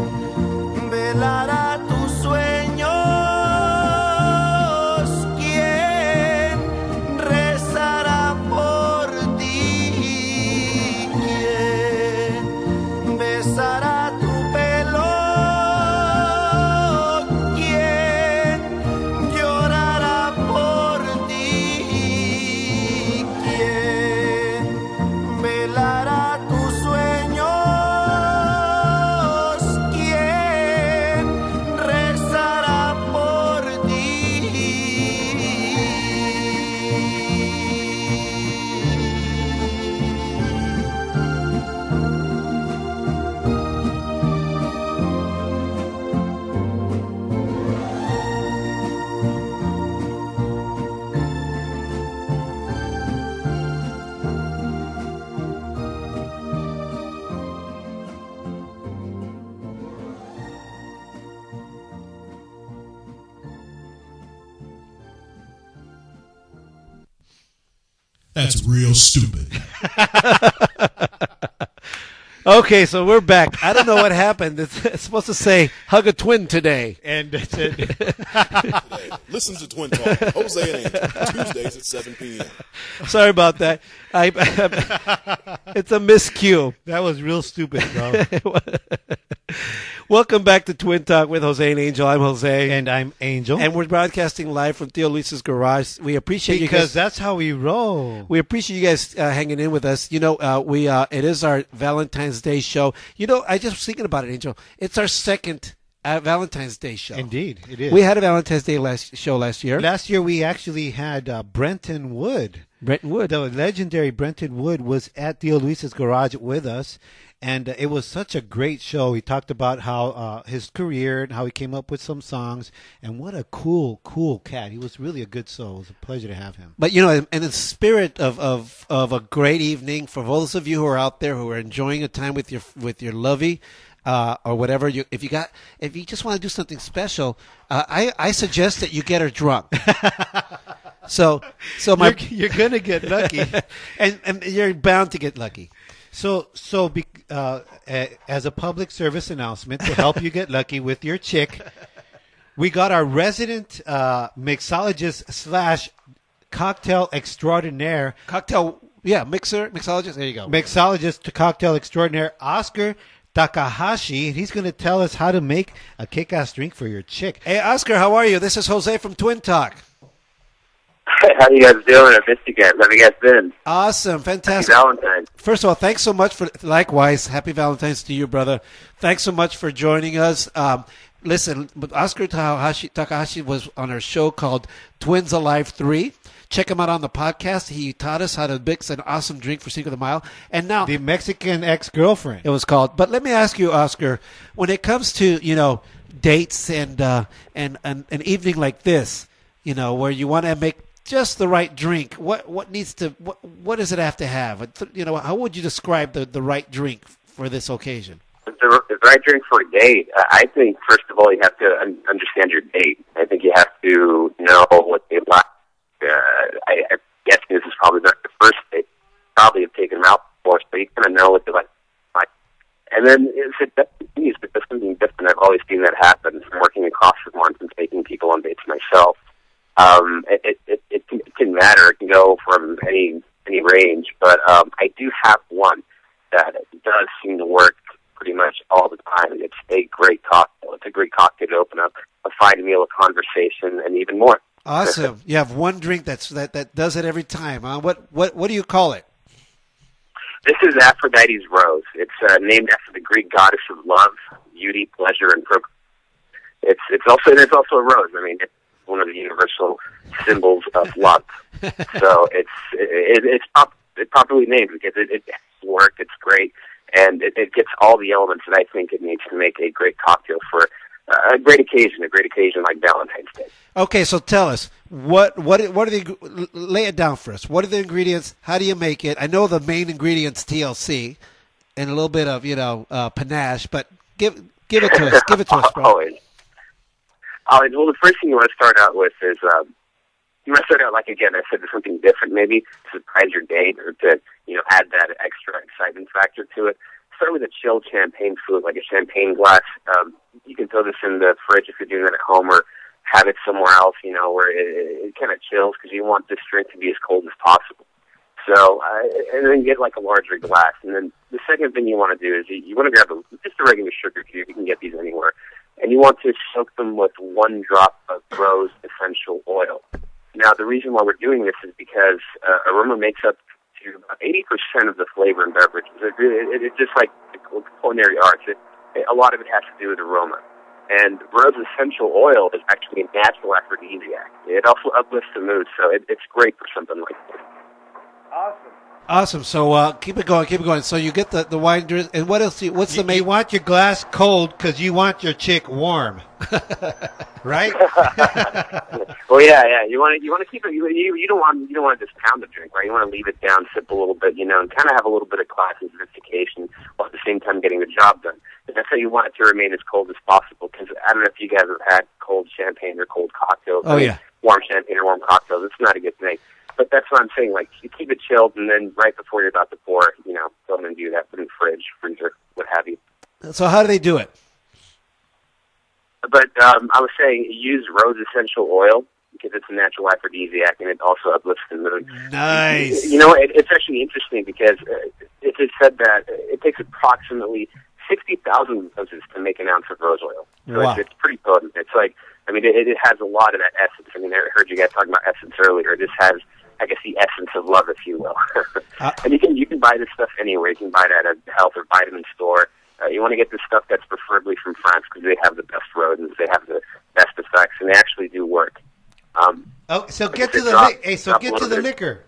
Speaker 10: That's real stupid.
Speaker 2: Okay, so we're back. I don't know what happened. It's, it's supposed to say hug a twin today.
Speaker 3: And that's it.
Speaker 1: Listen to Twin Talk, Jose and Angel, Tuesdays at 7 p.m.
Speaker 2: Sorry about that. I, it's a miscue.
Speaker 3: that was real stupid, bro.
Speaker 2: Welcome back to Twin Talk with Jose and Angel. I'm Jose,
Speaker 3: and I'm Angel.
Speaker 2: and we're broadcasting live from Theo Luis's garage. We appreciate you
Speaker 3: because
Speaker 2: guys.
Speaker 3: that's how we roll.
Speaker 2: We appreciate you guys uh, hanging in with us. You know, uh, we uh, it is our Valentine's Day show. You know, I just was thinking about it, Angel. It's our second uh, Valentine's Day show.
Speaker 3: Indeed, it is.
Speaker 2: we had a Valentine's Day last show last year.
Speaker 3: Last year, we actually had uh, Brenton Wood.
Speaker 2: Brenton Wood.
Speaker 3: The legendary Brenton Wood was at Theo Luis's garage with us, and uh, it was such a great show. He talked about how uh, his career and how he came up with some songs, and what a cool, cool cat. He was really a good soul. It was a pleasure to have him.
Speaker 2: But you know, in, in the spirit of, of, of a great evening for those of you who are out there who are enjoying a time with your with your lovey, uh, or whatever you if you got if you just want to do something special, uh, I I suggest that you get her drunk. so so my
Speaker 3: you're, you're gonna get lucky.
Speaker 2: and and you're bound to get lucky.
Speaker 3: So, so be, uh, a- as a public service announcement to help you get lucky with your chick, we got our resident uh, mixologist slash cocktail extraordinaire,
Speaker 2: Cocktail, yeah, mixer, mixologist. There you go.
Speaker 3: mixologist to cocktail extraordinaire Oscar Takahashi. He's going to tell us how to make a kick-ass drink for your chick.
Speaker 2: Hey Oscar, how are you? This is Jose from Twin Talk.
Speaker 11: Hey, how you guys doing? I missed you guys. How you guys been?
Speaker 2: Awesome,
Speaker 11: Happy
Speaker 2: fantastic.
Speaker 11: Valentine's.
Speaker 2: First of all, thanks so much for likewise. Happy Valentine's to you, brother. Thanks so much for joining us. Um, listen, but Oscar Takahashi, Takahashi was on our show called Twins Alive Three. Check him out on the podcast. He taught us how to mix an awesome drink for Cinco de Mayo, and now
Speaker 3: The Mexican ex-girlfriend.
Speaker 2: it was called. But let me ask you, Oscar, when it comes to you know dates and uh, and, and an evening like this, you know where you want to make just the right drink. What what needs to what what does it have to have? You know how would you describe the, the right drink for this occasion?
Speaker 11: The, the right drink for a date, I I think, first of all, you have to un- understand your date. I think you have to know what they like. Uh, I, I guess this is probably not the first date. Probably have taken them out before, so you kind of know what they like. like. And then it's a different piece, but that's something different. I've always seen that happen from working across the once and taking people on dates myself. Um, it, it, it, it, can, it can matter. It can go from any any range, but um, I do have one that does seem to work pretty much all the time. It's a great cocktail. It's a great cocktail to open up a fine meal, a conversation, and even more.
Speaker 2: Awesome. you have one drink that's that, that does it every time. Huh? What what what do you call it?
Speaker 11: This is Aphrodite's Rose. It's uh, named after the Greek goddess of love, beauty, pleasure, and procreation. It's it's also and it's also a rose. I mean, it's one of the universal symbols of love. so it's it, it's pop, it's properly named because it, it works. It's great, and it, it gets all the elements that I think it needs to make a great cocktail for uh, a great occasion, a great occasion like Valentine's Day.
Speaker 2: Okay, so tell us what what what are the l- lay it down for us. What are the ingredients? How do you make it? I know the main ingredients TLC and a little bit of you know uh, panache, but give give it to us. Give it to us, bro.
Speaker 11: Always. Always. Well, the first thing you want to start out with is um, you want to start out like again. I said something different, maybe to surprise your date or to you know add that extra excitement factor to it. Start with a chilled champagne flute, like a champagne glass. Um, you can throw this in the fridge if you're doing that at home, or have it somewhere else. You know where it, it kind of chills because you want this drink to be as cold as possible. So, uh, and then get like a larger glass. And then the second thing you want to do is you, you want to grab a, just a regular sugar cube. You can get these anywhere. And you want to soak them with one drop of rose essential oil. Now, the reason why we're doing this is because uh, aroma makes up to about 80% of the flavor in beverages. It, it, it, it's just like the cul- culinary arts. It, it, a lot of it has to do with aroma. And rose essential oil is actually a natural aphrodisiac. It also uplifts the mood, so it, it's great for something like this.
Speaker 2: Awesome. So uh, keep it going. Keep it going. So you get the the wine drink, and what else? Do you, what's the
Speaker 3: You, you
Speaker 2: main?
Speaker 3: want your glass cold because you want your chick warm, right?
Speaker 11: Well, yeah, yeah. You want to you want to keep it. You, you you don't want you don't want to just pound the drink, right? You want to leave it down, sip a little bit, you know, and kind of have a little bit of class and sophistication while at the same time getting the job done. And that's how you want it to remain as cold as possible. Because I don't know if you guys have had cold champagne or cold cocktails.
Speaker 2: Oh,
Speaker 11: I mean,
Speaker 2: yeah.
Speaker 11: warm champagne or warm cocktails. It's not a good thing. But that's what I'm saying. Like, you keep it chilled, and then right before you're about to pour, it, you know, go in and do that. Put it in the fridge, freezer, what have you.
Speaker 2: So how do they do it?
Speaker 11: But um, I was saying, use rose essential oil because it's a natural aphrodisiac and it also uplifts the mood.
Speaker 2: Nice.
Speaker 11: You know, it, it's actually interesting because uh, it is said that uh, it takes approximately sixty thousand doses to make an ounce of rose oil. So
Speaker 10: Wow.
Speaker 11: it's, it's pretty potent. It's like, I mean, it, it has a lot of that essence. I mean, I heard you guys talking about essence earlier. This has, I guess, the essence of love, if you will.
Speaker 2: Uh,
Speaker 11: and you can you can buy this stuff anywhere. You can buy it at a health or vitamin store. Uh, you want to get the stuff that's preferably from France because they have the best rodents, they have the best effects, and they actually do work. Um,
Speaker 3: Oh, so
Speaker 11: Like
Speaker 3: get
Speaker 11: if
Speaker 3: to
Speaker 11: it
Speaker 3: the
Speaker 11: dropped-
Speaker 3: li- hey, so
Speaker 11: dropped
Speaker 3: get
Speaker 11: a
Speaker 3: to
Speaker 11: little
Speaker 3: the
Speaker 11: bit.
Speaker 3: liquor.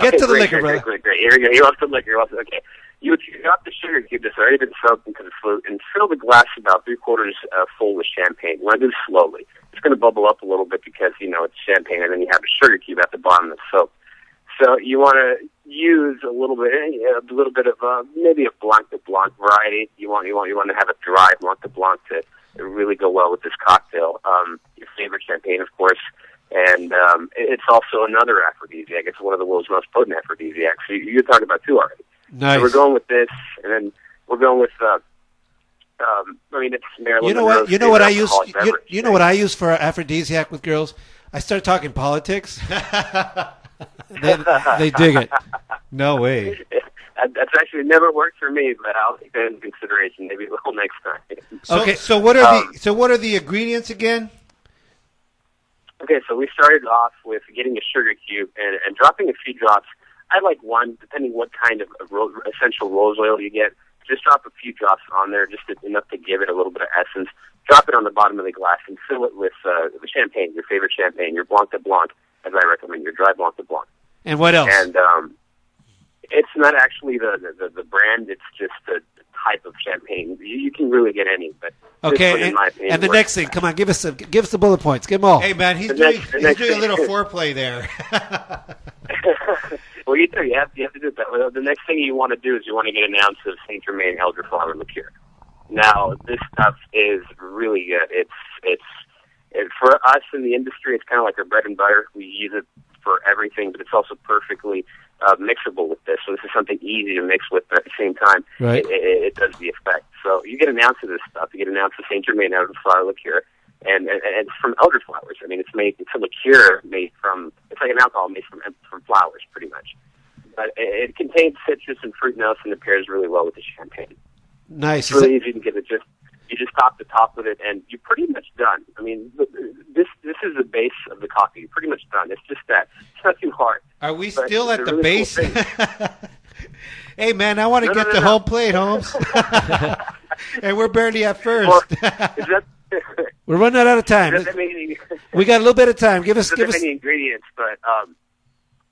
Speaker 11: Get
Speaker 3: to the liquor, brother.
Speaker 11: great, Great, great, great. Here we go. He wants the liquor. He wants the, okay. You would drop the sugar cube that's already been soaked into the flute and fill the glass about three quarters uh, full with champagne. You want to do this slowly. It's going to bubble up a little bit because, you know, it's champagne and then you have a sugar cube at the bottom that's soaked. So you want to use a little bit, a little bit of uh, maybe a blanc de blanc variety. You want you want you want to have a dry blanc de blanc to really go well with this cocktail. Um, your favorite champagne, of course, and um, it- it's also another aphrodisiac. It's one of the world's most potent aphrodisiacs. So you- you're talking about two already.
Speaker 2: Nice.
Speaker 11: So we're going with this, and then we're going with. Uh, um, I mean, it's Maryland.
Speaker 2: You know what?
Speaker 11: Monroe's
Speaker 2: You know what I
Speaker 11: favorite
Speaker 2: use.
Speaker 11: alcoholic
Speaker 2: You,
Speaker 11: beverage.
Speaker 2: you know what I use for aphrodisiac with girls? I start talking politics. they, they dig it.
Speaker 3: No way.
Speaker 11: That- That's actually never worked for me, but I'll take that into consideration. Maybe it will next time.
Speaker 3: So, okay. So what are
Speaker 11: Um,
Speaker 3: the so what are the ingredients again?
Speaker 11: Okay, so we started off with getting a sugar cube and, and dropping a few drops. I like one, depending what kind of ro- essential rose oil you get. Just drop a few drops on there, just enough to give it a little bit of essence. Drop it on the bottom of the glass and fill it with uh, the champagne, your favorite champagne, your Blanc de Blanc, as I recommend, your dry Blanc de Blanc.
Speaker 2: And what else?
Speaker 11: And um, it's not actually the, the, the, the brand, it's just the type of champagne. You, you can really get any, but this
Speaker 2: okay.
Speaker 11: one, in
Speaker 2: And,
Speaker 11: my opinion,
Speaker 2: and the
Speaker 11: works.
Speaker 2: next thing, come on, give us some, give us the bullet points. Give them all.
Speaker 3: Hey man, he's
Speaker 11: The
Speaker 3: doing
Speaker 11: next- the
Speaker 3: he's
Speaker 11: next
Speaker 3: doing a
Speaker 11: thing.
Speaker 3: little foreplay there.
Speaker 11: well, you do. You have, you have to do it that way. The next thing you want to do is you want to get an ounce of Saint Germain elderflower liqueur. Now, this stuff is really good. It's it's it, for us in the industry. It's kind of like our bread and butter. We use it for everything, but it's also perfectly uh, mixable with this. So this is something easy to mix with, but at the same time,
Speaker 2: Right.
Speaker 11: it, it, it does the effect. So you get an ounce of this stuff. You get an ounce of Saint Germain elderflower liqueur. And, and, and it's from elderflowers. I mean, it's made it's a liqueur made from it's like an alcohol made from from flowers, pretty much. But it, it contains citrus and fruit notes, and it pairs really well with the champagne.
Speaker 2: Nice.
Speaker 11: It's really easy to get it. Just you just top the top with it, and you're pretty much done. I mean, th- this this is the base of the coffee. You're pretty much done. It's just that it's not too hard.
Speaker 3: Are we
Speaker 11: But
Speaker 3: still
Speaker 11: it's
Speaker 3: at
Speaker 11: a
Speaker 3: the
Speaker 11: really
Speaker 3: base?
Speaker 11: cool thing.
Speaker 3: hey man, I want to
Speaker 11: No, no,
Speaker 3: get
Speaker 11: no,
Speaker 3: the
Speaker 11: no.
Speaker 3: whole plate, Holmes. and we're barely at first.
Speaker 11: Well, is that
Speaker 2: We're running out of time.
Speaker 11: does that mean
Speaker 2: We got a little bit of time. Give us,
Speaker 11: doesn't
Speaker 2: give
Speaker 11: have
Speaker 2: us.
Speaker 11: any ingredients, but um,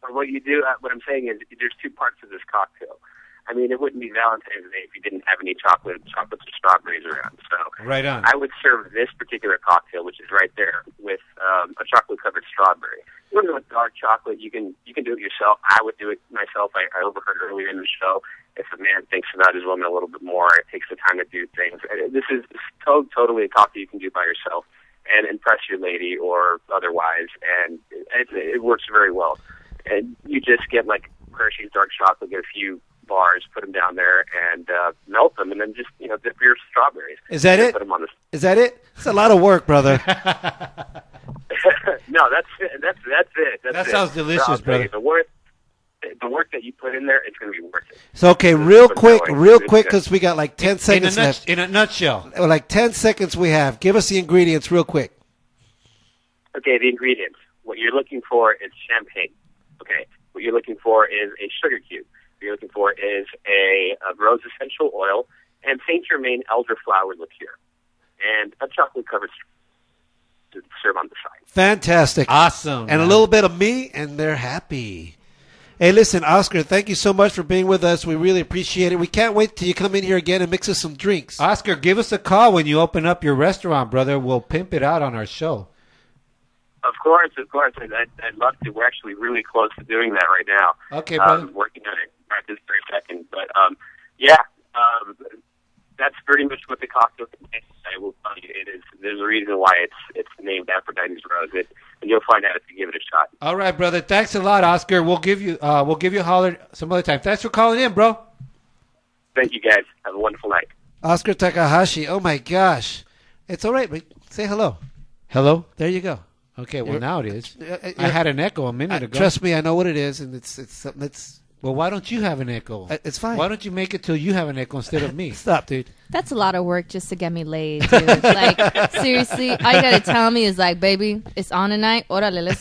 Speaker 11: but what you do, uh, what I'm saying is, there's two parts to this cocktail. I mean, it wouldn't be Valentine's Day if you didn't have any chocolate, chocolates or strawberries around. So
Speaker 3: Right on.
Speaker 11: I would serve this particular cocktail, which is right there, with um, a chocolate covered strawberry. You want to go with dark chocolate? You can you can do it yourself. I would do it myself. I, I overheard earlier in the show. If a man thinks about his woman a little bit more, it takes the time to do things. And This is to- totally a cocktail you can do by yourself and impress your lady or otherwise, and it, it works very well. And you just get like Hershey's dark chocolate, get a few bars, put them down there, and uh, melt them, and then just you know dip your strawberries.
Speaker 2: Is that
Speaker 11: Just
Speaker 2: it?
Speaker 11: Put them on the
Speaker 2: Is that it? It's a lot of work, brother.
Speaker 11: no, that's that's that's it. That's
Speaker 3: That
Speaker 11: it.
Speaker 3: sounds delicious,
Speaker 11: I'll tell
Speaker 3: brother.
Speaker 11: you, The work, the work that you put in there, it's going to be worth it.
Speaker 2: So okay, real quick, real quick, because we got like ten
Speaker 3: in, a
Speaker 2: seconds
Speaker 3: nut-
Speaker 2: left.
Speaker 3: in a nutshell.
Speaker 2: Well, Like ten seconds we have. Give us the ingredients real quick.
Speaker 11: Okay, the ingredients. What you're looking for is champagne. Okay, what you're looking for is a sugar cube. What you're looking for is a, a rose essential oil and Saint Germain elderflower liqueur, and a chocolate covered to serve on the side.
Speaker 2: Fantastic.
Speaker 3: Awesome.
Speaker 2: and a little bit of me, and they're happy. Hey, listen, Oscar, thank you so much for being with us. We really appreciate it. We can't wait till you come in here again and mix us some drinks.
Speaker 3: Oscar, give us a call when you open up your restaurant, brother. We'll pimp it out on our show.
Speaker 11: Of course, of course, I'd, I'd, I'd love to. We're actually really close to doing that right now.
Speaker 3: Okay, brother.
Speaker 11: um, working on it at this very second. But um, yeah, um, that's pretty much what the cocktail contains. I will tell you, it is. There's a reason why it's it's named Aphrodite's Rose, it, and you'll find out if you give it a shot.
Speaker 3: All right, brother. Thanks a lot, Oscar. We'll give you uh, we'll give you a holler some other time. Thanks for calling in, bro.
Speaker 11: Thank you guys. Have a wonderful night.
Speaker 2: Oscar Takahashi. Oh my gosh, it's all right. But say hello.
Speaker 3: Hello.
Speaker 2: There you go.
Speaker 3: Okay. Well,
Speaker 2: You're-
Speaker 3: now it is.
Speaker 2: Uh, uh,
Speaker 3: I had an echo a minute
Speaker 2: I-
Speaker 3: ago.
Speaker 2: Trust me, I know what it is, and it's it's something that's
Speaker 3: Well, why don't you have an echo?
Speaker 2: uh, it's fine.
Speaker 3: Why don't you make it till you have an echo instead of me?
Speaker 2: Stop, dude.
Speaker 4: That's a lot of work just to get me laid, dude. like, seriously, all you gotta tell me is like, baby, it's on tonight. Orale, let's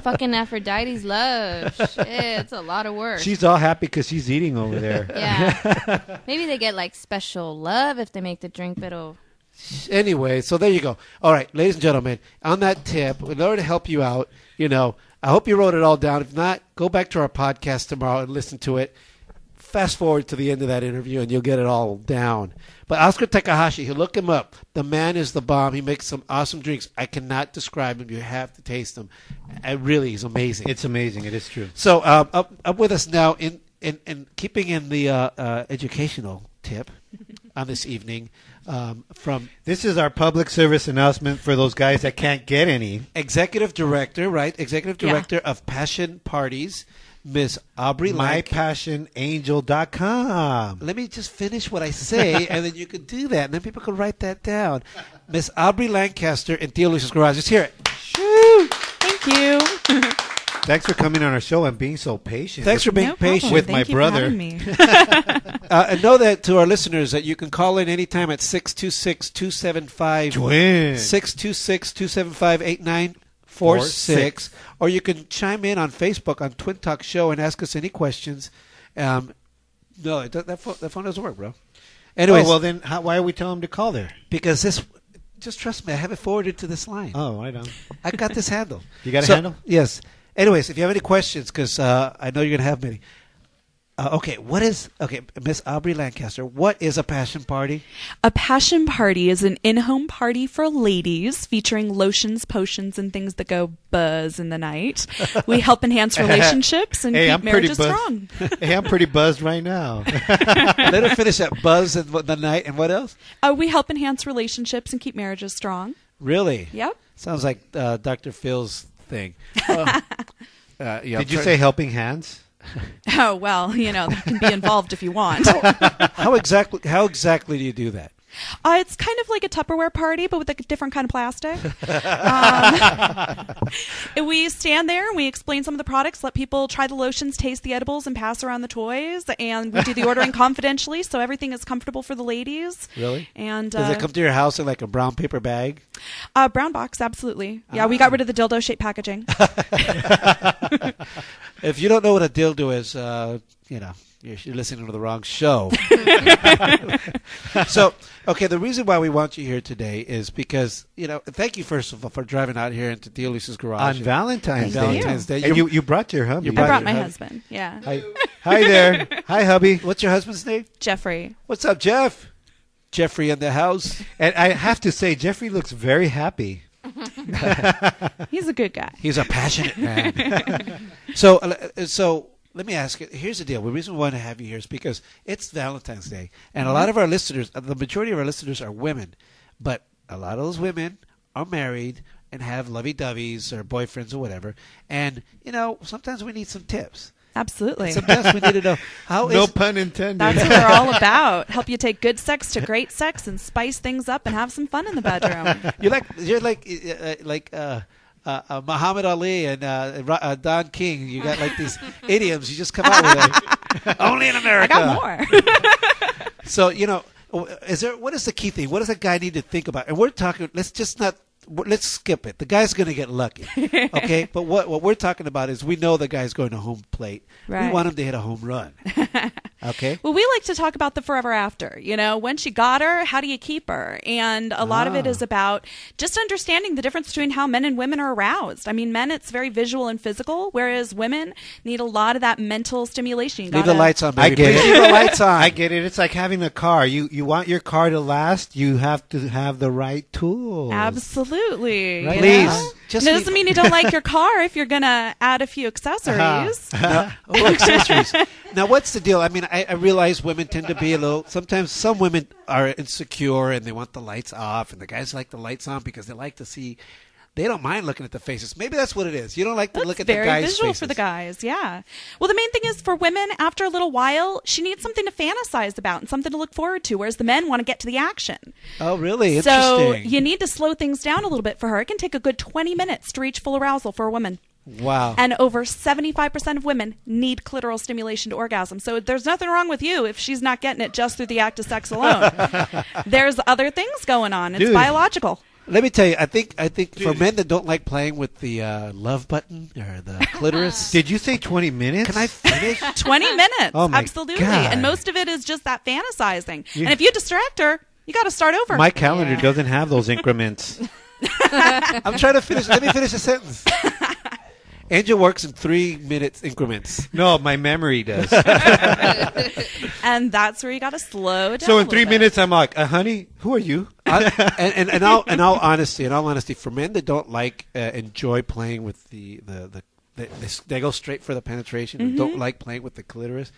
Speaker 4: Fucking Aphrodite's love. Shit, it's a lot of work.
Speaker 3: She's all happy because she's eating over there.
Speaker 4: yeah. Maybe they get like special love if they make the drink, but oh,
Speaker 2: Anyway, so there you go. All right, ladies and gentlemen, on that tip, in order to help you out, you know, I hope you wrote it all down. If not, go back to our podcast tomorrow and listen to it. Fast forward to the end of that interview, and you'll get it all down. But Oscar Takahashi, you look him up. The man is the bomb. He makes some awesome drinks. I cannot describe him. You have to taste them. I really, he's amazing.
Speaker 3: It's amazing. It is true.
Speaker 2: So um, up up with us now in in, in keeping in the uh, uh, educational tip on this evening um, from
Speaker 3: This is our public service announcement for those guys that can't get any.
Speaker 2: executive director, right? Executive
Speaker 4: Yeah.
Speaker 2: director of Passion Parties, Miss Aubrey Lank.
Speaker 3: MyPassionAngel.com.
Speaker 2: Let me just finish what I say, and then you could do that, and then people could write that down. Miss Aubrey Lancaster and Theo Lucius Garage. Let's hear it.
Speaker 8: Thank you.
Speaker 3: Thanks for coming on our show and being so patient.
Speaker 2: Thanks for being
Speaker 8: No problem.
Speaker 2: patient.
Speaker 3: With
Speaker 8: Thank
Speaker 3: my
Speaker 8: you for
Speaker 3: brother.
Speaker 8: having Me.
Speaker 2: Uh, and know that to our listeners that you can call in anytime at 626 275
Speaker 3: Twin.
Speaker 2: 626-275-8946 or you can chime in on facebook on twin talk show and ask us any questions um, no it does, that, phone, that phone doesn't work bro anyways
Speaker 3: Oh, well, then how, why are we telling them to call there?
Speaker 2: because this just trust me i have it forwarded to this line
Speaker 3: Oh, I don't.
Speaker 2: i got this handle
Speaker 3: You got a
Speaker 2: So-
Speaker 3: handle?
Speaker 2: yes anyways if you have any questions because uh, i know you're going to have many uh, okay what is okay miss aubrey lancaster what is a passion party
Speaker 8: A passion party is an in home party for ladies featuring lotions, potions, and things that go buzz in the night. We help enhance relationships and
Speaker 3: Hey,
Speaker 8: keep
Speaker 3: I'm pretty
Speaker 8: marriages
Speaker 3: buzzed.
Speaker 8: strong.
Speaker 3: hey, I'm pretty buzzed right now.
Speaker 2: let her finish that buzz and what- the night and what else
Speaker 8: Uh, we help enhance relationships and keep marriages strong.
Speaker 2: Really?
Speaker 8: Yep.
Speaker 2: Sounds like uh, Dr. Phil's thing. Uh, uh, yeah,
Speaker 3: Did you
Speaker 2: try-
Speaker 3: say helping hands?
Speaker 8: Oh, well, you know, that can be involved if you want.
Speaker 2: how exactly? How exactly do you do that?
Speaker 8: Uh, it's kind of like a Tupperware party, but with a different kind of plastic. Um, and we stand there and we explain some of the products, let people try the lotions, taste the edibles, and pass around the toys. And we do the ordering confidentially, so everything is comfortable for the ladies.
Speaker 2: Really?
Speaker 8: And
Speaker 2: Does
Speaker 8: uh,
Speaker 2: it come to your house in like a brown paper bag?
Speaker 8: uh, brown box, absolutely. Yeah, we
Speaker 2: Ah.
Speaker 8: got rid of the dildo shaped packaging.
Speaker 2: If you don't know what a dildo is, uh, you know you're, you're listening to the wrong show. so, okay, the reason why we want you here today is because you know, thank you first of all for driving out here into Deolisa's garage
Speaker 3: On Valentine's
Speaker 2: On
Speaker 3: Day.
Speaker 2: Valentine's Day.
Speaker 3: And
Speaker 2: You-
Speaker 3: you, you brought your hubby.
Speaker 2: You
Speaker 8: I brought
Speaker 2: Right.
Speaker 8: my
Speaker 2: Hub-
Speaker 8: husband. Yeah.
Speaker 3: Hi, hi there. Hi, hubby.
Speaker 2: What's your husband's name?
Speaker 8: Jeffrey.
Speaker 2: What's up, Jeff? Jeffrey in the house.
Speaker 3: And I have to say, Jeffrey looks very happy.
Speaker 8: He's a good guy.
Speaker 2: He's a passionate man. so, uh, so let me ask you. Here's the deal. The reason we want to have you here is because it's Valentine's Day, and
Speaker 8: Mm-hmm.
Speaker 2: a lot of our listeners, uh, the majority of our listeners, are women, but a lot of those women are married and have lovey-doveys or boyfriends or whatever. And you know, sometimes we need some tips.
Speaker 8: Absolutely.
Speaker 2: Sometimes we need to know how is
Speaker 3: No pun intended.
Speaker 8: That's what we're all about. Help you take good sex to great sex and spice things up and have some fun in the bedroom.
Speaker 2: you're Um, like you're like uh, uh, like. Uh, uh, uh, Muhammad Ali and uh, Ra- uh, Don King, you got like these idioms. You just come out with like, only in
Speaker 8: I
Speaker 2: America.
Speaker 8: got more.
Speaker 2: So you know, is there what is the key thing? What does a guy need to think about? And we're talking. Let's just not. Let's skip it. The guy's going to get lucky, okay? but what what we're talking about is we know the guy's going to home plate. We
Speaker 8: Right.
Speaker 2: want him to hit a home run, okay?
Speaker 8: Well, we like to talk about the forever after. You know, once you got her, how do you keep her? And a lot of it
Speaker 2: Ah.
Speaker 8: is about just understanding the difference between how men and women are aroused. I mean, men, it's very visual and physical, whereas women need a lot of that mental stimulation. You
Speaker 2: Leave the
Speaker 8: gotta-
Speaker 2: lights on,
Speaker 3: I
Speaker 2: baby.
Speaker 3: get
Speaker 2: Please
Speaker 3: it.
Speaker 2: Leave the lights on.
Speaker 3: I get it. It's like having a car. You you want your car to last. You have to have the right tools.
Speaker 8: Absolutely.
Speaker 3: Right.
Speaker 8: you
Speaker 2: Please,
Speaker 8: know?
Speaker 2: just
Speaker 8: And it
Speaker 2: leave-
Speaker 8: doesn't mean you don't like your car if you're going to add a few accessories.
Speaker 2: Oh, accessories. now, what's the deal? I mean, I, I realize women tend to be a little. Sometimes some women are insecure and they want the lights off, and the guys like the lights on because they like to see they don't mind looking at the faces. Maybe that's what it is. You don't like to look at
Speaker 8: very
Speaker 2: the guys'
Speaker 8: visual
Speaker 2: faces.
Speaker 8: for the guys. Yeah. Well, the main thing is for women, after a little while, she needs something to fantasize about and something to look forward to, whereas the men want to get to the action.
Speaker 2: Oh, really?
Speaker 8: So
Speaker 2: Interesting.
Speaker 8: you need to slow things down a little bit for her. It can take a good 20 minutes to reach full arousal for a woman.
Speaker 2: wow.
Speaker 8: And over 75% of women need clitoral stimulation to orgasm. So there's nothing wrong with you if she's not getting it just through the act of sex alone. there's other things going on. It's
Speaker 2: Dude.
Speaker 8: biological.
Speaker 2: Let me tell you, I think I think for men that don't like playing with the uh, love button or the clitoris,
Speaker 3: Did you say 20 minutes?
Speaker 2: can I finish?
Speaker 8: 20 minutes.
Speaker 2: Oh my
Speaker 8: absolutely.
Speaker 2: God.
Speaker 8: And most of it is just that fantasizing. and if you distract her, you got to start over.
Speaker 3: My calendar
Speaker 4: Yeah.
Speaker 3: doesn't have those increments.
Speaker 2: I'm trying to finish. Let me finish the sentence. Angel works in three minutes increments.
Speaker 3: no, my memory does.
Speaker 8: and that's where you got to slow down.
Speaker 3: so
Speaker 8: a
Speaker 3: in
Speaker 8: little
Speaker 3: three
Speaker 8: bit.
Speaker 3: minutes, I'm like, uh, honey, who are you?
Speaker 2: I, and, and, and all, in all honesty, in all honesty, for men that don't like uh, enjoy playing with the the, the they, they, s- they go straight for the penetration and don't like playing with the clitoris.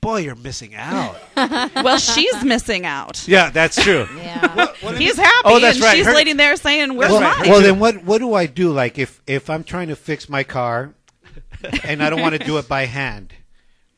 Speaker 2: Boy, you're missing out.
Speaker 8: Well, she's missing out.
Speaker 2: yeah, that's true.
Speaker 4: Yeah.
Speaker 8: He's happy,
Speaker 2: Oh, that's
Speaker 8: and
Speaker 2: right.
Speaker 8: she's
Speaker 2: Her-
Speaker 8: laying there saying, "Where's
Speaker 3: well,
Speaker 8: mine?"
Speaker 3: well, then what, what do I do? Like if, if I'm trying to fix my car and I don't want to do it by hand,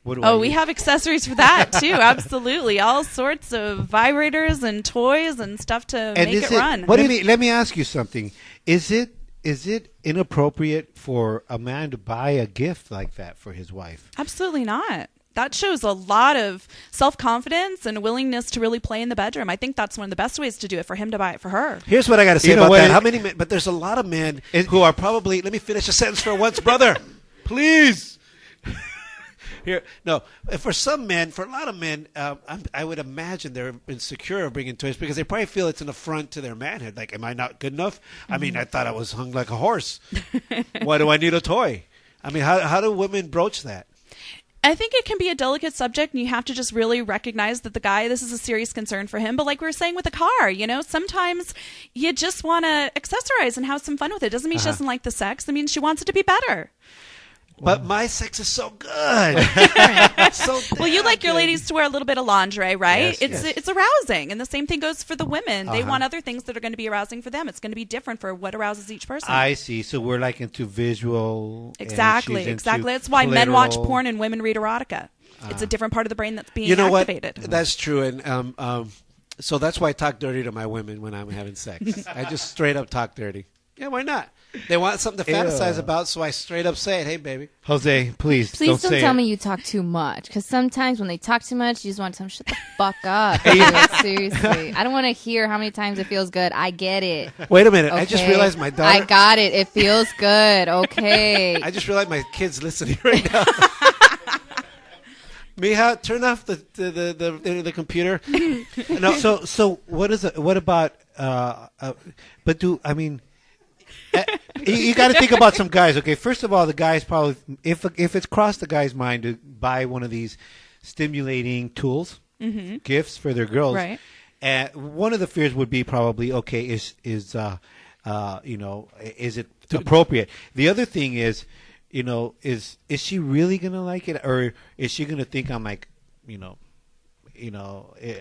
Speaker 3: what do I
Speaker 8: Oh, we
Speaker 3: use?
Speaker 8: have accessories for that too. Absolutely, all sorts of vibrators and toys and stuff to
Speaker 3: And
Speaker 8: make
Speaker 3: is
Speaker 8: it, run.
Speaker 3: What let, me, let me ask you something. Is it is it inappropriate for a man to buy a gift like that for his wife?
Speaker 8: Absolutely not. That shows a lot of self confidence and willingness to really play in the bedroom. I think that's one of the best ways to do it for him to buy it for her.
Speaker 2: Here's what I got to say
Speaker 3: You know
Speaker 2: about
Speaker 3: what?
Speaker 2: that. How many men? But there's a lot of men
Speaker 3: It-
Speaker 2: who are probably. Let me finish a sentence for once, brother. Please. Here, no. For some men, for a lot of men, um, I'm, I would imagine they're insecure of bringing toys because they probably feel it's an affront to their manhood. Like, am I not good enough? I mean, I thought I was hung like a horse. Why do I need a toy? I mean, how how do women broach that?
Speaker 8: I think it can be a delicate subject, and you have to just really recognize that the guy, this is a serious concern for him. But like we were saying with the car, you know, sometimes you just want to accessorize and have some fun with it. Doesn't mean
Speaker 2: Uh-huh.
Speaker 8: she doesn't like the sex. I mean, she wants it to be better.
Speaker 2: But my sex is so good. so
Speaker 8: Well, you like your
Speaker 2: damn good.
Speaker 8: ladies to wear a little bit of lingerie, right?
Speaker 3: Yes,
Speaker 8: it's
Speaker 3: yes. Uh-huh.
Speaker 8: it's arousing, and the same thing goes for the women. They want other things that are going to be arousing for them. It's going to be different for what arouses each person.
Speaker 3: I see. So we're like into visual. and she's
Speaker 8: exactly,
Speaker 3: into
Speaker 8: exactly. That's why men watch
Speaker 3: clitoral.
Speaker 8: porn and women read erotica.
Speaker 3: Uh.
Speaker 8: it's a different part of the brain that's being
Speaker 2: you know
Speaker 8: activated.
Speaker 2: what? That's true, and um, um, so that's why I talk dirty to my women when I'm having sex. I just straight up talk dirty. Yeah, why not? They want something to
Speaker 3: Ew.
Speaker 2: fantasize about, so I straight up say it. Hey, baby.
Speaker 3: Jose, please,
Speaker 4: Please don't,
Speaker 3: say
Speaker 4: tell
Speaker 3: it.
Speaker 4: me you talk too much, because sometimes when they talk too much, you just want to tell them shut the fuck up. dude. Seriously, I don't want to hear how many times it feels good. I get it.
Speaker 2: Wait a minute. I just
Speaker 4: okay?
Speaker 2: realized my daughter.
Speaker 4: I got it. It feels good. Okay.
Speaker 2: I just realized my kids listening right now. Mija, turn off the the the, the, the, the computer. no, so
Speaker 3: So, so what is it? What about? Uh, uh, but do I mean? uh, you you got to think about some guys. Okay, first of all, the guys probably if if it's crossed the guy's mind to buy one of these stimulating tools, gifts for their girls.
Speaker 8: Right.
Speaker 3: Uh, one of the fears would be probably okay is is uh, uh, you know i- is it appropriate? The other thing is, you know, is is she really gonna like it, or is she gonna think I'm like, you know, you know. Eh,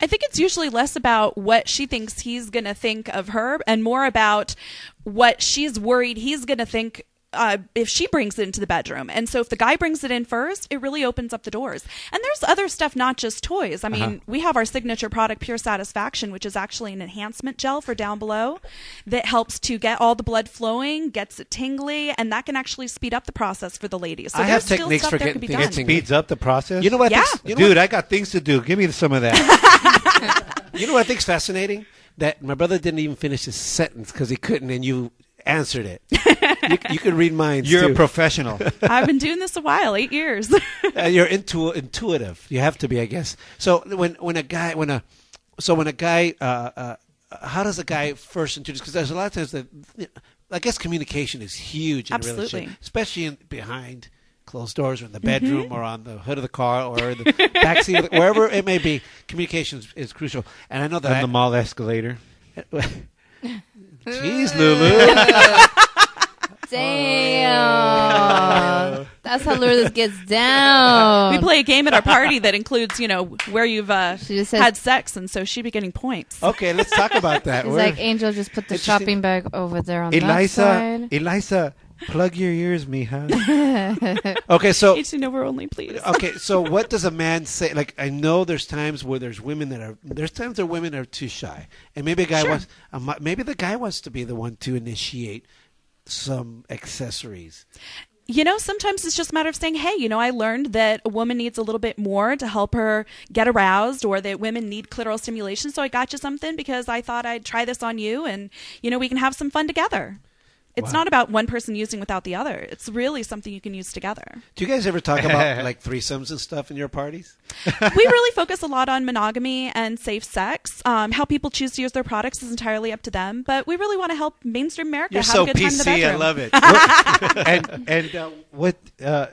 Speaker 8: I think it's usually less about what she thinks he's going to think of her and more about what she's worried he's going to think. Uh, if she brings it into the bedroom. And so if the guy brings it in first, it really opens up the doors. And there's other stuff, not just toys. I mean,
Speaker 2: Uh-huh.
Speaker 8: we have our signature product, Pure Satisfaction, which is actually an enhancement gel for down below that helps to get all the blood flowing, gets it tingly, and that can actually speed up the process for the ladies. So
Speaker 2: I have
Speaker 8: there's still
Speaker 2: techniques
Speaker 8: stuff
Speaker 2: for
Speaker 8: that
Speaker 2: getting
Speaker 8: could be
Speaker 2: things
Speaker 8: done.
Speaker 3: It speeds up the process.
Speaker 2: you know what? I
Speaker 8: Yeah.
Speaker 2: think's- you know
Speaker 3: dude, I got things to do. Give me some of that.
Speaker 2: what, you know what I think's fascinating? That my brother didn't even finish his sentence because he couldn't, and you answered it. you, you could read minds.
Speaker 3: You're
Speaker 2: too.
Speaker 3: a professional.
Speaker 8: I've been doing this a while, eight years.
Speaker 2: uh, you're intu- intuitive. You have to be, I guess. So when when a guy when a so when a guy uh, uh, how does a guy first introduce? Because there's a lot of times that I guess communication is huge in a
Speaker 8: Absolutely.
Speaker 2: relationship, especially in, behind closed doors or in the bedroom or on the hood of the car or in the backseat, of the- wherever it may be. Communication is, is crucial, and I know that.
Speaker 3: On the mall escalator.
Speaker 2: I, Jeez, Lulu.
Speaker 4: Damn. That's how Lourdes gets down.
Speaker 8: we play a game at our party that includes, you know, where you've uh,
Speaker 4: just says-
Speaker 8: had sex, and so she'd be getting points.
Speaker 3: Okay, let's talk about that.
Speaker 4: It's
Speaker 3: We're-
Speaker 4: like Angel just put the
Speaker 3: It's just-
Speaker 4: shopping bag over there on
Speaker 3: Eliza,
Speaker 4: that side.
Speaker 3: Eliza, plug your ears, mija.
Speaker 2: Okay, so
Speaker 8: Need to know we're only, please.
Speaker 2: okay, so what does a man say? Like, I know there's times where there's women that are there's times where women are too shy, and maybe a guy wants a mu- maybe the guy wants to be the one to initiate some accessories.
Speaker 8: You know, sometimes it's just a matter of saying, hey, you know, I learned that a woman needs a little bit more to help her get aroused or that women need clitoral stimulation. So I got you something because I thought I'd try this on you and, you know, we can have some fun together. It's not about one person using without the other. It's really something you can use together.
Speaker 2: Do you guys ever talk about like threesomes and stuff in your parties?
Speaker 8: we really focus a lot on monogamy and safe sex. Um, how people choose to use their products is entirely up to them, but we really want to help mainstream America
Speaker 2: You're
Speaker 8: have
Speaker 2: so
Speaker 8: a good time in the
Speaker 2: PC.
Speaker 8: bedroom.
Speaker 2: I love it.
Speaker 3: and and uh, what? Uh,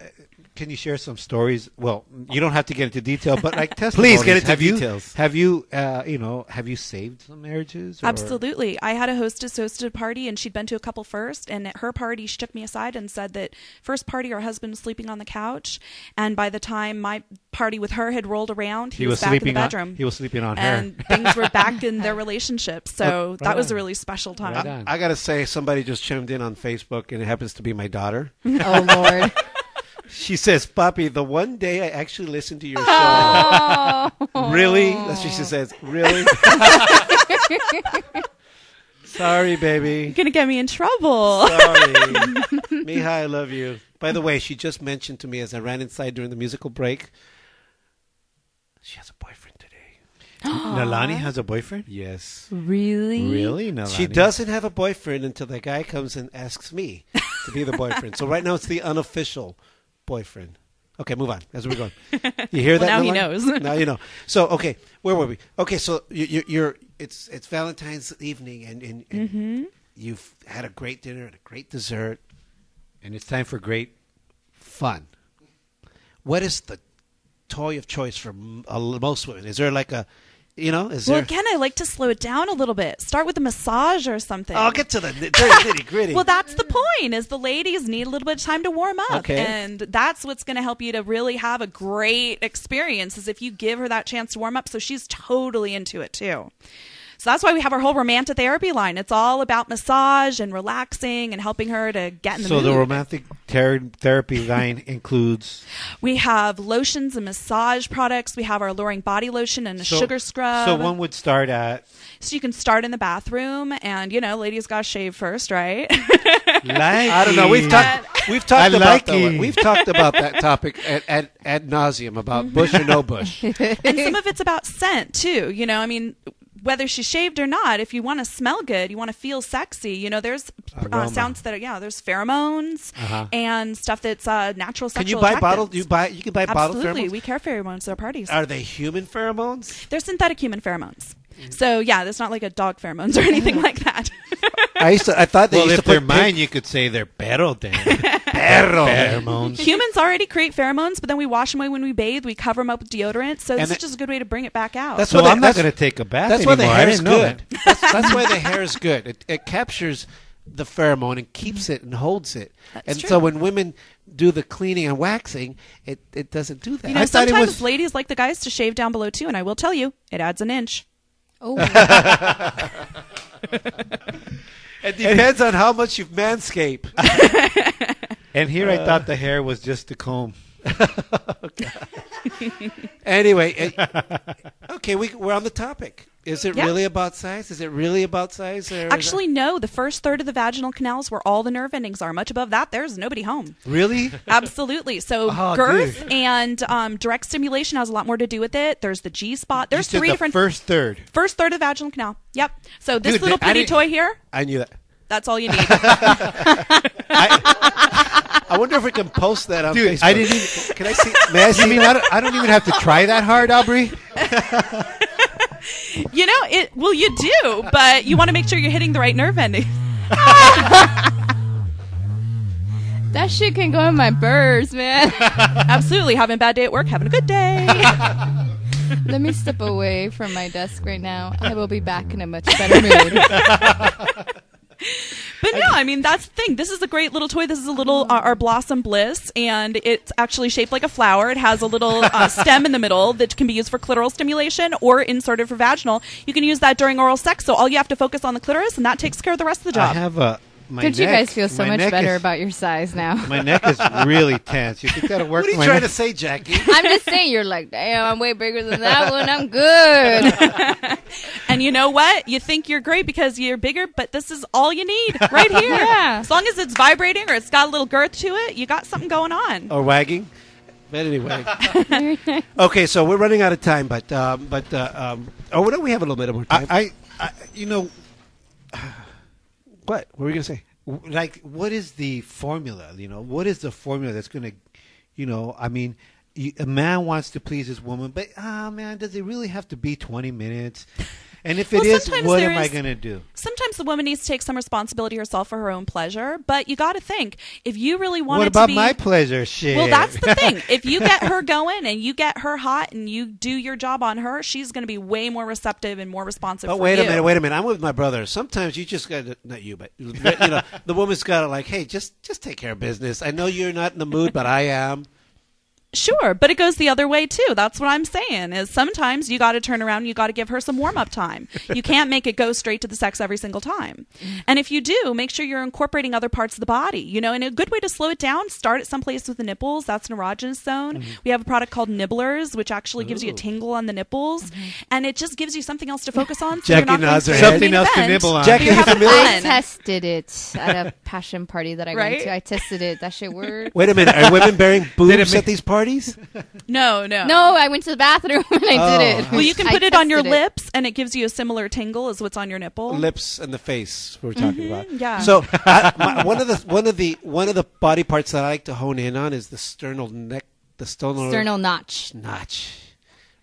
Speaker 3: can you share some stories? Well, you don't have to get into detail, but like testimonies.
Speaker 2: get into
Speaker 3: have
Speaker 2: details.
Speaker 3: You, have you, uh, you know, have you saved some marriages? or-
Speaker 8: Absolutely. I had a hostess hosted a party and she'd been to a couple first. And at her party, she took me aside and said that first party, her husband was sleeping on the couch. And by the time my party with her had rolled around, he,
Speaker 3: He was
Speaker 8: back in
Speaker 3: sleeping
Speaker 8: the
Speaker 3: on-
Speaker 8: bedroom.
Speaker 3: he was sleeping on her.
Speaker 8: and things were back in their relationship. So that was a really special time.
Speaker 3: Right on.
Speaker 2: I gotta say, somebody just chimed in on Facebook, and it happens to be my daughter.
Speaker 4: Oh Lord.
Speaker 2: She says, "Papi, the one day I actually listened to your show, really? That's what she says. Really? Sorry, baby.
Speaker 8: You're going to get me in trouble.
Speaker 2: Sorry, Mija, I love you. By the way, she just mentioned to me as I ran inside during the musical break. She has a boyfriend today.
Speaker 3: Nalani has a boyfriend.
Speaker 2: Yes."
Speaker 4: really?
Speaker 3: Really, Nalani?
Speaker 2: She doesn't have a boyfriend until the guy comes and asks me to be the boyfriend. so right now it's the unofficial boyfriend. Okay, move on as we're going. You hear
Speaker 8: Well,
Speaker 2: that?
Speaker 8: now he
Speaker 2: Nolan?
Speaker 8: knows.
Speaker 2: now you know. So okay, where were we? Okay, so you, you, you're it's it's Valentine's evening and, and, and
Speaker 8: Mm-hmm.
Speaker 2: you've had a great dinner and a great dessert,
Speaker 3: And it's time for great.
Speaker 2: fun. What is the toy of choice for m- uh, most women? Is there like a, you know, is
Speaker 8: Well,
Speaker 2: there?
Speaker 8: again, I like to slow it down a little bit. Start with a massage or something.
Speaker 2: I'll get to the nitty gritty.
Speaker 8: Well, that's the point. Is the ladies need a little bit of time to warm up,
Speaker 2: Okay.
Speaker 8: and that's what's going to help you to really have a great experience. Is if you give her that chance to warm up, so she's totally into it too. So that's why we have our whole romantic therapy line. It's all about massage and relaxing and helping her to get in the
Speaker 3: So
Speaker 8: mood.
Speaker 3: the romantic ter- therapy line includes
Speaker 8: we have lotions and massage products. We have our lowering body lotion and a
Speaker 3: so-
Speaker 8: sugar scrub.
Speaker 3: So one would start at
Speaker 8: So you can start in the bathroom, and you know, ladies got to shave first, right?
Speaker 3: like
Speaker 2: I don't know. We've talked. We've talked
Speaker 3: I
Speaker 2: about
Speaker 3: like
Speaker 2: that. one.
Speaker 3: it.
Speaker 2: We've talked about that topic at at, at nauseum
Speaker 8: Mm-hmm.
Speaker 2: about bush or no bush.
Speaker 8: and some of it's about scent too. You know, I mean, whether she's shaved or not, if you want to smell good, you want to feel sexy. You know, there's uh, sounds that are yeah, there's pheromones and stuff that's uh, natural
Speaker 2: Uh-huh. Can you
Speaker 8: sexual.
Speaker 2: buy bottled?
Speaker 8: attractants.
Speaker 2: You buy. You can buy bottled
Speaker 8: Absolutely,
Speaker 2: pheromones.
Speaker 8: we care for pheromones at our parties.
Speaker 2: Are they human pheromones? Mm.
Speaker 8: They're synthetic human pheromones. So yeah, there's not like a dog pheromones or anything like that.
Speaker 2: I used to. I thought they
Speaker 3: Well,
Speaker 2: used
Speaker 3: if
Speaker 2: to put
Speaker 3: they're mine,
Speaker 2: pink-
Speaker 3: you could say they're perro then. perro pheromones.
Speaker 8: Humans already create pheromones, but then we wash them away when we bathe. We cover them up with deodorant. So this is
Speaker 2: And it-
Speaker 8: just a good way to bring it back out.
Speaker 2: That's
Speaker 3: So
Speaker 2: what they-
Speaker 3: I'm not
Speaker 2: that's-
Speaker 3: going to take a bath
Speaker 2: That's why
Speaker 3: anymore.
Speaker 2: the
Speaker 3: I
Speaker 2: hair is
Speaker 3: didn't know
Speaker 2: good.
Speaker 3: that.
Speaker 2: That's, that's why the hair is good. It, it captures the pheromone and keeps it and holds it. and
Speaker 8: true.
Speaker 2: so when women do the cleaning and waxing, it, it doesn't do that.
Speaker 8: you know,
Speaker 2: I thought it
Speaker 8: sometimes
Speaker 2: was
Speaker 8: ladies like the guys to shave down below too, and I will tell you, it adds an inch.
Speaker 4: Oh,
Speaker 2: it depends on how much you've manscaped.
Speaker 3: And here I thought the hair was just the comb.
Speaker 2: Anyway, it- okay, we, we're on the topic. Is it
Speaker 8: Yeah.
Speaker 2: really about size? Is it really about size? Or is
Speaker 8: Actually, no. The first third of the vaginal canal is where all the nerve endings are. Much above that, there's nobody home.
Speaker 2: it- really?
Speaker 8: Absolutely. So
Speaker 2: Ah,
Speaker 3: Oh,
Speaker 8: girth and um, direct stimulation has a lot more to do with it. There's the G spot. There's
Speaker 3: you said
Speaker 8: three
Speaker 3: the
Speaker 8: different
Speaker 3: First third.
Speaker 8: first third of the vaginal canal. Yep. So this
Speaker 2: Dude,
Speaker 8: little
Speaker 2: I
Speaker 8: pretty
Speaker 2: didn't-
Speaker 8: toy here.
Speaker 2: I knew that.
Speaker 8: That's all you need.
Speaker 2: I wonder if we can post that on
Speaker 3: Dude,
Speaker 2: Facebook.
Speaker 3: I didn't even-
Speaker 2: Can I see? May I
Speaker 3: You
Speaker 2: see?
Speaker 3: mean I don't, I don't even have to try that hard, Aubrey?
Speaker 8: you know it. Well, you do, but you want to make sure you're hitting the right nerve ending.
Speaker 4: that shit can go in my birds, man.
Speaker 8: Absolutely. Having a bad day at work, having a good day.
Speaker 4: Let me step away from my desk right now. I will be back in a much better mood.
Speaker 8: But no, I mean that's the thing. This is a great little toy. This is a little uh, our blossom bliss, and it's actually shaped like a flower. It has a little uh, stem in the middle that can be used for clitoral stimulation or inserted for vaginal. You can use that during oral sex. So all you have to focus on the clitoris, and that takes care of the rest of the
Speaker 3: I
Speaker 8: job.
Speaker 3: have a. My
Speaker 10: Don't you
Speaker 3: neck-
Speaker 10: guys feel so
Speaker 3: my
Speaker 10: much
Speaker 3: neck
Speaker 10: better
Speaker 3: is-
Speaker 10: about your size now?
Speaker 3: My neck is really tense. You think that'll work?
Speaker 2: What are you
Speaker 3: my
Speaker 2: trying
Speaker 3: neck?
Speaker 2: to say, Jackie?
Speaker 10: I'm just saying, you're like, damn, I'm way bigger than that one. I'm good.
Speaker 8: and you know what? You think you're great because you're bigger, but this is all you need right here.
Speaker 10: Yeah.
Speaker 8: As long as it's vibrating or it's got a little girth to it, you got something going on.
Speaker 3: or wagging?
Speaker 2: But anyway, okay, so we're running out of time, but um, but uh, um, oh, why don't we have a little bit more time?
Speaker 3: I, I, I, you know,
Speaker 2: what? What were we gonna say?
Speaker 3: w- like what is the formula you know what is the formula that's going to you know i mean you, a man wants to please his woman but ah man does it really have to be 20 minutes and if it
Speaker 8: Well,
Speaker 3: is,
Speaker 8: sometimes
Speaker 3: what
Speaker 8: there
Speaker 3: am i
Speaker 8: is-
Speaker 3: going to do
Speaker 8: Sometimes the woman needs to take some responsibility herself for her own pleasure, but you got to think if you really want
Speaker 3: what
Speaker 8: it
Speaker 3: about
Speaker 8: to be,
Speaker 3: my pleasure shit
Speaker 8: Well, that's the thing. If you get her going and you get her hot and you do your job on her, she's going to be way more receptive and more responsive.
Speaker 2: But
Speaker 8: for
Speaker 2: wait a
Speaker 8: you.
Speaker 2: minute, wait a minute. I'm with my brother. Sometimes you just got to, not you, but you know, the woman's got to like, hey, just just take care of business. I know you're not in the mood, but I am.
Speaker 8: Sure, but it goes the other way too. That's what I'm saying. Is sometimes you got to turn around, and you got to give her some warm up time. You can't make it go straight to the sex every single time. And if you do, make sure you're incorporating other parts of the body. You know, and a good way to slow it down, start at someplace with the nipples. That's an erogenous zone.
Speaker 10: Mm-hmm.
Speaker 8: We have a product called Nibblers, which actually gives you a tingle on the nipples,
Speaker 10: Mm-hmm.
Speaker 8: and it just gives you something else to focus on. So
Speaker 2: Jackie
Speaker 8: you're not going
Speaker 2: nods her
Speaker 8: straight
Speaker 2: head.
Speaker 8: the main
Speaker 3: Something else to
Speaker 8: event,
Speaker 3: nibble on.
Speaker 8: but
Speaker 2: Jackie,
Speaker 8: you're
Speaker 2: you
Speaker 8: having
Speaker 2: familiar?
Speaker 10: I
Speaker 8: fun.
Speaker 10: tested it at a passion party that I
Speaker 8: Right?
Speaker 10: went to. I tested it. That shit worked.
Speaker 2: Wait a minute. Are women bearing
Speaker 3: make-
Speaker 2: boobs at these parties?
Speaker 8: No, no,
Speaker 10: No, I went to the bathroom and I did
Speaker 2: Oh.
Speaker 10: it.
Speaker 8: Well, you can
Speaker 10: I
Speaker 8: put it on your
Speaker 10: tested
Speaker 8: lips, and it gives you a similar tingle as what's on your nipple. Mm-hmm,
Speaker 2: Lips and the face we're talking about.
Speaker 8: yeah.
Speaker 2: So I, my, one of the one of the one of the body parts that I like to hone in on is the sternal neck, the sternal
Speaker 10: Sternal notch.
Speaker 2: notch.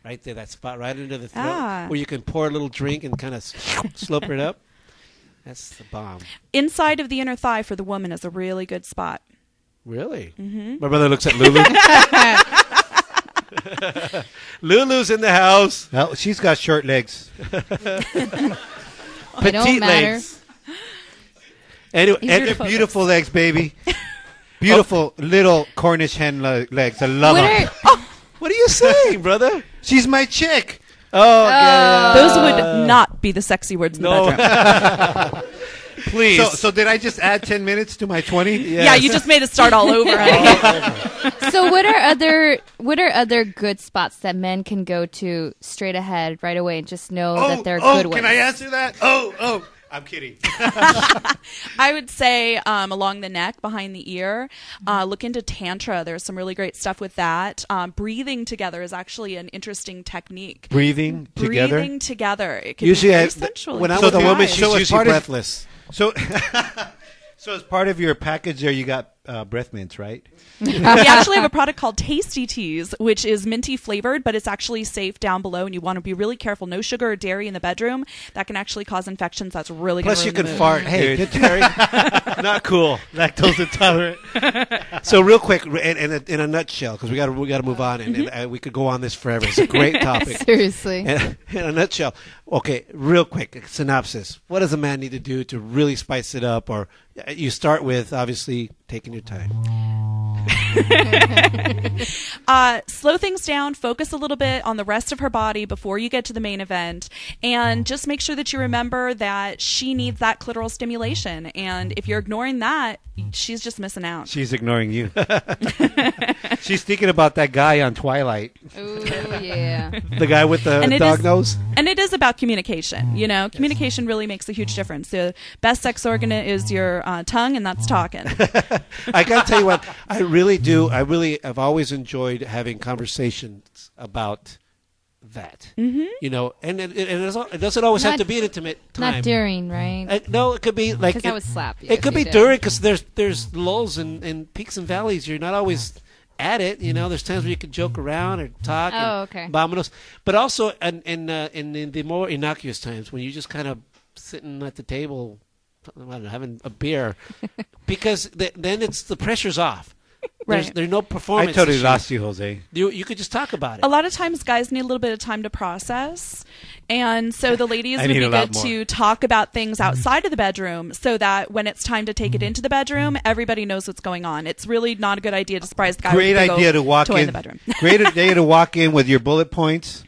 Speaker 2: Right there, that spot right under the throat
Speaker 8: Ah.
Speaker 2: where you can pour a little drink and kind of slope it up. That's the bomb.
Speaker 8: inside of the inner thigh for the woman is a really good spot.
Speaker 2: Really? Mm-hmm. My brother looks at Lulu. Lulu's in the house.
Speaker 3: well, she's got short legs
Speaker 10: It don't matter.
Speaker 2: Anyway,
Speaker 10: Easier
Speaker 2: and
Speaker 10: to focus.
Speaker 2: they're beautiful.
Speaker 3: beautiful legs baby beautiful little cornish hen le- legs i love
Speaker 10: What
Speaker 3: them
Speaker 10: are,
Speaker 2: What are you saying, brother?
Speaker 3: she's my chick
Speaker 2: Oh, yeah,
Speaker 8: Those would not be the sexy words in the
Speaker 2: No.
Speaker 8: bedroom.
Speaker 2: please.
Speaker 3: so, so did i just add 10 minutes to my 20
Speaker 8: Yeah, you just made it start all over. I think.
Speaker 10: so what are other what are other good spots that men can go to straight ahead right away and just know that they're
Speaker 3: oh,
Speaker 10: good
Speaker 3: can
Speaker 10: ones?
Speaker 3: I answer that? Oh, oh, I'm kidding.
Speaker 8: I would say um, along the neck, behind the ear, uh, look into tantra. There's some really great stuff with that. Um, breathing together is actually an interesting technique.
Speaker 3: Breathing together.
Speaker 8: Breathing together, it can
Speaker 2: usually,
Speaker 8: be
Speaker 2: I-
Speaker 8: very
Speaker 2: th-
Speaker 8: sensual.
Speaker 2: when
Speaker 8: It
Speaker 2: I'm
Speaker 8: can
Speaker 2: with
Speaker 8: be
Speaker 2: a woman,
Speaker 8: nice.
Speaker 2: she's
Speaker 3: So as
Speaker 2: usually
Speaker 3: part of-
Speaker 2: breathless.
Speaker 3: So, so as part of your package there, you got uh, breath mints, right?
Speaker 8: we actually have a product called Tasty Teas, which is minty flavored, but it's actually safe down below, and you want to be really careful. No sugar or dairy in the bedroom. That can actually cause infections. That's really gonna
Speaker 2: Plus, you
Speaker 8: ruin
Speaker 2: can
Speaker 8: the mood.
Speaker 2: fart. Hey,
Speaker 3: Dude.
Speaker 2: good Terry. Not cool.
Speaker 3: Lactose intolerant.
Speaker 2: So, real quick, in, in, a, in a nutshell, because we got to we got to move on, and,
Speaker 8: Mm-hmm.
Speaker 2: and uh, we could go on this forever. It's a great topic.
Speaker 10: Seriously.
Speaker 2: in, in a nutshell. Okay, real quick synopsis. What does a man need to do to really spice it up? Or uh, you start with obviously taking your time.
Speaker 8: uh, slow things down, focus a little bit on the rest of her body before you get to the main event, and
Speaker 2: Mm.
Speaker 8: just make sure that you remember that she needs that clitoral stimulation. And if you're ignoring that, she's just missing out.
Speaker 3: She's ignoring you. She's thinking about that guy on Twilight,
Speaker 10: Ooh, yeah.
Speaker 2: The guy with the
Speaker 8: And it
Speaker 2: dog
Speaker 8: is-
Speaker 2: nose. Mm.
Speaker 8: And it is about communication. You know, communication really makes a huge difference. The best sex organ
Speaker 2: Mm.
Speaker 8: is your uh, tongue, and that's talking.
Speaker 2: I gotta tell you what, I really do. I really have always enjoyed having conversations about that. Mm-hmm. You know, and it, it, it doesn't- it doesn't always have
Speaker 10: Not-
Speaker 2: to be an intimate time.
Speaker 10: Not during, right? Mm-hmm.
Speaker 2: Uh, no, it could be like
Speaker 10: 'Cause I
Speaker 2: it-
Speaker 10: would slap you
Speaker 2: It
Speaker 10: if
Speaker 2: could
Speaker 10: you
Speaker 2: be
Speaker 10: did.
Speaker 2: during because there's there's lulls and, and peaks and valleys. You're not always at it. You know, there's times where you can joke around or talk. and
Speaker 10: Oh, okay.
Speaker 2: Vominos, but also in in, uh, in in the more innocuous times when you're just kind of sitting at the table, I don't know, having a beer, because th- then it's the pressure's off. There's,
Speaker 8: Right.
Speaker 2: there's no performance.
Speaker 3: I totally
Speaker 2: issue.
Speaker 3: lost you, Jose.
Speaker 2: You you could just talk about it.
Speaker 8: A lot of times, guys need a little bit of time to process, and so the ladies
Speaker 3: I
Speaker 8: would
Speaker 3: need
Speaker 8: be
Speaker 3: a lot Mm-hmm.
Speaker 8: good to talk about things outside of the bedroom, so that when it's time to take it into the bedroom,
Speaker 3: Mm-hmm.
Speaker 8: everybody knows what's going on. It's really not a good idea to surprise the guy.
Speaker 3: Great
Speaker 8: with a big
Speaker 3: idea
Speaker 8: old
Speaker 3: to walk
Speaker 8: toy
Speaker 3: in.
Speaker 8: the bedroom.
Speaker 3: great idea to walk in with your bullet points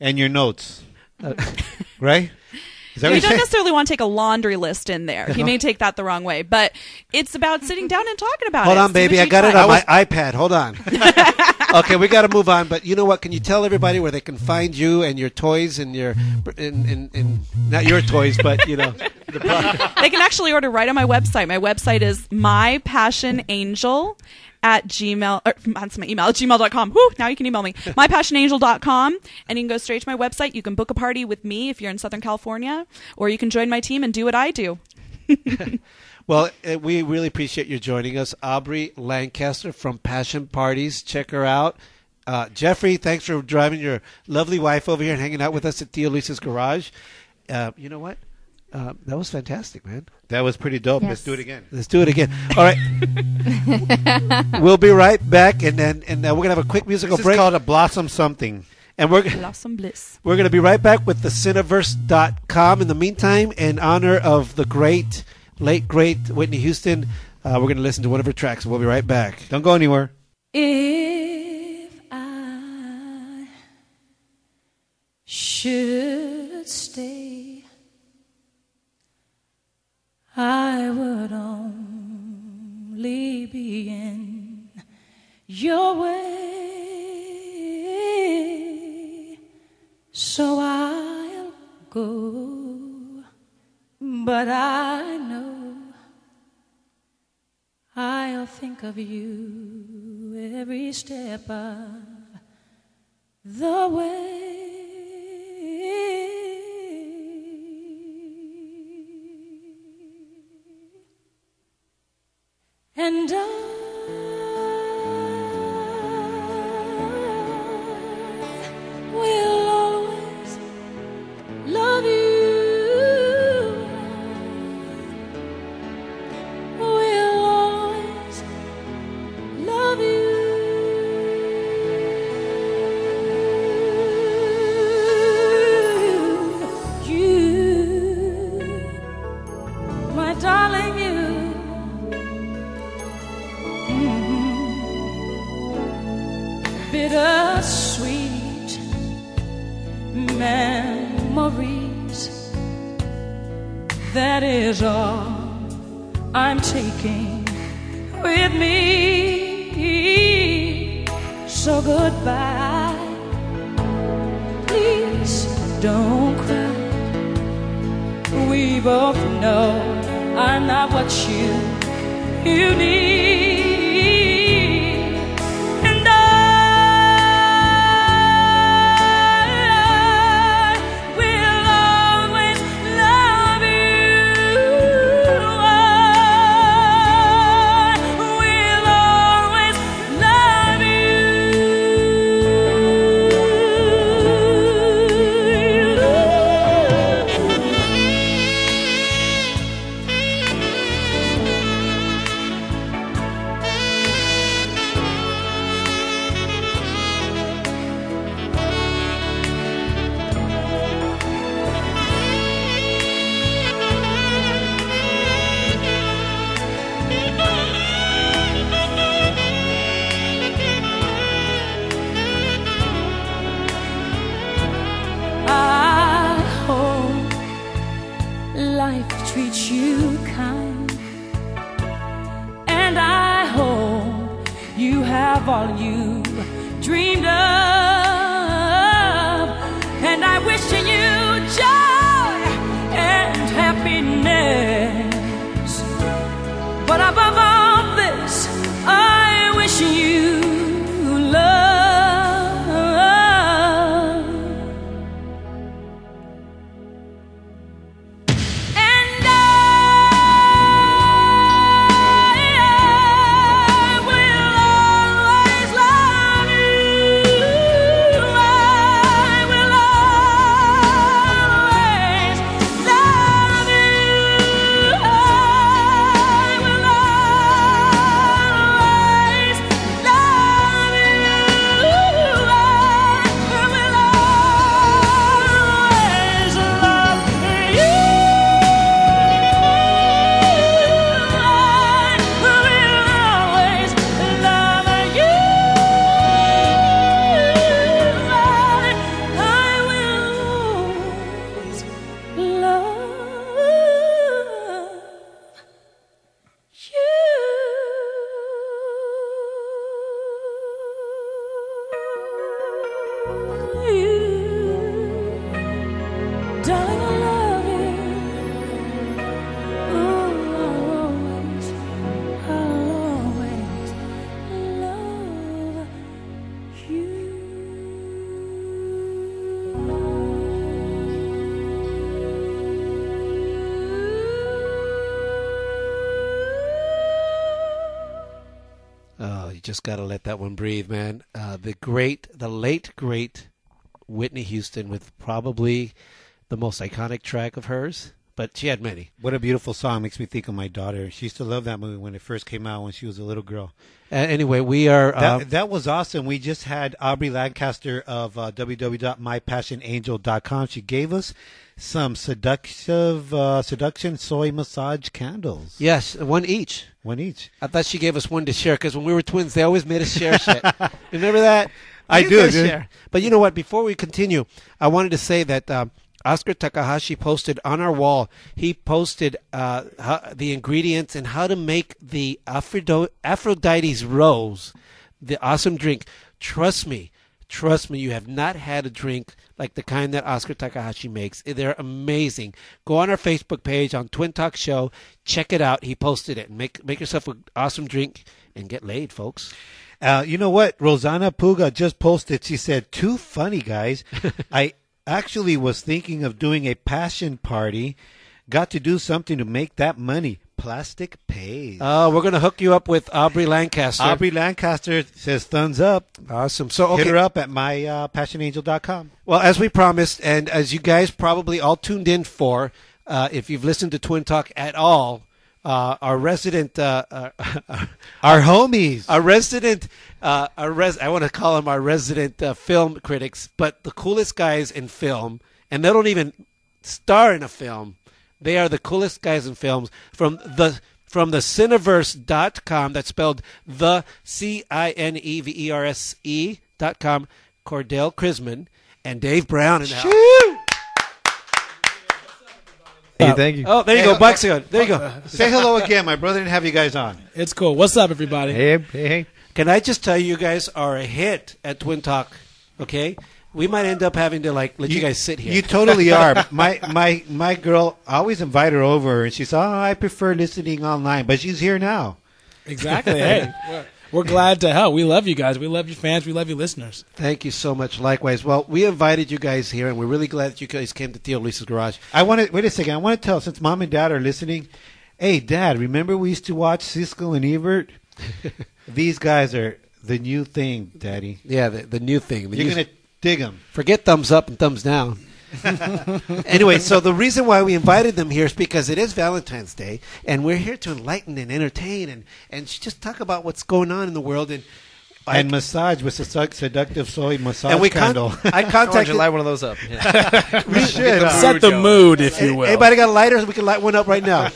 Speaker 3: and your notes.
Speaker 2: Uh,
Speaker 3: right? Is that
Speaker 8: you
Speaker 3: what you
Speaker 8: don't
Speaker 3: said?
Speaker 8: necessarily want to take a laundry list in there. You may take that the wrong way, but it's about sitting down and talking about
Speaker 2: Hold
Speaker 8: it.
Speaker 2: on,
Speaker 8: See what
Speaker 2: baby. I
Speaker 8: you
Speaker 2: got it
Speaker 8: find.
Speaker 2: on my iPad. Hold on. okay, we got to move on. But you know what? Can you tell everybody where they can find you and your toys and your and, and, and not your toys, but you know the product.
Speaker 8: they can actually order right on my website. My website is mypassionangel at gmail or that's my email at gmail.com Whew, now you can email me mypassionangel.com and you can go straight to my website you can book a party with me if you're in southern california or you can join my team and do what i do
Speaker 2: Well, uh, we really appreciate you joining us, Aubrey Lancaster from Passion Parties. Check her out. Uh, Jeffrey, thanks for driving your lovely wife over here and hanging out with us at Tia Lisa's garage. Uh, you know what? Uh, that was fantastic, man.
Speaker 3: That was pretty dope. Let's
Speaker 10: Yes.
Speaker 3: do it again.
Speaker 2: Let's do it again. All right. we'll be right back, and then and uh, we're gonna have a quick musical
Speaker 3: This is
Speaker 2: break,
Speaker 3: called a blossom something.
Speaker 2: and we're g-
Speaker 8: blossom bliss
Speaker 2: we're gonna be right back with the Cineverse.com. In the meantime, in honor of the great, late great Whitney Houston, uh, we're gonna listen to one of her tracks. We'll be right back.
Speaker 3: Don't go anywhere.
Speaker 12: If I should stay, I would only be in your way. So I'll go, but I know I'll think of you every step of the way. And I will always love you will always love you. You, my darling, you. Mm-hmm. Mhm. Bittersweet memories. That is all. I'm taking with me. So goodbye. Please don't cry. We both know I'm not what you you need. And I will always love you. I will always love I hope life treats you kind. And I hope you have all you dreamed of. And I wish you joy and happiness. But above all this, I wish you love. And I will always love you. Oh,
Speaker 2: Oh, just got to let that one breathe, man. Uh, the great, the late great Whitney Houston with probably the most iconic track of hers, but she had many.
Speaker 3: What a beautiful song. Makes me think of my daughter. She used to love that movie when it first came out when she was a little girl.
Speaker 2: Uh, anyway, we are.
Speaker 3: That,
Speaker 2: um,
Speaker 3: that was awesome. We just had Aubrey Lancaster of uh, www.mypassionangel.com. She gave us some seductive uh, seduction soy massage candles.
Speaker 2: Yes, one each.
Speaker 3: One each.
Speaker 2: I thought she gave us one to share because when we were twins, they always made us share shit. Remember that?
Speaker 3: I
Speaker 2: You
Speaker 3: do,
Speaker 2: gotta
Speaker 3: dude.
Speaker 2: But you know what? Before we continue, I wanted to say that um, Oscar Takahashi posted on our wall. He posted uh, ho- the ingredients and how to make the Aphrodo- Aphrodite's rose, the awesome drink. Trust me. Trust me, you have not had a drink like the kind that Oscar Takahashi makes. They're amazing. Go on our Facebook page on Twin Talk Show, check it out. He posted it. Make make yourself an awesome drink and get laid, folks.
Speaker 3: Uh, you know what? Rosanna Puga just posted. She said, "Too funny, guys. I actually was thinking of doing a passion party. Got to do something to make that money. Plastic pays."
Speaker 2: Uh, we're gonna hook you up with Aubrey Lancaster.
Speaker 3: Aubrey Lancaster says thumbs up.
Speaker 2: Awesome. So
Speaker 3: hit
Speaker 2: okay.
Speaker 3: her up at my uh, passionangel.com.
Speaker 2: Well, as we promised, and as you guys probably all tuned in for, uh, if you've listened to Twin Talk at all, uh, our resident, uh, uh,
Speaker 3: Our homies.
Speaker 2: our resident, uh, our res- I want to call them our resident uh, film critics, but the coolest guys in film, and they don't even star in a film. They are the coolest guys in films from the from the Cineverse.com. That's spelled the C I N E V E R S E dot com. Cordell Crisman and Dave Brown in the house.
Speaker 7: Hey, uh, thank you.
Speaker 2: Oh, there you go, Buxion. There you go.
Speaker 3: uh, Say hello again. My brother didn't have you guys on.
Speaker 7: It's cool. What's up, everybody? Hey, hey, hey.
Speaker 2: Can I just tell you, you guys are a hit at Twin Talk. Okay, we might end up having to like let you, guys sit here.
Speaker 3: You totally are. My my my girl. I always invite her over, and she says, "Oh, I prefer listening online," but she's here now.
Speaker 7: Exactly. hey, we're, we're glad to help. We love you guys. We love your fans. We love your listeners.
Speaker 2: Thank you so much. Likewise. Well, we invited you guys here, and we're really glad that you guys came to Theo Lisa's Garage.
Speaker 3: I want to wait a second. I want to tell since mom and dad are listening. Hey, dad, remember we used to watch Siskel and Ebert? These guys are the new thing, daddy.
Speaker 2: Yeah, the, the new thing. The
Speaker 3: You're
Speaker 2: new-
Speaker 3: gonna dig them.
Speaker 2: forget thumbs up and thumbs down. anyway, so the reason why we invited them here is because it is Valentine's Day, and we're here to enlighten and entertain and and just talk about what's going on in the world. And I-
Speaker 3: And massage with sedu- seductive soy massage
Speaker 2: and we con-
Speaker 3: candle.
Speaker 2: I
Speaker 7: want
Speaker 2: contacted
Speaker 7: to light one of those up.
Speaker 2: we should
Speaker 7: Set the mood, if you will.
Speaker 2: Anybody got a lighter? We can light one up right now.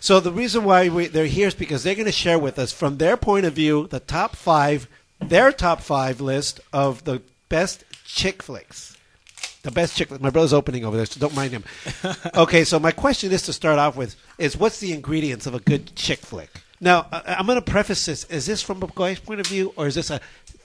Speaker 2: So the reason why we, they're here is because they're going to share with us, from their point of view, the top five, their top five list of the best chick flicks. The best chick flick. My brother's opening over there, so don't mind him. okay, so my question is to start off with is what's the ingredients of a good chick flick? Now, I, I'm going to preface this. Is this from a guy's point of view, or is this a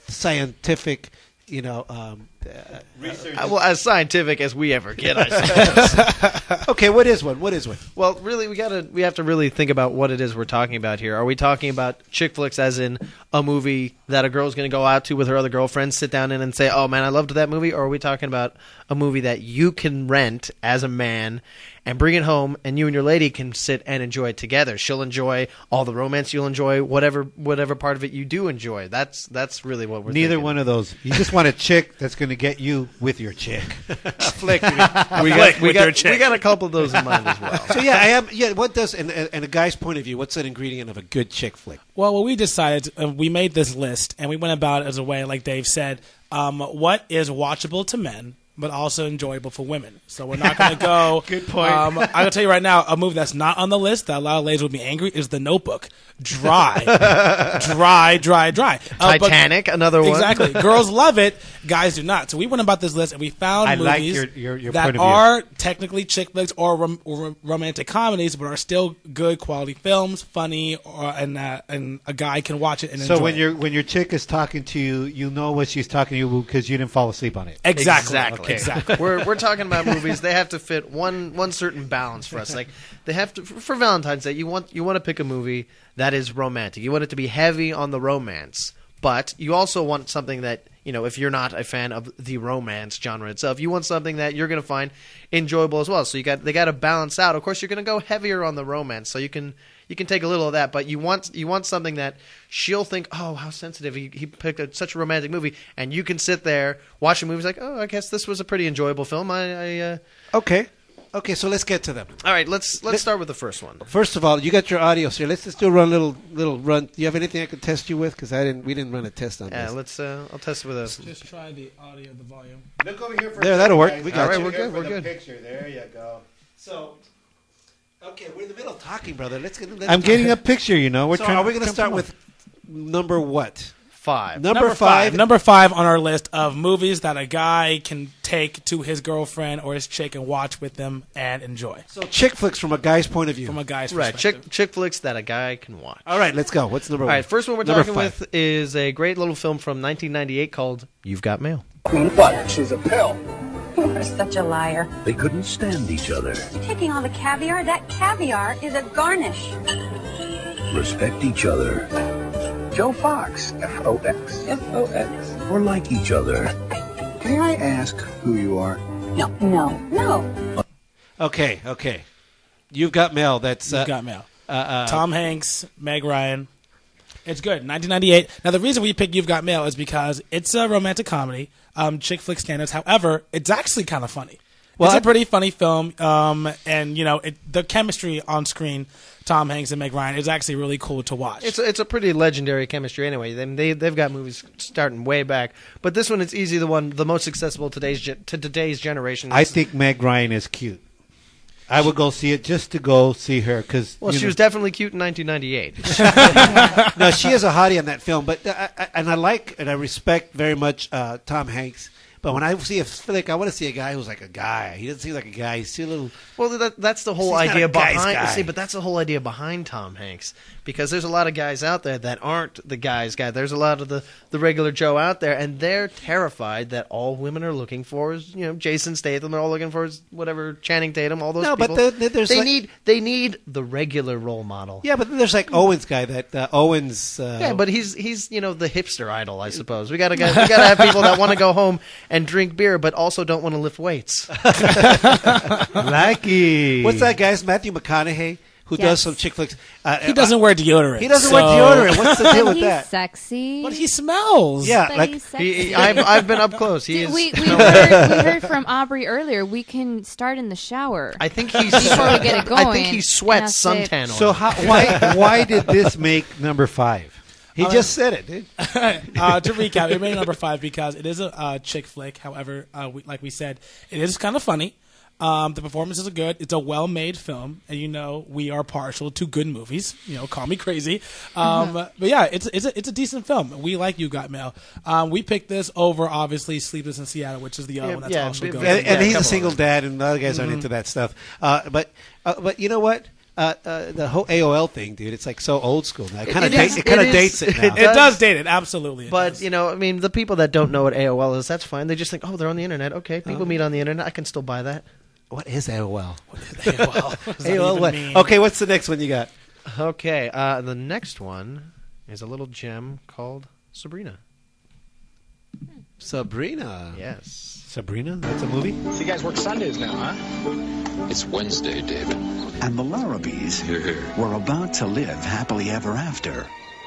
Speaker 2: scientific, you know, um, uh,
Speaker 7: Uh, well, as scientific as we ever get, I
Speaker 2: okay, what is one? What is one?
Speaker 7: Well, really, we gotta we have to really think about what it is we're talking about here. Are we talking about chick flicks, as in a movie that a girl's gonna go out to with her other girlfriends, sit down in, and say, "Oh man, I loved that movie," or are we talking about a movie that you can rent as a man and bring it home, and you and your lady can sit and enjoy it together? She'll enjoy all the romance, you'll enjoy whatever whatever part of it you do enjoy. That's that's really what we're
Speaker 3: Neither
Speaker 7: thinking.
Speaker 3: one of those. You just want a chick that's going to get you with your chick.
Speaker 7: flick. we got, we, got, we got a couple of those in mind as well.
Speaker 2: so yeah, I am. Yeah, what does and, and and a guy's point of view? What's an ingredient of a good chick flick?
Speaker 13: Well, what we decided, uh, we made this list and we went about it as a way, like Dave said, um, what is watchable to men, but also enjoyable for women. So we're not going to go.
Speaker 7: Good point.
Speaker 13: Um, I'm going to tell you right now, a movie that's not on the list that a lot of ladies would be angry is The Notebook. Dry. dry, dry, dry. Uh, but-
Speaker 7: Titanic, another one.
Speaker 13: Exactly. Girls love it. Guys do not. So we went about this list and we found
Speaker 3: I like
Speaker 13: movies
Speaker 3: your- your- your point
Speaker 13: that
Speaker 3: of view.
Speaker 13: are technically chick flicks or, rom- or rom- romantic comedies, but are still good quality films, funny, or, and uh, and a guy can watch it and
Speaker 3: so
Speaker 13: enjoy
Speaker 3: when
Speaker 13: it.
Speaker 3: your when your chick is talking to you, you know what she's talking to you because you didn't fall asleep on it.
Speaker 13: exactly
Speaker 7: Exactly.
Speaker 13: exactly.
Speaker 7: we're we're talking about movies. They have to fit one one certain balance for us. Like they have to for Valentine's Day. You want you want to pick a movie that is romantic. You want it to be heavy on the romance, But you also want something that you know if you're not a fan of the romance genre itself, you want something that you're going to find enjoyable as well. So you got they got to balance out. Of course, you're going to go heavier on the romance, so you can you can take a little of that, but you want you want something that she'll think, oh, how sensitive he, he picked a, such a romantic movie, and you can sit there watch a movie like, oh, I guess this was a pretty enjoyable film. I, I uh...
Speaker 2: Okay. Okay, so let's get to them.
Speaker 7: all right, let's let's start with the first one.
Speaker 2: First of all, you got your audio, sir. Let's just do a run, little little run. Do you have anything I could test you with? Because I didn't. We didn't run a test on
Speaker 7: Yeah,
Speaker 2: this.
Speaker 7: let's. Uh, I'll test with a.
Speaker 13: Just try the audio, the volume.
Speaker 3: Look over here for
Speaker 2: There, that'll work. We got
Speaker 3: All
Speaker 2: you.
Speaker 3: right, we're
Speaker 2: Here
Speaker 3: good.
Speaker 2: for
Speaker 3: We're
Speaker 2: the
Speaker 3: good. Picture. There you go.
Speaker 2: So, okay, we're in the middle of talking, brother. Let's get. Let's
Speaker 3: I'm getting a picture. You know, we're
Speaker 2: so
Speaker 3: trying.
Speaker 2: are we going to
Speaker 3: come
Speaker 2: start
Speaker 3: on.
Speaker 2: with number what?
Speaker 7: Five.
Speaker 2: Number, five.
Speaker 13: Number five on our list of movies that a guy can take to his girlfriend or his chick and watch with them and enjoy.
Speaker 2: So chick flicks from a guy's point of view.
Speaker 13: From a guy's
Speaker 7: Right, chick chick flicks that a guy can watch.
Speaker 2: All right, let's go. What's number
Speaker 7: All
Speaker 2: one?
Speaker 7: right, first one we're
Speaker 2: Number
Speaker 7: talking
Speaker 2: five.
Speaker 7: with is a great little film from 1998 called "You've Got Mail."
Speaker 14: What? She's a pill.
Speaker 15: You're such a liar.
Speaker 14: They couldn't stand each other.
Speaker 15: Taking all the caviar, that caviar is a garnish.
Speaker 14: Respect each other. Joe Fox. F O X. F O X. Or like each other. May I ask who you are?
Speaker 15: No, no, no.
Speaker 2: Okay, okay. You've got mail. That's uh,
Speaker 13: You've got mail.
Speaker 2: Uh, uh,
Speaker 13: Tom Hanks, Meg Ryan. It's good. 1998. Now, the reason we picked You've Got Mail is because it's a romantic comedy, um, chick flick standards. However, it's actually kind of funny.
Speaker 2: Well,
Speaker 13: it's
Speaker 2: I-
Speaker 13: a pretty funny film, um, and you know it, the chemistry on screen, Tom Hanks and Meg Ryan, is actually really cool to watch.
Speaker 7: It's a, it's a pretty legendary chemistry anyway. They, they they've got movies starting way back, but this one it's easy the one the most accessible today's gen- to today's generation.
Speaker 3: I think Meg Ryan is cute. I would go see it just to go see her because
Speaker 7: well,
Speaker 3: you
Speaker 7: she
Speaker 3: know,
Speaker 7: was definitely cute in 1998.
Speaker 2: no, she is a hottie on that film, but I, I, and I like and I respect very much uh, Tom Hanks. But when I see a flick, I want to see a guy who's like a guy. He doesn't seem like a guy. He's a little.
Speaker 7: Well, that, that's the whole
Speaker 2: He's not
Speaker 7: idea
Speaker 2: a guy's
Speaker 7: behind.
Speaker 2: guy.
Speaker 7: See, but that's the whole idea behind Tom Hanks because there's a lot of guys out there that aren't the guy's guy. There's a lot of the, the regular Joe out there, and they're terrified that all women are looking for is you know Jason Statham. They're all looking for is whatever Channing Tatum. All those
Speaker 2: No, but
Speaker 7: people.
Speaker 2: there- there- there's
Speaker 7: they
Speaker 2: like-
Speaker 7: need they need the regular role model.
Speaker 2: Yeah, but then there's like Owens guy that uh, Owens. Uh,
Speaker 7: Yeah, but he's he's you know the hipster idol, I suppose. We gotta we gotta have people that want to go home and drink beer, but also don't want to lift weights.
Speaker 3: Lackey.
Speaker 2: What's that guy's Matthew McConaughey who does
Speaker 7: Yes.
Speaker 2: some chick flicks? Uh,
Speaker 13: He doesn't wear deodorant.
Speaker 2: He doesn't wear deodorant. What's the deal
Speaker 10: But
Speaker 2: with
Speaker 10: he's
Speaker 2: that?
Speaker 10: sexy.
Speaker 13: But he smells.
Speaker 2: Yeah,
Speaker 10: But
Speaker 2: like
Speaker 10: he's sexy.
Speaker 7: He- he- I've I've been up close. He
Speaker 10: Dude,
Speaker 7: is.
Speaker 10: we, we, heard, we heard from Aubrey earlier. We can start in the shower.
Speaker 7: I think he's
Speaker 10: before we get it going.
Speaker 7: I think he sweats
Speaker 10: and that's it.
Speaker 7: suntan.
Speaker 3: So
Speaker 7: oil.
Speaker 3: how, why why did this make number five?
Speaker 2: He just said it. Dude.
Speaker 13: uh, to recap, it made number five because it is a uh, chick flick. However, uh, we, like we said, it is kind of funny. Um, the performances are good. It's a well-made film, and you know we are partial to good movies. You know, call me crazy,
Speaker 2: Mm-hmm.
Speaker 13: um, but yeah, it's it's a, it's a decent film. We like You Got Mail. Um, we picked this over obviously Sleepless in Seattle, which is the other
Speaker 2: Yeah,
Speaker 13: one that's
Speaker 2: yeah,
Speaker 13: also
Speaker 2: b-
Speaker 13: good.
Speaker 2: b- And, and he's a single dad, and the other guys aren't
Speaker 13: Mhm.
Speaker 2: into that stuff. Uh, but uh, but you know what? Uh, uh, the whole AOL thing, dude. It's like so old school now. It kind of
Speaker 7: It
Speaker 2: dates.
Speaker 7: is-
Speaker 2: It kind of
Speaker 7: it is-
Speaker 2: dates it now.
Speaker 13: It does date it absolutely.
Speaker 7: But you know, I mean, the people that don't know what AOL is, that's fine. They just think, oh, they're on the internet. Okay, people meet on the internet. I can still buy that.
Speaker 2: What is AOL?
Speaker 13: What does that
Speaker 2: AOL
Speaker 13: even
Speaker 2: what?
Speaker 13: mean?
Speaker 2: Okay, what's the next one you got?
Speaker 7: Okay, uh, the next one is a little gem called Sabrina.
Speaker 2: Sabrina.
Speaker 7: Yes.
Speaker 2: Sabrina? That's a movie?
Speaker 16: So you guys work Sundays now, huh?
Speaker 17: It's Wednesday, David.
Speaker 14: And the Larrabees were about to live happily ever after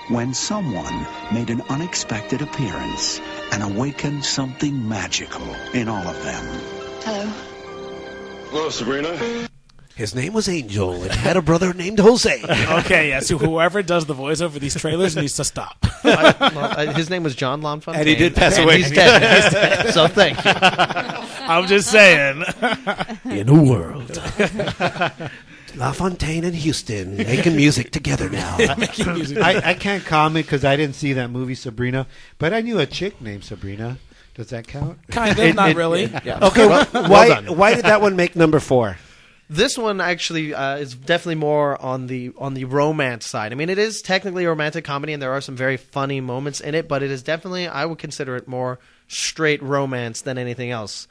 Speaker 14: when someone made an unexpected appearance and awakened something magical in all of them.
Speaker 15: Hello.
Speaker 1: Hello, Sabrina.
Speaker 2: His name was Angel and had a brother named Jose.
Speaker 13: okay, yeah. So whoever does the voiceover for these trailers needs to stop.
Speaker 7: I- well, I- his name was John Lonfontaine,
Speaker 13: And he did pass
Speaker 7: and
Speaker 13: away.
Speaker 7: He's dead. He's dead. So thank you.
Speaker 13: I'm just saying.
Speaker 2: In a world. La Fontaine and Houston making music together now.
Speaker 3: I, I can't comment because I didn't see that movie Sabrina, but I knew a chick named Sabrina. Does that count?
Speaker 13: Kind of, not really.
Speaker 2: Okay,
Speaker 7: Well-
Speaker 2: wh-
Speaker 7: well
Speaker 2: why,
Speaker 7: done.
Speaker 2: why did that one make number four?
Speaker 7: This one actually uh, is definitely more on the on the romance side. I mean, it is technically a romantic comedy, and there are some very funny moments in it, but it is definitely I would consider it more straight romance than anything else.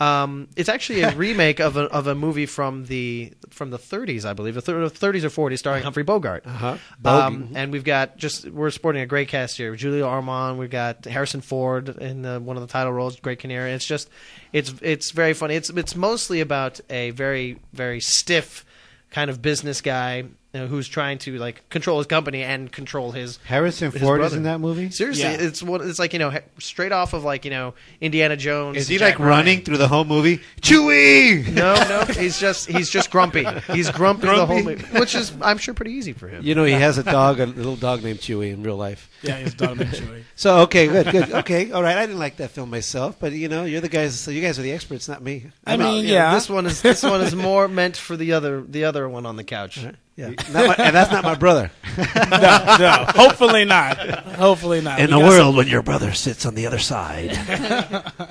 Speaker 7: Um, it's actually a remake of a, of a movie from the from the 30s, I believe, the thir- 30s or 40s, starring Humphrey Bogart. Uh-huh. Um,
Speaker 2: Bogey.
Speaker 7: and we've got just we're sporting a great cast here: Julia Armand, we've got Harrison Ford in the, one of the title roles, Great Kinnear. It's just it's it's very funny. It's it's mostly about a very very stiff kind of business guy you know, who's trying to like control his company and control his
Speaker 3: Harrison
Speaker 7: his
Speaker 3: Ford is
Speaker 7: brother.
Speaker 3: in that movie?
Speaker 7: Seriously,
Speaker 3: Yeah.
Speaker 7: it's what it's like you know ha- straight off of like you know Indiana Jones.
Speaker 3: Is he
Speaker 7: and
Speaker 3: like
Speaker 7: Jack Ryan.
Speaker 3: running through the whole movie? Chewie!
Speaker 7: No, no, he's just he's just grumpy. He's grumpy, the whole
Speaker 3: Grumpy.
Speaker 7: movie, which is I'm sure pretty easy for him.
Speaker 2: You know, he has a dog, a little dog named Chewy in real life.
Speaker 7: Yeah, he has a dog named Chewy.
Speaker 2: so okay, good, good, okay, all right. I didn't like that film myself, but you know, you're the guys. So you guys are the experts, not me.
Speaker 7: I mean, yeah. This one is this one is more meant for the other the other one on the couch.
Speaker 2: Yeah. Not my- and that's not my brother.
Speaker 13: no, no. Hopefully not. Hopefully not.
Speaker 2: In
Speaker 13: We
Speaker 2: a
Speaker 13: got
Speaker 2: world
Speaker 13: some-
Speaker 2: when your brother sits on the other side,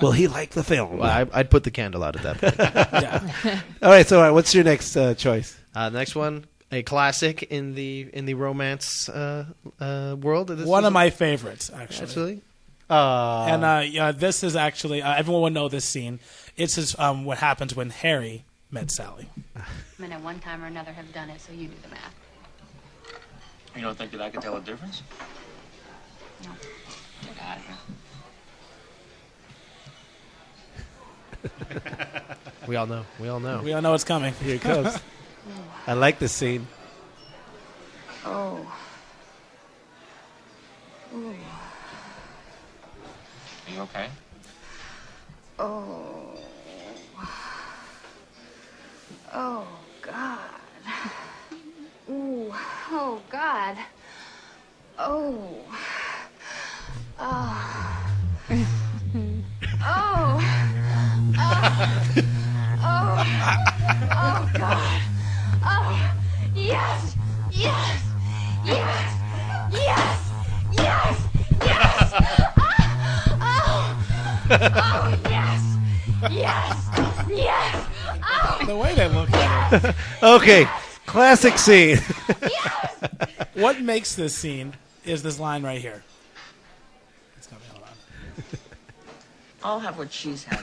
Speaker 2: will he like the film?
Speaker 7: Well, I, I'd put the candle out at that point.
Speaker 2: All right, so all right, what's your next uh, choice?
Speaker 7: uh, the next one, a classic in the in the romance uh, uh, world. This
Speaker 13: one
Speaker 7: is-
Speaker 13: of my favorites, actually.
Speaker 7: Absolutely. Uh,
Speaker 13: and uh, yeah, this is actually uh, everyone will know this scene. It's his, um, what happens when Harry met Sally.
Speaker 18: Men at one time or another have done it, so you do the math.
Speaker 16: You don't think that I can tell the difference?
Speaker 18: Did I?
Speaker 7: we all know. We all know.
Speaker 13: We all know it's coming.
Speaker 2: Here it comes. I like this scene.
Speaker 18: Oh. Ooh.
Speaker 9: oh,
Speaker 16: Are you okay?
Speaker 18: Oh. Oh, God. Ooh. Oh, God. Oh. Oh. Oh. Oh. Oh, God. Oh. Yes. Yes. Yes. Yes. Yes. Yes. Oh. Oh, yes. Yes. Yes. Oh.
Speaker 13: The way they look at
Speaker 2: okay, classic scene.
Speaker 13: it. What makes this scene is this line right here.
Speaker 19: I'll have what she's
Speaker 13: oh,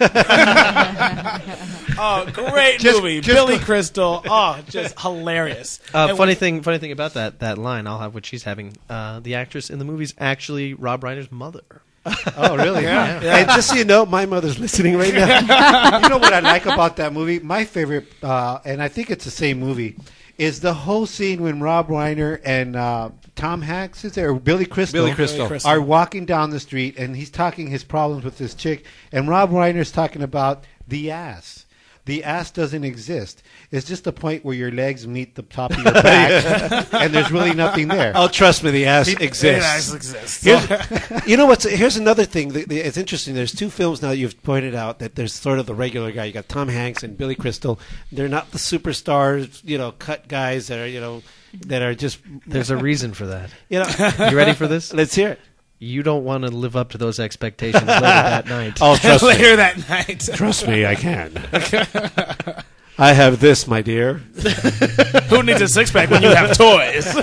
Speaker 13: great
Speaker 19: Just-
Speaker 13: movie,
Speaker 19: just-
Speaker 13: Billy Crystal. Oh, just hilarious.
Speaker 7: Uh,
Speaker 13: And
Speaker 7: funny thing, funny thing about that that line. I'll have what she's having. Uh, the actress in the movie's actually Rob Reiner's mother.
Speaker 3: Oh, really?
Speaker 7: Yeah.
Speaker 2: And just so you know, my mother's listening right now.
Speaker 3: you know what I like about that movie? My favorite, uh, and I think it's the same movie, is the whole scene when Rob Reiner and uh, Tom Hanks is there, or Billy Crystal,
Speaker 2: Billy Crystal. Billy Crystal.
Speaker 3: are walking down the street, and he's talking his problems with this chick, and Rob Reiner's talking about the ass. The ass doesn't exist. It's just the point where your legs meet the top of your back, and there's really nothing there.
Speaker 2: Oh, trust me, the ass
Speaker 3: He-
Speaker 2: exists.
Speaker 3: the ass exists.
Speaker 2: Here's- you know what's here's another thing. that- that- it's interesting. There's two films now that you've pointed out that there's sort of the regular guy. You got Tom Hanks and Billy Crystal. They're not the superstars, you know, cut guys that are you know that are just.
Speaker 7: There's a reason for that.
Speaker 2: You know,
Speaker 7: you ready for this?
Speaker 2: Let's hear it.
Speaker 7: You don't want to live up to those expectations later that night.
Speaker 2: Oh, trust me.
Speaker 13: Later that night.
Speaker 2: Trust me, I can. I have this, my dear.
Speaker 13: Who needs a six pack when you have toys?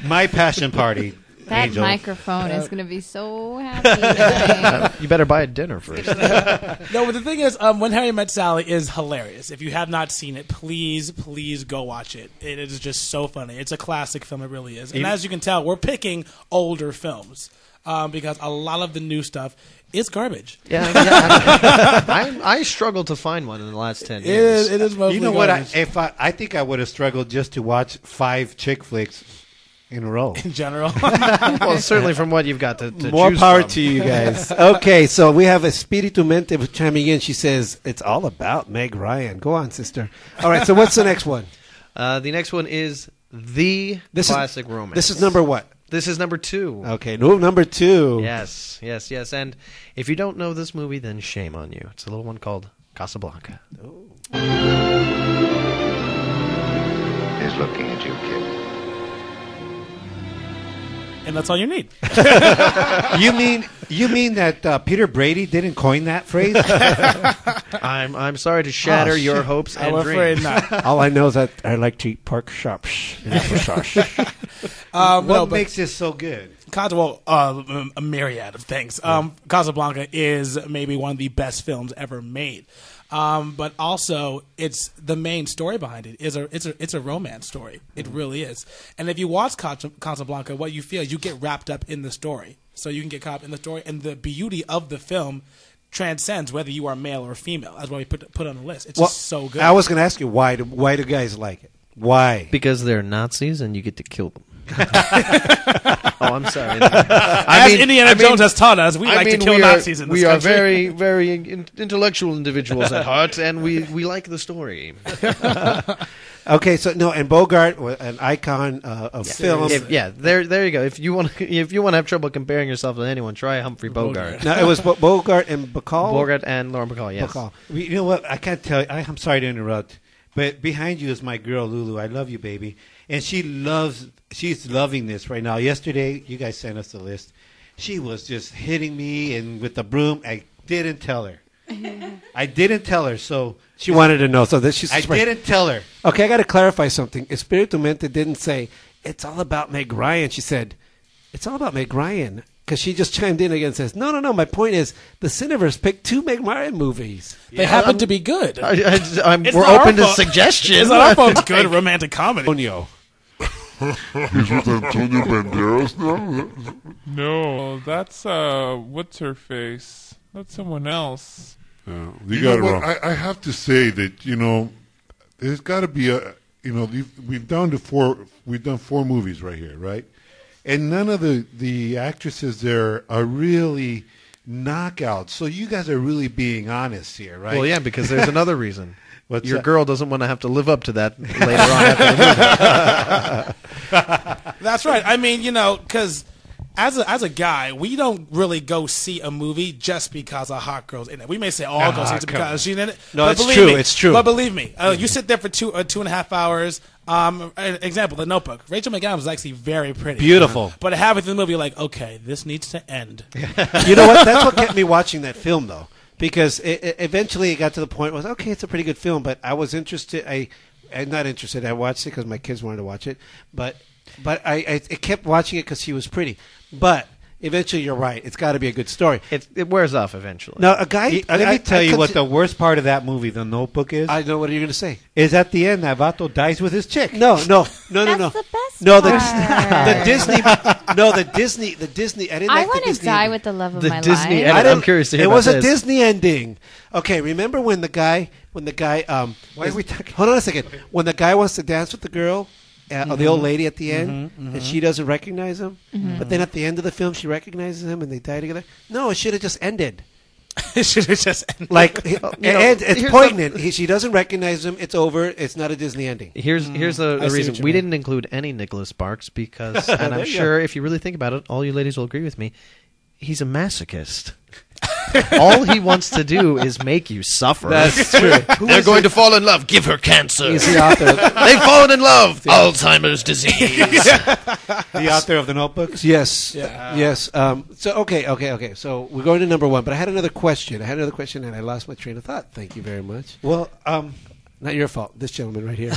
Speaker 3: My passion party.
Speaker 10: That
Speaker 3: Angel.
Speaker 10: microphone is going to be so happy.
Speaker 7: you better buy a dinner first.
Speaker 13: no, but the thing is, um, When Harry Met Sally is hilarious. If you have not seen it, please, please go watch it. It is just so funny. It's a classic film. It really is. And
Speaker 2: Even-
Speaker 13: as you can tell, we're picking older films um, because a lot of the new stuff is garbage.
Speaker 7: Yeah, yeah, I, I, I struggled to find one in the last ten
Speaker 13: It
Speaker 7: years.
Speaker 13: is- it is
Speaker 3: You know what? I, if I, I think I would have struggled just to watch five chick flicks in a row. In
Speaker 13: general,
Speaker 7: well, certainly from what you've got to, to
Speaker 2: More
Speaker 7: choose
Speaker 2: power
Speaker 7: from.
Speaker 2: to you guys. Oh. okay, so we have Espiritu Mente chiming in. She says it's all about Meg Ryan. Go on, sister. All right, so what's the next one?
Speaker 7: Uh, the next one is the
Speaker 2: This is-
Speaker 7: classic romance.
Speaker 2: this is number what?
Speaker 7: This is number two.
Speaker 2: Okay, no, number two.
Speaker 7: Yes, yes, yes. And if you don't know this movie, then shame on you. It's a little one called Casablanca.
Speaker 17: Is looking at you, kid.
Speaker 13: And that's all you need.
Speaker 3: you mean you mean that uh, Peter Brady didn't coin that phrase?
Speaker 7: I'm I'm sorry to shatter
Speaker 3: Oh,
Speaker 7: your
Speaker 3: shit.
Speaker 7: hopes
Speaker 3: I'm
Speaker 7: and
Speaker 3: afraid
Speaker 7: dreams.
Speaker 3: not.
Speaker 2: All I know is that I like to eat pork chops. and apple sauce.
Speaker 13: Um,
Speaker 3: what
Speaker 13: no, but-
Speaker 3: makes this so good?
Speaker 13: Casa, well, uh, a myriad of things. Um, Casablanca is maybe one of the best films ever made. Um, but also, it's the main story behind it is a it's a it's a romance story. It
Speaker 3: Mm-hmm.
Speaker 13: really is. And if you watch Casa- Casablanca, what you feel is you get wrapped up in the story, so you can get caught up in the story. And the beauty of the film transcends whether you are male or female. That's why we put put on the list. It's
Speaker 3: Well,
Speaker 13: just so good.
Speaker 3: I was going to ask you why do, why do guys like it? Why?
Speaker 7: Because they're Nazis and you get to kill them. oh, I'm sorry. I
Speaker 13: As Indiana Jones has taught us, we like to kill
Speaker 7: we are-
Speaker 13: Nazis in this
Speaker 7: We
Speaker 13: country.
Speaker 7: are very, very in- intellectual individuals at heart, and we, we like the story.
Speaker 3: Okay, so no, and Bogart, wa- an icon uh, of film.
Speaker 7: If- yeah, there, there you go. If you want, if you want to have trouble comparing yourself to anyone, try Humphrey Bogart.
Speaker 3: No, it was Bo- Bogart and Bacall.
Speaker 7: Bogart and Lauren Bacall. Yes.
Speaker 3: Oh. Bacall. We- You know what? I can't tell you. I, I'm sorry to interrupt, but behind you is my girl Lulu. I love you, baby, and she loves. She's loving this right now. Yesterday, you guys sent us the list. She was just hitting me and with the broom. I didn't tell her. I didn't tell her. So
Speaker 2: She wanted to know, so that she's.
Speaker 3: I didn't tell her.
Speaker 2: Okay, I got to clarify something. Espiritu Mente didn't say it's all about Meg Ryan. She said it's all about Meg Ryan because she just chimed in again and says, "No, no, no. My point is the Cineverse picked two Meg Ryan movies.
Speaker 13: They happen to be good.
Speaker 7: I- I- I'm-
Speaker 13: It's
Speaker 7: we're
Speaker 13: not our
Speaker 7: open to
Speaker 13: fault.
Speaker 7: suggestions.
Speaker 13: It's not our fault's good romantic comedy. Antonio.
Speaker 20: He's with Antonio Banderas now?
Speaker 21: No, that's uh, what's her face? That's someone else.
Speaker 7: Uh,
Speaker 20: Yeah,
Speaker 21: You
Speaker 20: you got
Speaker 21: know
Speaker 20: it
Speaker 21: what?
Speaker 20: wrong. I, I have to say that you know, there's got to be a you know you've- we've down to four we've done four movies right here, right? And none of the the actresses there are really knockouts. So you guys are really being honest here, right?
Speaker 7: Well, yeah, because there's another reason.
Speaker 20: What's
Speaker 7: Your
Speaker 20: that?
Speaker 7: girl doesn't want to have to live up to that later on. After the movie.
Speaker 13: That's right. I mean, you know, because as a, as a guy, we don't really go see a movie just because a hot girl's in it. We may say, "Oh, I'll go
Speaker 3: Ah,
Speaker 13: see it
Speaker 3: come on.
Speaker 13: because she's in it."
Speaker 3: No,
Speaker 13: but
Speaker 3: it's
Speaker 13: believe
Speaker 3: true,
Speaker 13: me-
Speaker 3: it's true. Mm-hmm.
Speaker 13: But believe me, uh, you sit there for two uh, two and a half hours. Um, an example: The Notebook. Rachel McAdams is actually very pretty,
Speaker 3: Beautiful.
Speaker 13: But halfway through the movie, you're like, "Okay, this needs to end."
Speaker 2: you know what? That's what kept me watching that film, though, because it, it- eventually it got to the point was okay, it's a pretty good film, but I was interested. I, I'm not interested. I watched it because my kids wanted to watch it, but but I, I, I kept watching it because she was pretty. But eventually, you're right. It's got to be a good story.
Speaker 7: It, it wears off eventually.
Speaker 2: Now, a guy.
Speaker 3: uh, Let me tell you what the
Speaker 2: the
Speaker 3: worst part of that movie, The Notebook, is.
Speaker 2: I know what you're going to say.
Speaker 3: Is at the end, Navato dies with his chick.
Speaker 2: No, no, no, no, no. no, the, the Disney. No, the Disney. The Disney. I didn't.
Speaker 10: I
Speaker 2: like
Speaker 10: want
Speaker 2: the
Speaker 10: to
Speaker 2: Disney
Speaker 10: die
Speaker 2: ending.
Speaker 10: with the love of
Speaker 7: The
Speaker 10: my life.
Speaker 7: Disney edit.
Speaker 2: I
Speaker 7: I'm
Speaker 2: didn't-
Speaker 7: curious to hear
Speaker 2: It
Speaker 7: about
Speaker 2: was a
Speaker 7: this.
Speaker 2: Disney ending. Okay, remember when the guy, when the guy, um,
Speaker 3: Why are
Speaker 2: is-
Speaker 3: we talking-
Speaker 2: Hold on a second. When the guy wants to dance with the girl, uh, or the
Speaker 3: Mhm.
Speaker 7: Mm-hmm.
Speaker 2: old lady at the end,
Speaker 3: Mhm,
Speaker 2: and
Speaker 3: mhm.
Speaker 2: she doesn't recognize him,
Speaker 10: Mm-hmm.
Speaker 3: Mhm.
Speaker 2: but then at the end of the film, she recognizes him, and they die together. No, it should have just ended.
Speaker 13: it should have just ended.
Speaker 2: Like,
Speaker 13: You
Speaker 2: it,
Speaker 13: know,
Speaker 2: it-
Speaker 13: here's
Speaker 2: it's
Speaker 13: the-
Speaker 2: poignant. He, she doesn't recognize him. It's over. It's not a Disney ending.
Speaker 5: Mm,
Speaker 2: Mm.
Speaker 7: Here's here's the, the reason we
Speaker 2: didn't.
Speaker 7: didn't include any Nicholas Sparks because, and
Speaker 2: There
Speaker 7: I'm
Speaker 2: you
Speaker 7: sure
Speaker 2: go.
Speaker 7: if you really think about it, all you ladies will agree with me. He's a masochist. all he wants to do is make you suffer.
Speaker 5: That's true.
Speaker 7: Who
Speaker 5: They're
Speaker 7: is
Speaker 5: going
Speaker 7: it-
Speaker 5: to fall in love. Give her cancer.
Speaker 7: He's the author of-
Speaker 5: They've fallen in love.
Speaker 7: Yeah.
Speaker 5: Alzheimer's disease.
Speaker 3: the author of The Notebook.
Speaker 2: Yes. Yes. Um, so okay, okay, okay. So we're going to number one, but I had another question. I had another question, and I lost my train of thought. Thank you very much.
Speaker 3: Well, um,
Speaker 2: not your fault. This gentleman right here.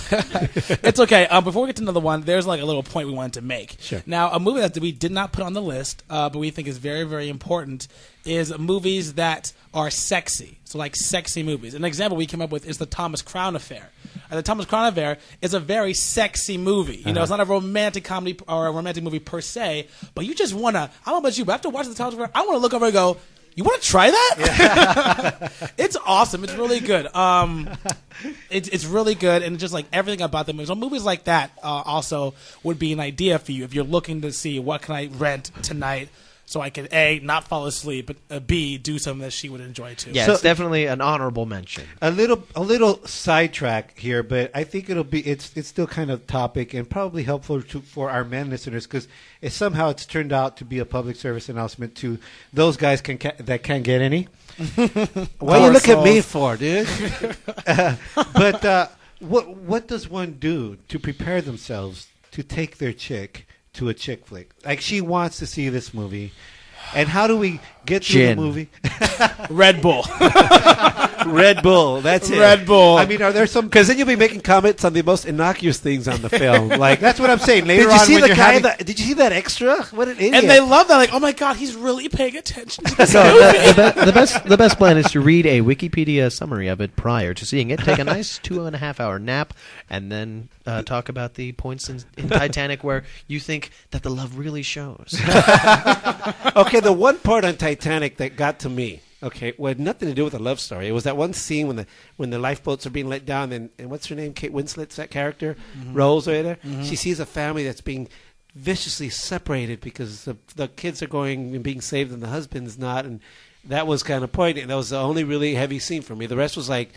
Speaker 13: it's okay. Um, before we get to another one, there's like a little point we wanted to make.
Speaker 2: Sure.
Speaker 13: Now, a movie that we did not put on the list, uh, but we think is very, very important, is movies that are sexy. So, like sexy movies. An example we came up with is the Thomas Crown Affair. Uh, the Thomas Crown Affair is a very sexy movie. You know,
Speaker 7: Uh-huh.
Speaker 13: it's not a romantic comedy p- or a romantic movie per se, but you just wanna. I don't know about you, but after watching the Thomas Crown, I want to look over and go. You want to try that? it's awesome. It's really good. Um, it's it's really good, and just like everything about the movie. So movies like that uh, also would be an idea for you if you're looking to see what can I rent tonight so I can a not fall asleep, but uh, b do something that she would enjoy too.
Speaker 7: Yeah, it's definitely an honorable mention.
Speaker 3: A little, a little sidetrack here, but I think it'll be it's it's still kind of topic and probably helpful to, for our men listeners because it, somehow it's turned out to be a public service announcement to those guys can ca- that can't get any.
Speaker 2: What do you look at me for, dude?
Speaker 3: Uh, but uh, what what does one do to prepare themselves to take their chick to a chick flick? Like she wants to see this movie, and how do we get through
Speaker 7: Gin.
Speaker 3: the movie?
Speaker 13: Red Bull.
Speaker 2: Red Bull. That's it.
Speaker 3: Red Bull.
Speaker 2: I mean, are there some? Because then you'll be making comments on the most innocuous things on the film. Like
Speaker 3: That's what I'm saying.
Speaker 2: did
Speaker 3: Later
Speaker 2: you
Speaker 3: on
Speaker 2: see
Speaker 3: when
Speaker 2: the
Speaker 3: you're
Speaker 2: guy?
Speaker 3: having-
Speaker 2: that, did you see that extra? What an idiot!
Speaker 13: And they love that. Like, oh my god, he's really paying attention to this
Speaker 7: So
Speaker 13: movie.
Speaker 7: the, the, be- the best the best plan is to read a Wikipedia summary of it prior to seeing it. Take a nice two and a half hour nap, and then uh, talk about the points in, in Titanic where you think that the love really shows.
Speaker 2: okay, the one part on Titanic that got to me, okay, well, had nothing to do with a love story. It was that one scene when the when the lifeboats are being let down, and, and what's her name? Kate Winslet's that character,
Speaker 3: Mhm.
Speaker 2: Rose or whatever.
Speaker 3: Mhm.
Speaker 2: She sees a family that's being viciously separated because the, the kids are going and being saved, and the husband's not, and that was kind of poignant. That was the only really heavy scene for me. The rest was like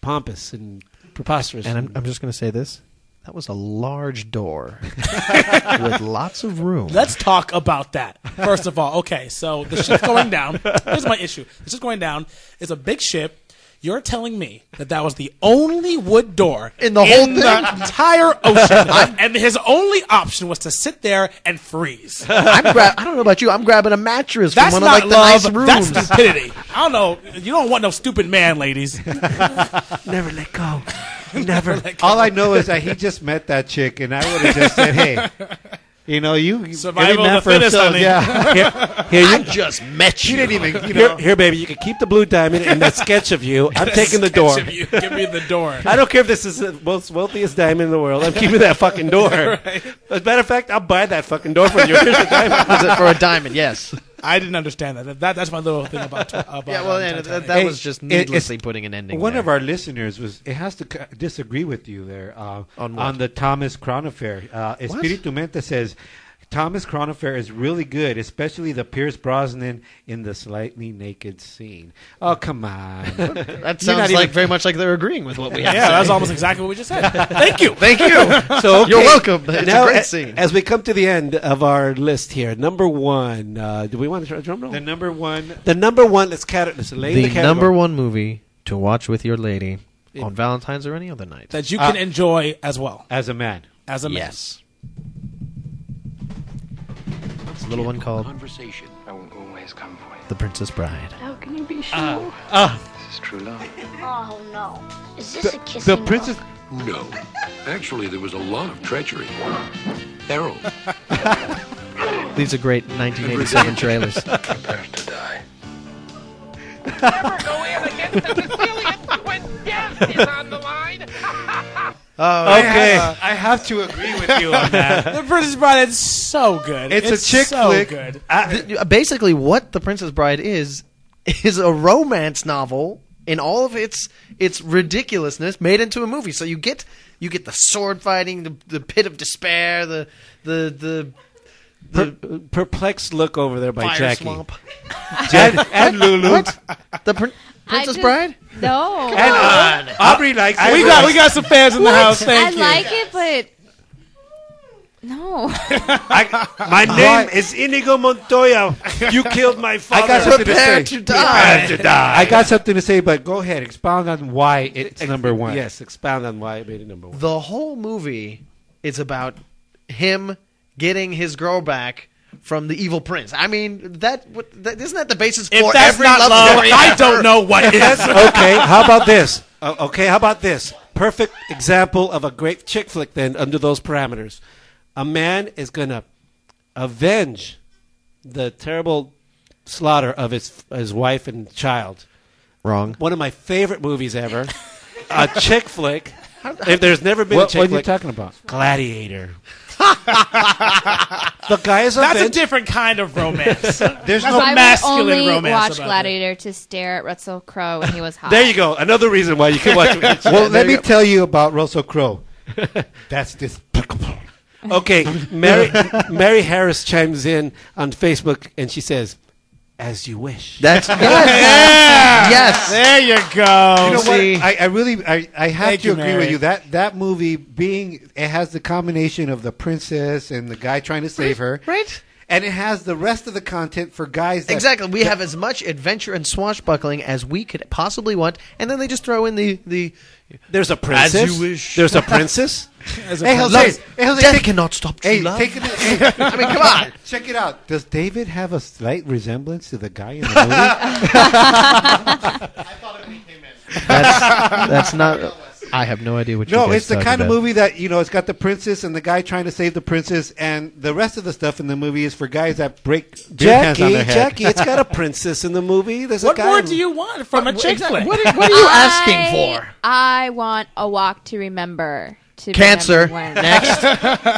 Speaker 2: pompous and preposterous.
Speaker 7: And I'm, I'm just going to say this: that was a large door with lots of room.
Speaker 13: Let's talk about that. First of all, okay, so the ship's going down. Here's my issue. The ship's going down. It's a big ship. You're telling me that that was the only wood door
Speaker 7: in the whole
Speaker 13: the
Speaker 7: thing?
Speaker 13: entire ocean, and his only option was to sit there and freeze.
Speaker 7: I'm gra- I don't know about you. I'm grabbing a mattress
Speaker 13: That's
Speaker 7: from one
Speaker 13: not
Speaker 7: of like
Speaker 13: love.
Speaker 7: the nice rooms.
Speaker 13: That's stupidity. I don't know. You don't want no stupid man, ladies.
Speaker 2: Never let go.
Speaker 13: Never.
Speaker 3: All I know is that he just met that chick, and I would have just said, "Hey, you know, you every
Speaker 13: Survival
Speaker 3: man
Speaker 13: of the
Speaker 3: for
Speaker 13: fittest,
Speaker 3: himself,
Speaker 13: honey.
Speaker 3: Yeah,
Speaker 2: Here you-
Speaker 7: just met
Speaker 3: you. didn't even, you
Speaker 2: Here,
Speaker 3: know.
Speaker 2: here, baby, you can keep the blue diamond and that sketch of you. I'm
Speaker 13: That
Speaker 2: taking the
Speaker 13: sketch
Speaker 2: door.
Speaker 13: of you. Give me the door.
Speaker 2: I don't care if this is the most wealthiest diamond in the world. I'm keeping that fucking door.
Speaker 13: Right.
Speaker 2: As a matter of fact, I'll buy that fucking door from you. Here's the diamond.
Speaker 7: Was it for a diamond? Yes.
Speaker 13: I didn't understand that. that that's my little thing about. about
Speaker 7: Yeah, well,
Speaker 13: um,
Speaker 7: and that-
Speaker 13: Titanic.
Speaker 7: that was just
Speaker 3: It- it's-
Speaker 7: needlessly putting an ending
Speaker 3: One
Speaker 7: there.
Speaker 3: of our listeners was. It has to c- disagree with you there uh,
Speaker 7: On
Speaker 3: on,
Speaker 7: what?
Speaker 3: the Thomas Crown affair. Uh,
Speaker 7: What?
Speaker 3: Espiritu Mente says. Thomas Crown affair is really good, especially the Pierce Brosnan in the slightly naked scene. Oh come on!
Speaker 7: That sounds like very much like they're agreeing with what we have.
Speaker 13: Yeah,
Speaker 7: to
Speaker 13: that was
Speaker 7: say.
Speaker 13: almost exactly what we just said. Thank you.
Speaker 7: Thank you.
Speaker 2: So okay.
Speaker 7: you're welcome. It's
Speaker 2: now,
Speaker 7: a great
Speaker 2: a-
Speaker 7: scene.
Speaker 2: As we come to the end of our list here, number one. Uh, do we want to try a drum roll?
Speaker 3: the number one.
Speaker 2: The number one. Let's cat. Let's lay the,
Speaker 7: the
Speaker 2: category.
Speaker 7: number one movie to watch with your lady
Speaker 2: It-
Speaker 7: on Valentine's or any other night.
Speaker 13: that you can
Speaker 3: Uh,
Speaker 13: enjoy as well
Speaker 3: as a man.
Speaker 13: as a man.
Speaker 7: yes. It's a little one called
Speaker 6: Conversation. I won't always come for you.
Speaker 7: The Princess Bride.
Speaker 6: How Oh, can you be sure?
Speaker 11: Ah,
Speaker 6: this is true love.
Speaker 18: Oh no. Is this a
Speaker 3: The,
Speaker 18: kiss?
Speaker 3: the princess.
Speaker 22: No. Actually, there was a lot of treachery. Errol.
Speaker 7: Leaves a great 1987 trailers.
Speaker 22: Prepare to die.
Speaker 7: Oh,
Speaker 3: okay. I have, to agree with you on that.
Speaker 13: The Princess Bride is so good.
Speaker 3: It's a chick
Speaker 13: so
Speaker 3: flick.
Speaker 13: Good.
Speaker 7: Th- basically, what The Princess Bride is is a romance novel in all of its its ridiculousness made into a movie. So you get you get the sword fighting, the, the pit of despair, the the the
Speaker 2: Per- perplexed look over there by
Speaker 7: fire
Speaker 2: Jackie.
Speaker 7: swamp.
Speaker 2: Jack- and Lulu.
Speaker 7: The prin- Princess Bride.
Speaker 4: Oh.
Speaker 10: No.
Speaker 2: uh,
Speaker 7: Come on.
Speaker 3: Aubrey likes it.
Speaker 13: we got we got some fans in the
Speaker 2: Oh,
Speaker 13: house.
Speaker 10: I
Speaker 13: Thank you.
Speaker 10: like it, but no.
Speaker 2: My name is Inigo Montoya. You killed my father.
Speaker 3: I got something
Speaker 7: Prepare
Speaker 3: to say.
Speaker 7: to die.
Speaker 3: Prepare to die. I got something to say, but go ahead. Expound on why it's number one.
Speaker 2: Yes, expound on why it made it number one.
Speaker 7: the whole movie is about him getting his girl back from the evil prince. I mean, that, what, that isn't that the basis
Speaker 13: If
Speaker 7: for
Speaker 13: that's
Speaker 7: every
Speaker 13: not
Speaker 7: love,
Speaker 13: love,
Speaker 7: story
Speaker 13: I
Speaker 7: ever?
Speaker 13: don't know what is.
Speaker 2: okay, how about this? Uh, okay, how about this? Perfect example of a great chick flick, then, under those parameters. A man is going to avenge the terrible slaughter of his, his wife and child.
Speaker 7: Wrong.
Speaker 2: One of my favorite movies ever. a chick flick. If there's never been a
Speaker 3: What,
Speaker 2: chick
Speaker 3: what are
Speaker 2: flick.
Speaker 3: you talking about?
Speaker 2: Gladiator. the guy is
Speaker 13: That's a
Speaker 2: avenged.
Speaker 13: different kind of romance.
Speaker 3: There's
Speaker 13: That's
Speaker 3: no-
Speaker 13: a
Speaker 10: I would
Speaker 13: masculine
Speaker 10: only
Speaker 13: romance
Speaker 10: watch
Speaker 13: about
Speaker 10: Gladiator to stare at Russell Crowe when he was hot.
Speaker 2: there you go. Another reason why you can watch it.
Speaker 3: well, let me tell you about Russell Crowe. That's despicable.
Speaker 2: Okay, Mary Mary Harris chimes in on Facebook and she says, "As you wish."
Speaker 7: That's yes, yes.
Speaker 13: There you go.
Speaker 3: You know what?
Speaker 7: See.
Speaker 3: I, I really, I, I have
Speaker 13: Thank
Speaker 3: to
Speaker 13: you,
Speaker 3: agree
Speaker 13: Mary.
Speaker 3: with you. That that movie being, it has the combination of the princess and the guy trying to save her,
Speaker 7: Right?
Speaker 3: and it has the rest of the content for guys. That,
Speaker 7: Exactly. We have as much adventure and swashbuckling as we could possibly want, and then they just throw in the the.
Speaker 2: There's a princess.
Speaker 7: you wish.
Speaker 2: There's a princess.
Speaker 13: As a
Speaker 3: Hey,
Speaker 13: person.
Speaker 3: Jose,
Speaker 7: Love-
Speaker 3: hey, Jose,
Speaker 7: death
Speaker 3: take-
Speaker 7: cannot stop true
Speaker 3: Hey,
Speaker 7: love.
Speaker 3: take it. hey,
Speaker 7: I mean, come on.
Speaker 3: Check it out. Does David have a slight resemblance to the guy in the movie?
Speaker 7: That's, that's not. I have no idea what. you
Speaker 3: No,
Speaker 7: guys
Speaker 3: it's the
Speaker 7: talked
Speaker 3: kind of
Speaker 7: about.
Speaker 3: movie that you know. It's got the princess and the guy trying to save the princess, and the rest of the stuff in the movie is for guys that break beer cans on
Speaker 2: Jackie,
Speaker 3: their head.
Speaker 2: Jackie, it's got a princess in the movie. There's
Speaker 3: What
Speaker 2: a guy.
Speaker 3: more
Speaker 13: do you want from a chick flick?
Speaker 2: What are, what are you
Speaker 10: I-
Speaker 2: asking for?
Speaker 10: I want a walk to remember. To
Speaker 7: Cancer.
Speaker 10: remember when.
Speaker 7: Next.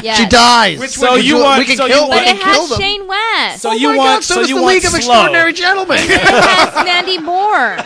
Speaker 10: Yes.
Speaker 7: She dies.
Speaker 13: So you
Speaker 7: do it.
Speaker 13: want-
Speaker 7: We can
Speaker 13: so
Speaker 7: kill
Speaker 13: you
Speaker 10: But
Speaker 7: one
Speaker 10: it
Speaker 7: and kill
Speaker 10: has
Speaker 7: them. Oh
Speaker 10: Shane West.
Speaker 13: So you want?
Speaker 7: so
Speaker 13: so
Speaker 7: does
Speaker 13: you
Speaker 7: the
Speaker 13: want
Speaker 7: League of
Speaker 13: slow.
Speaker 7: Extraordinary Gentlemen.
Speaker 10: It has Mandy Moore.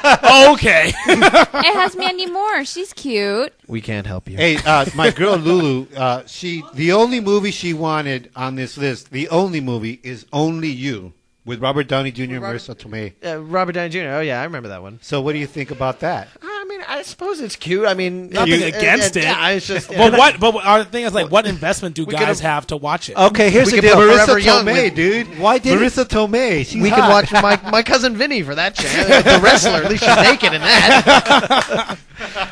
Speaker 13: okay.
Speaker 10: It has Mandy Moore. She's cute.
Speaker 7: We can't help you.
Speaker 3: Hey, uh, my girl Lulu, uh, she the only movie she wanted on this list, the only movie is Only You with Robert Downey Jr. and
Speaker 7: Robert-
Speaker 3: Marissa Tomei.
Speaker 7: Uh, Robert Downey Jr. Oh yeah, I remember that one.
Speaker 3: So what do you think about that?
Speaker 7: I mean, I suppose it's cute. I mean,
Speaker 13: Nothing
Speaker 7: you-
Speaker 13: against
Speaker 7: uh, uh,
Speaker 13: it.
Speaker 7: Yeah, it's just.
Speaker 13: but what? But our thing is like, what investment do
Speaker 7: could
Speaker 13: guys
Speaker 7: have-
Speaker 13: have to watch it?
Speaker 2: Okay, here's
Speaker 7: We
Speaker 2: the
Speaker 7: could
Speaker 2: deal.
Speaker 7: put
Speaker 2: Marissa
Speaker 7: Forever Young
Speaker 2: Tomei,
Speaker 7: with-
Speaker 3: dude.
Speaker 2: Why did
Speaker 3: Marissa Tomei, she's
Speaker 7: we could
Speaker 3: hot.
Speaker 7: watch my my cousin Vinny for that channel. the wrestler. At least she's naked in that.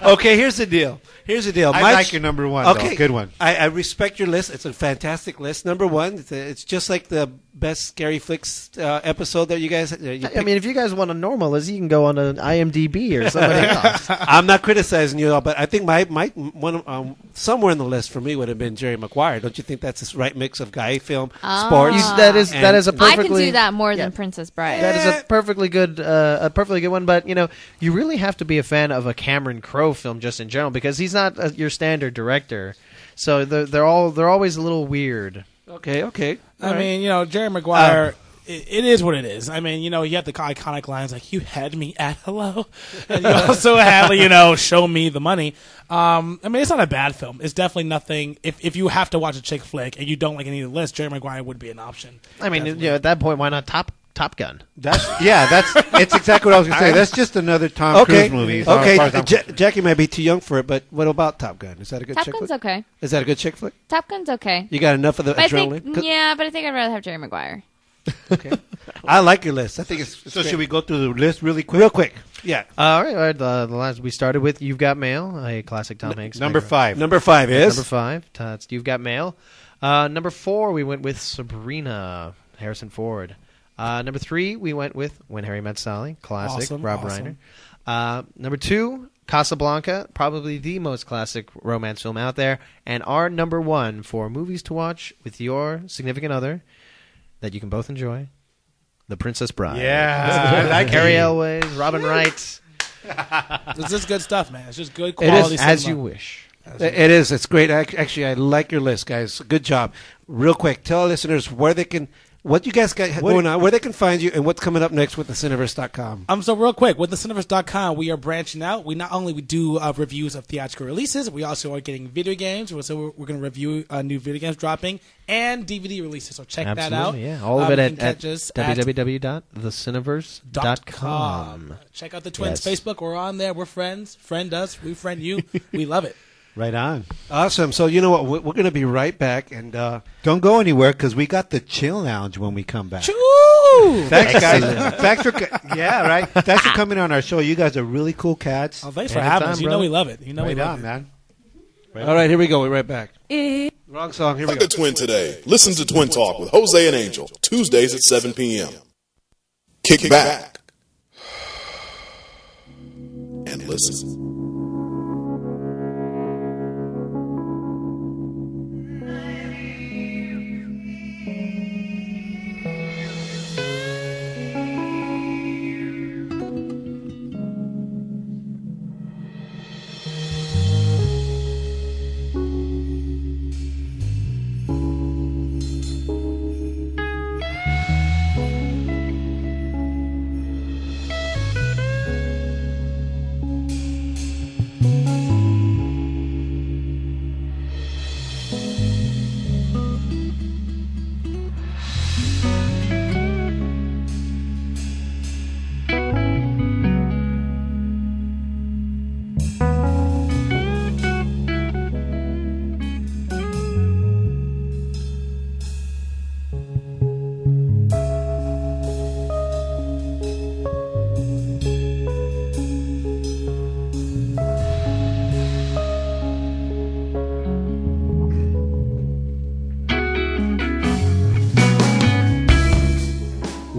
Speaker 2: okay, here's the deal. Here's the deal.
Speaker 3: I
Speaker 2: My
Speaker 3: like
Speaker 2: ch-
Speaker 3: your number one, though. Good one.
Speaker 2: I, I respect your list. It's a fantastic list. Number one, it's, a- it's just like the best scary flicks uh, episode that you guys. Uh, you
Speaker 7: I mean, if you guys want a normal, is you can go on an IMDb or somebody else.
Speaker 2: I'm not criticizing you all, but I think my my one of- um, somewhere in the list for me would have been Jerry Maguire. Don't you think that's this right mix of guy film, sports?
Speaker 7: You- that is- that is a
Speaker 10: Ah. I can
Speaker 7: perfectly-
Speaker 10: do that more than Princess Bride.
Speaker 7: That is a perfectly good, uh, a perfectly good one. But you know, you really have to be a fan of a Cameron Crowe film just in general because he's not uh your standard director. So they're, they're all they're always a little weird.
Speaker 2: Okay, okay.
Speaker 13: I mean, you know, Jerry Maguire. it, it is what it is. I mean, you know, you have the iconic lines like "You had me at hello," and you also have you know "Show me the money." Um, I mean, it's not a bad film. It's definitely nothing. If if you have to watch a chick flick and you don't like any of the list, Jerry Maguire would be an option.
Speaker 7: I mean, you know, at that point, why not Top Top Gun?
Speaker 3: That's yeah, that's it's exactly what I was gonna say. That's just another Tom
Speaker 2: okay,
Speaker 3: Cruise movie. as
Speaker 2: okay.
Speaker 3: far as I'm-
Speaker 2: Ja- Jackie might be too young for it, but what about Top Gun? Is that a good
Speaker 10: Top
Speaker 2: chick
Speaker 10: Gun's
Speaker 2: flick?
Speaker 10: okay.
Speaker 2: Is that a good chick flick?
Speaker 10: Top Gun's okay.
Speaker 2: You got enough of the
Speaker 10: But I
Speaker 2: adrenaline?
Speaker 10: think,
Speaker 2: 'Cause-
Speaker 10: yeah, but I think I'd rather have Jerry Maguire.
Speaker 2: I like your list. I think it's. it's
Speaker 3: so
Speaker 2: great.
Speaker 3: should we go through the list really quick?
Speaker 2: Real quick. Yeah.
Speaker 7: all right, all right the, the last we started with "You've Got Mail," a classic Tom Hanks.
Speaker 3: number
Speaker 7: favorite.
Speaker 3: five.
Speaker 2: Number five is.
Speaker 7: number five. Todd's "You've Got Mail." Uh, number four, we went with Sabrina Harrison Ford. Uh, number three, we went with When Harry Met Sally, classic
Speaker 13: Awesome,
Speaker 7: Rob
Speaker 13: awesome.
Speaker 7: Reiner. Uh, number two, Casablanca, probably the most classic romance film out there, and our number one for movies to watch with your significant other that you can both enjoy, The Princess Bride.
Speaker 3: Yeah, I like
Speaker 7: Carrie
Speaker 3: it.
Speaker 7: Elways, Robin Wright.
Speaker 13: It's just good stuff, man. It's just good
Speaker 2: It is
Speaker 13: quality.
Speaker 7: as you
Speaker 13: cinema.
Speaker 7: wish.
Speaker 2: It is. It's great. Ac- Actually, I like your list, guys. Good job. Real quick, tell our listeners where they can, what you guys got going on, where they can find you, and what's coming up next with thecineverse.com.
Speaker 13: Um, so real quick with the Cineverse.com, we are branching out. We not only we do uh, reviews of theatrical releases, we also are getting video games. We're- So we're, we're going to review uh, new video games dropping and DVD releases. So check that out.
Speaker 7: Absolutely, yeah. All of
Speaker 13: Um,
Speaker 7: it
Speaker 13: you can
Speaker 7: at, at
Speaker 13: catch us at dot
Speaker 7: www.thecineverse.com.
Speaker 13: com. Check out the twins
Speaker 7: Yes.
Speaker 13: Facebook. We're on there. We're friends. Friend us. We friend you. we love it.
Speaker 3: Right on.
Speaker 2: Awesome. So, you know what? We're, we're going to be right back. And uh,
Speaker 3: Don't go anywhere because we got the chill lounge when we come back.
Speaker 13: Choo!
Speaker 3: Thanks, guys.
Speaker 7: Excellent.
Speaker 3: Thanks for co- yeah, right. Thanks for coming on our show. You guys are really cool cats.
Speaker 13: Oh, thanks for having us. You know
Speaker 7: brother.
Speaker 13: we love it. You know
Speaker 3: Right
Speaker 13: we
Speaker 3: on,
Speaker 13: love it.
Speaker 3: man.
Speaker 2: all right, here we go. We're right back. Wrong song. Here we
Speaker 1: Like
Speaker 2: go.
Speaker 1: the twin today. Listen to Twin Talk with Jose and Angel, Tuesdays at 7 p.m. Kick back and listen.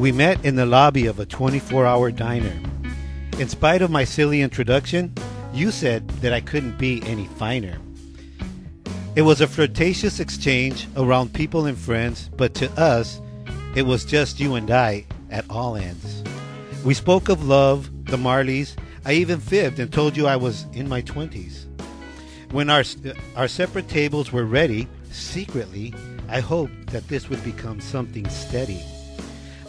Speaker 3: We met in the lobby of a 24 hour diner. In spite of my silly introduction, you said that I couldn't be any finer. It was a flirtatious exchange around people and friends, but to us, it was just you and I at all ends. We spoke of love, the Marleys. I even fibbed and told you I was in my 20s. When our, our separate tables were ready, secretly, I hoped that this would become something steady.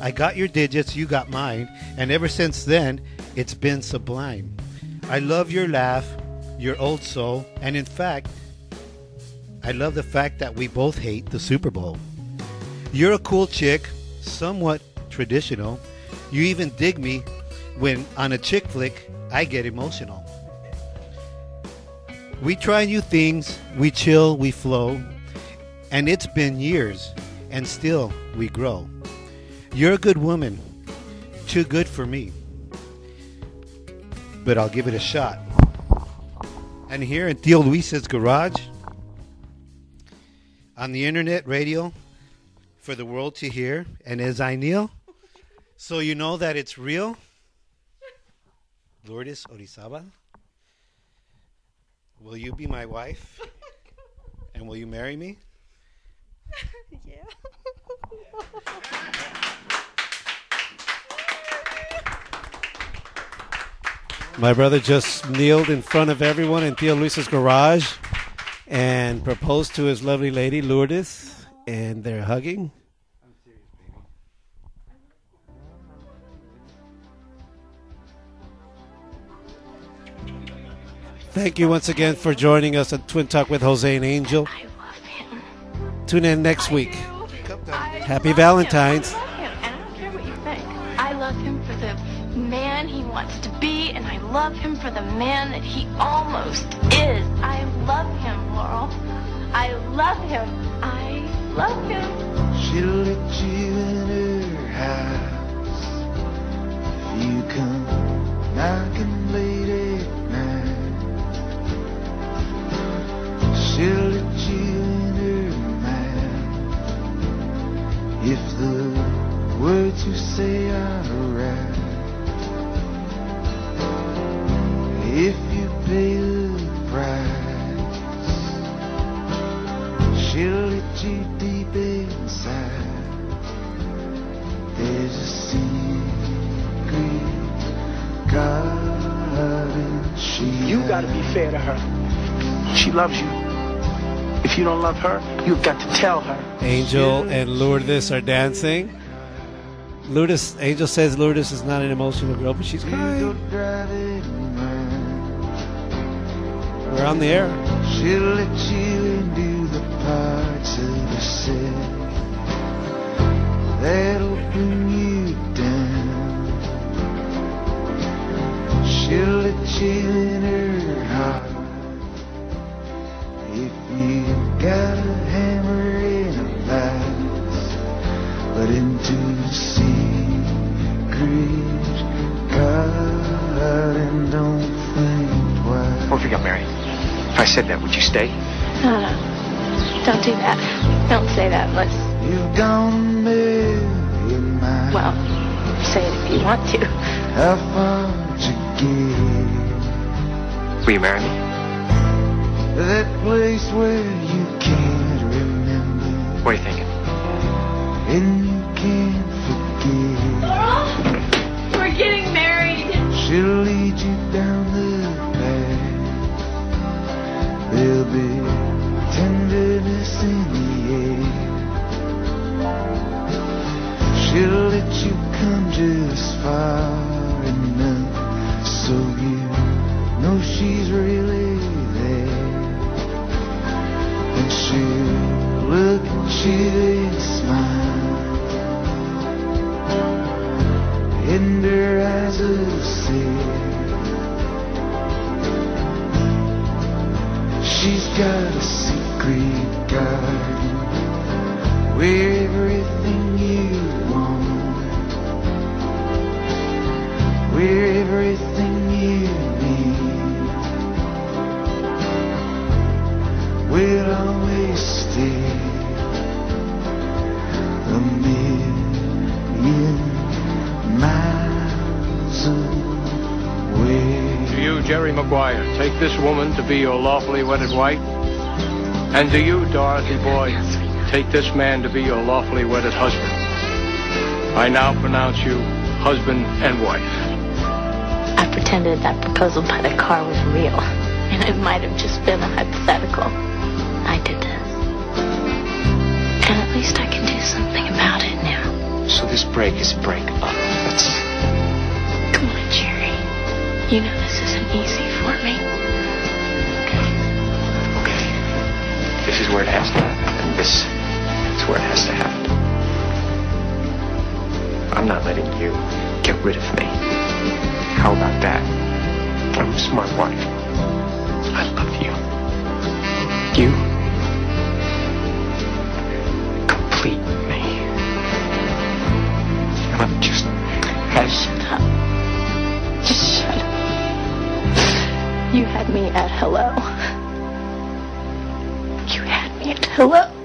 Speaker 3: I got your digits, you got mine, and ever since then, it's been sublime. I love your laugh, your old soul, and in fact, I love the fact that we both hate the Super Bowl. You're a cool chick, somewhat traditional. You even dig me when on a chick flick I get emotional. We try new things, we chill, we flow, and it's been years, and still we grow. You're a good woman, too good for me, but I'll give it a shot. And here in Theo Luis's garage, on the internet radio for the world to hear. And as I kneel, so you know that it's real. Lourdes Orizabal, will you be my wife? And will you marry me?
Speaker 9: yeah.
Speaker 2: My brother just kneeled in front of everyone in Theo Luis's garage and proposed to his lovely lady, Lourdes, and they're hugging. Thank you once again for joining us at Twin Talk with Jose and Angel. Tune in next week. Happy Valentine's.
Speaker 9: I love him. I don't care what you think. I love him for the man he wants to be, and I love him for the man that he almost is. I love him, Laurel. I love him. I love him.
Speaker 5: She'll let you in her house. If you come knocking late at night, she'll let you in her mind. If the words you say are right, if you pay the price, she'll let you deep inside. There's a secret God and she.
Speaker 11: You gotta be fair to her. She loves you. If you don't love her, you've got to tell her.
Speaker 2: Angel and Lourdes are dancing. Lourdes, Angel says Lourdes is not an emotional girl, but she's crying.
Speaker 5: driving
Speaker 2: We're on the air.
Speaker 5: She'll let you into the parts of the set that'll bring you down. She'll let you in her heart if you got a hammer and a light, but into the secret God and don't think twice.
Speaker 11: What if we got married? If I said that, would you stay?
Speaker 9: No, no. Don't do that. Don't say that. Let's,
Speaker 5: You've gone million miles.
Speaker 9: well, say it if you want to.
Speaker 5: How far to get?
Speaker 11: Will you marry me?
Speaker 5: That place where you can't remember
Speaker 11: What are you thinking?
Speaker 5: and you can't forget.
Speaker 9: We're getting married.
Speaker 5: She'll lead you down the path. There'll be tenderness in the air. She'll let you come just far enough so you know she's really there. And she'll look at you and smile. In her eyes of sin, she's got a secret garden where everything you want, where everything you need will always stay. A million miles away.
Speaker 22: McGuire, take this woman to be your lawfully wedded wife. And to you, Dorothy Boyd, take this man to be your lawfully wedded husband. I now pronounce you husband and wife.
Speaker 12: I pretended that proposal by the car was real, and it might have just been a hypothetical. I did this. And at least I can do something about it now.
Speaker 5: So this break is break up. That's
Speaker 12: Come on, Jerry. You know this isn't easy for me.
Speaker 5: this is where it has to happen. And this is where it has to happen. I'm not letting you get rid of me. How about that? I'm a smart wife. I love you. You complete me. And I'm just as
Speaker 12: Just shut up. You had me at hello. You had me at hello.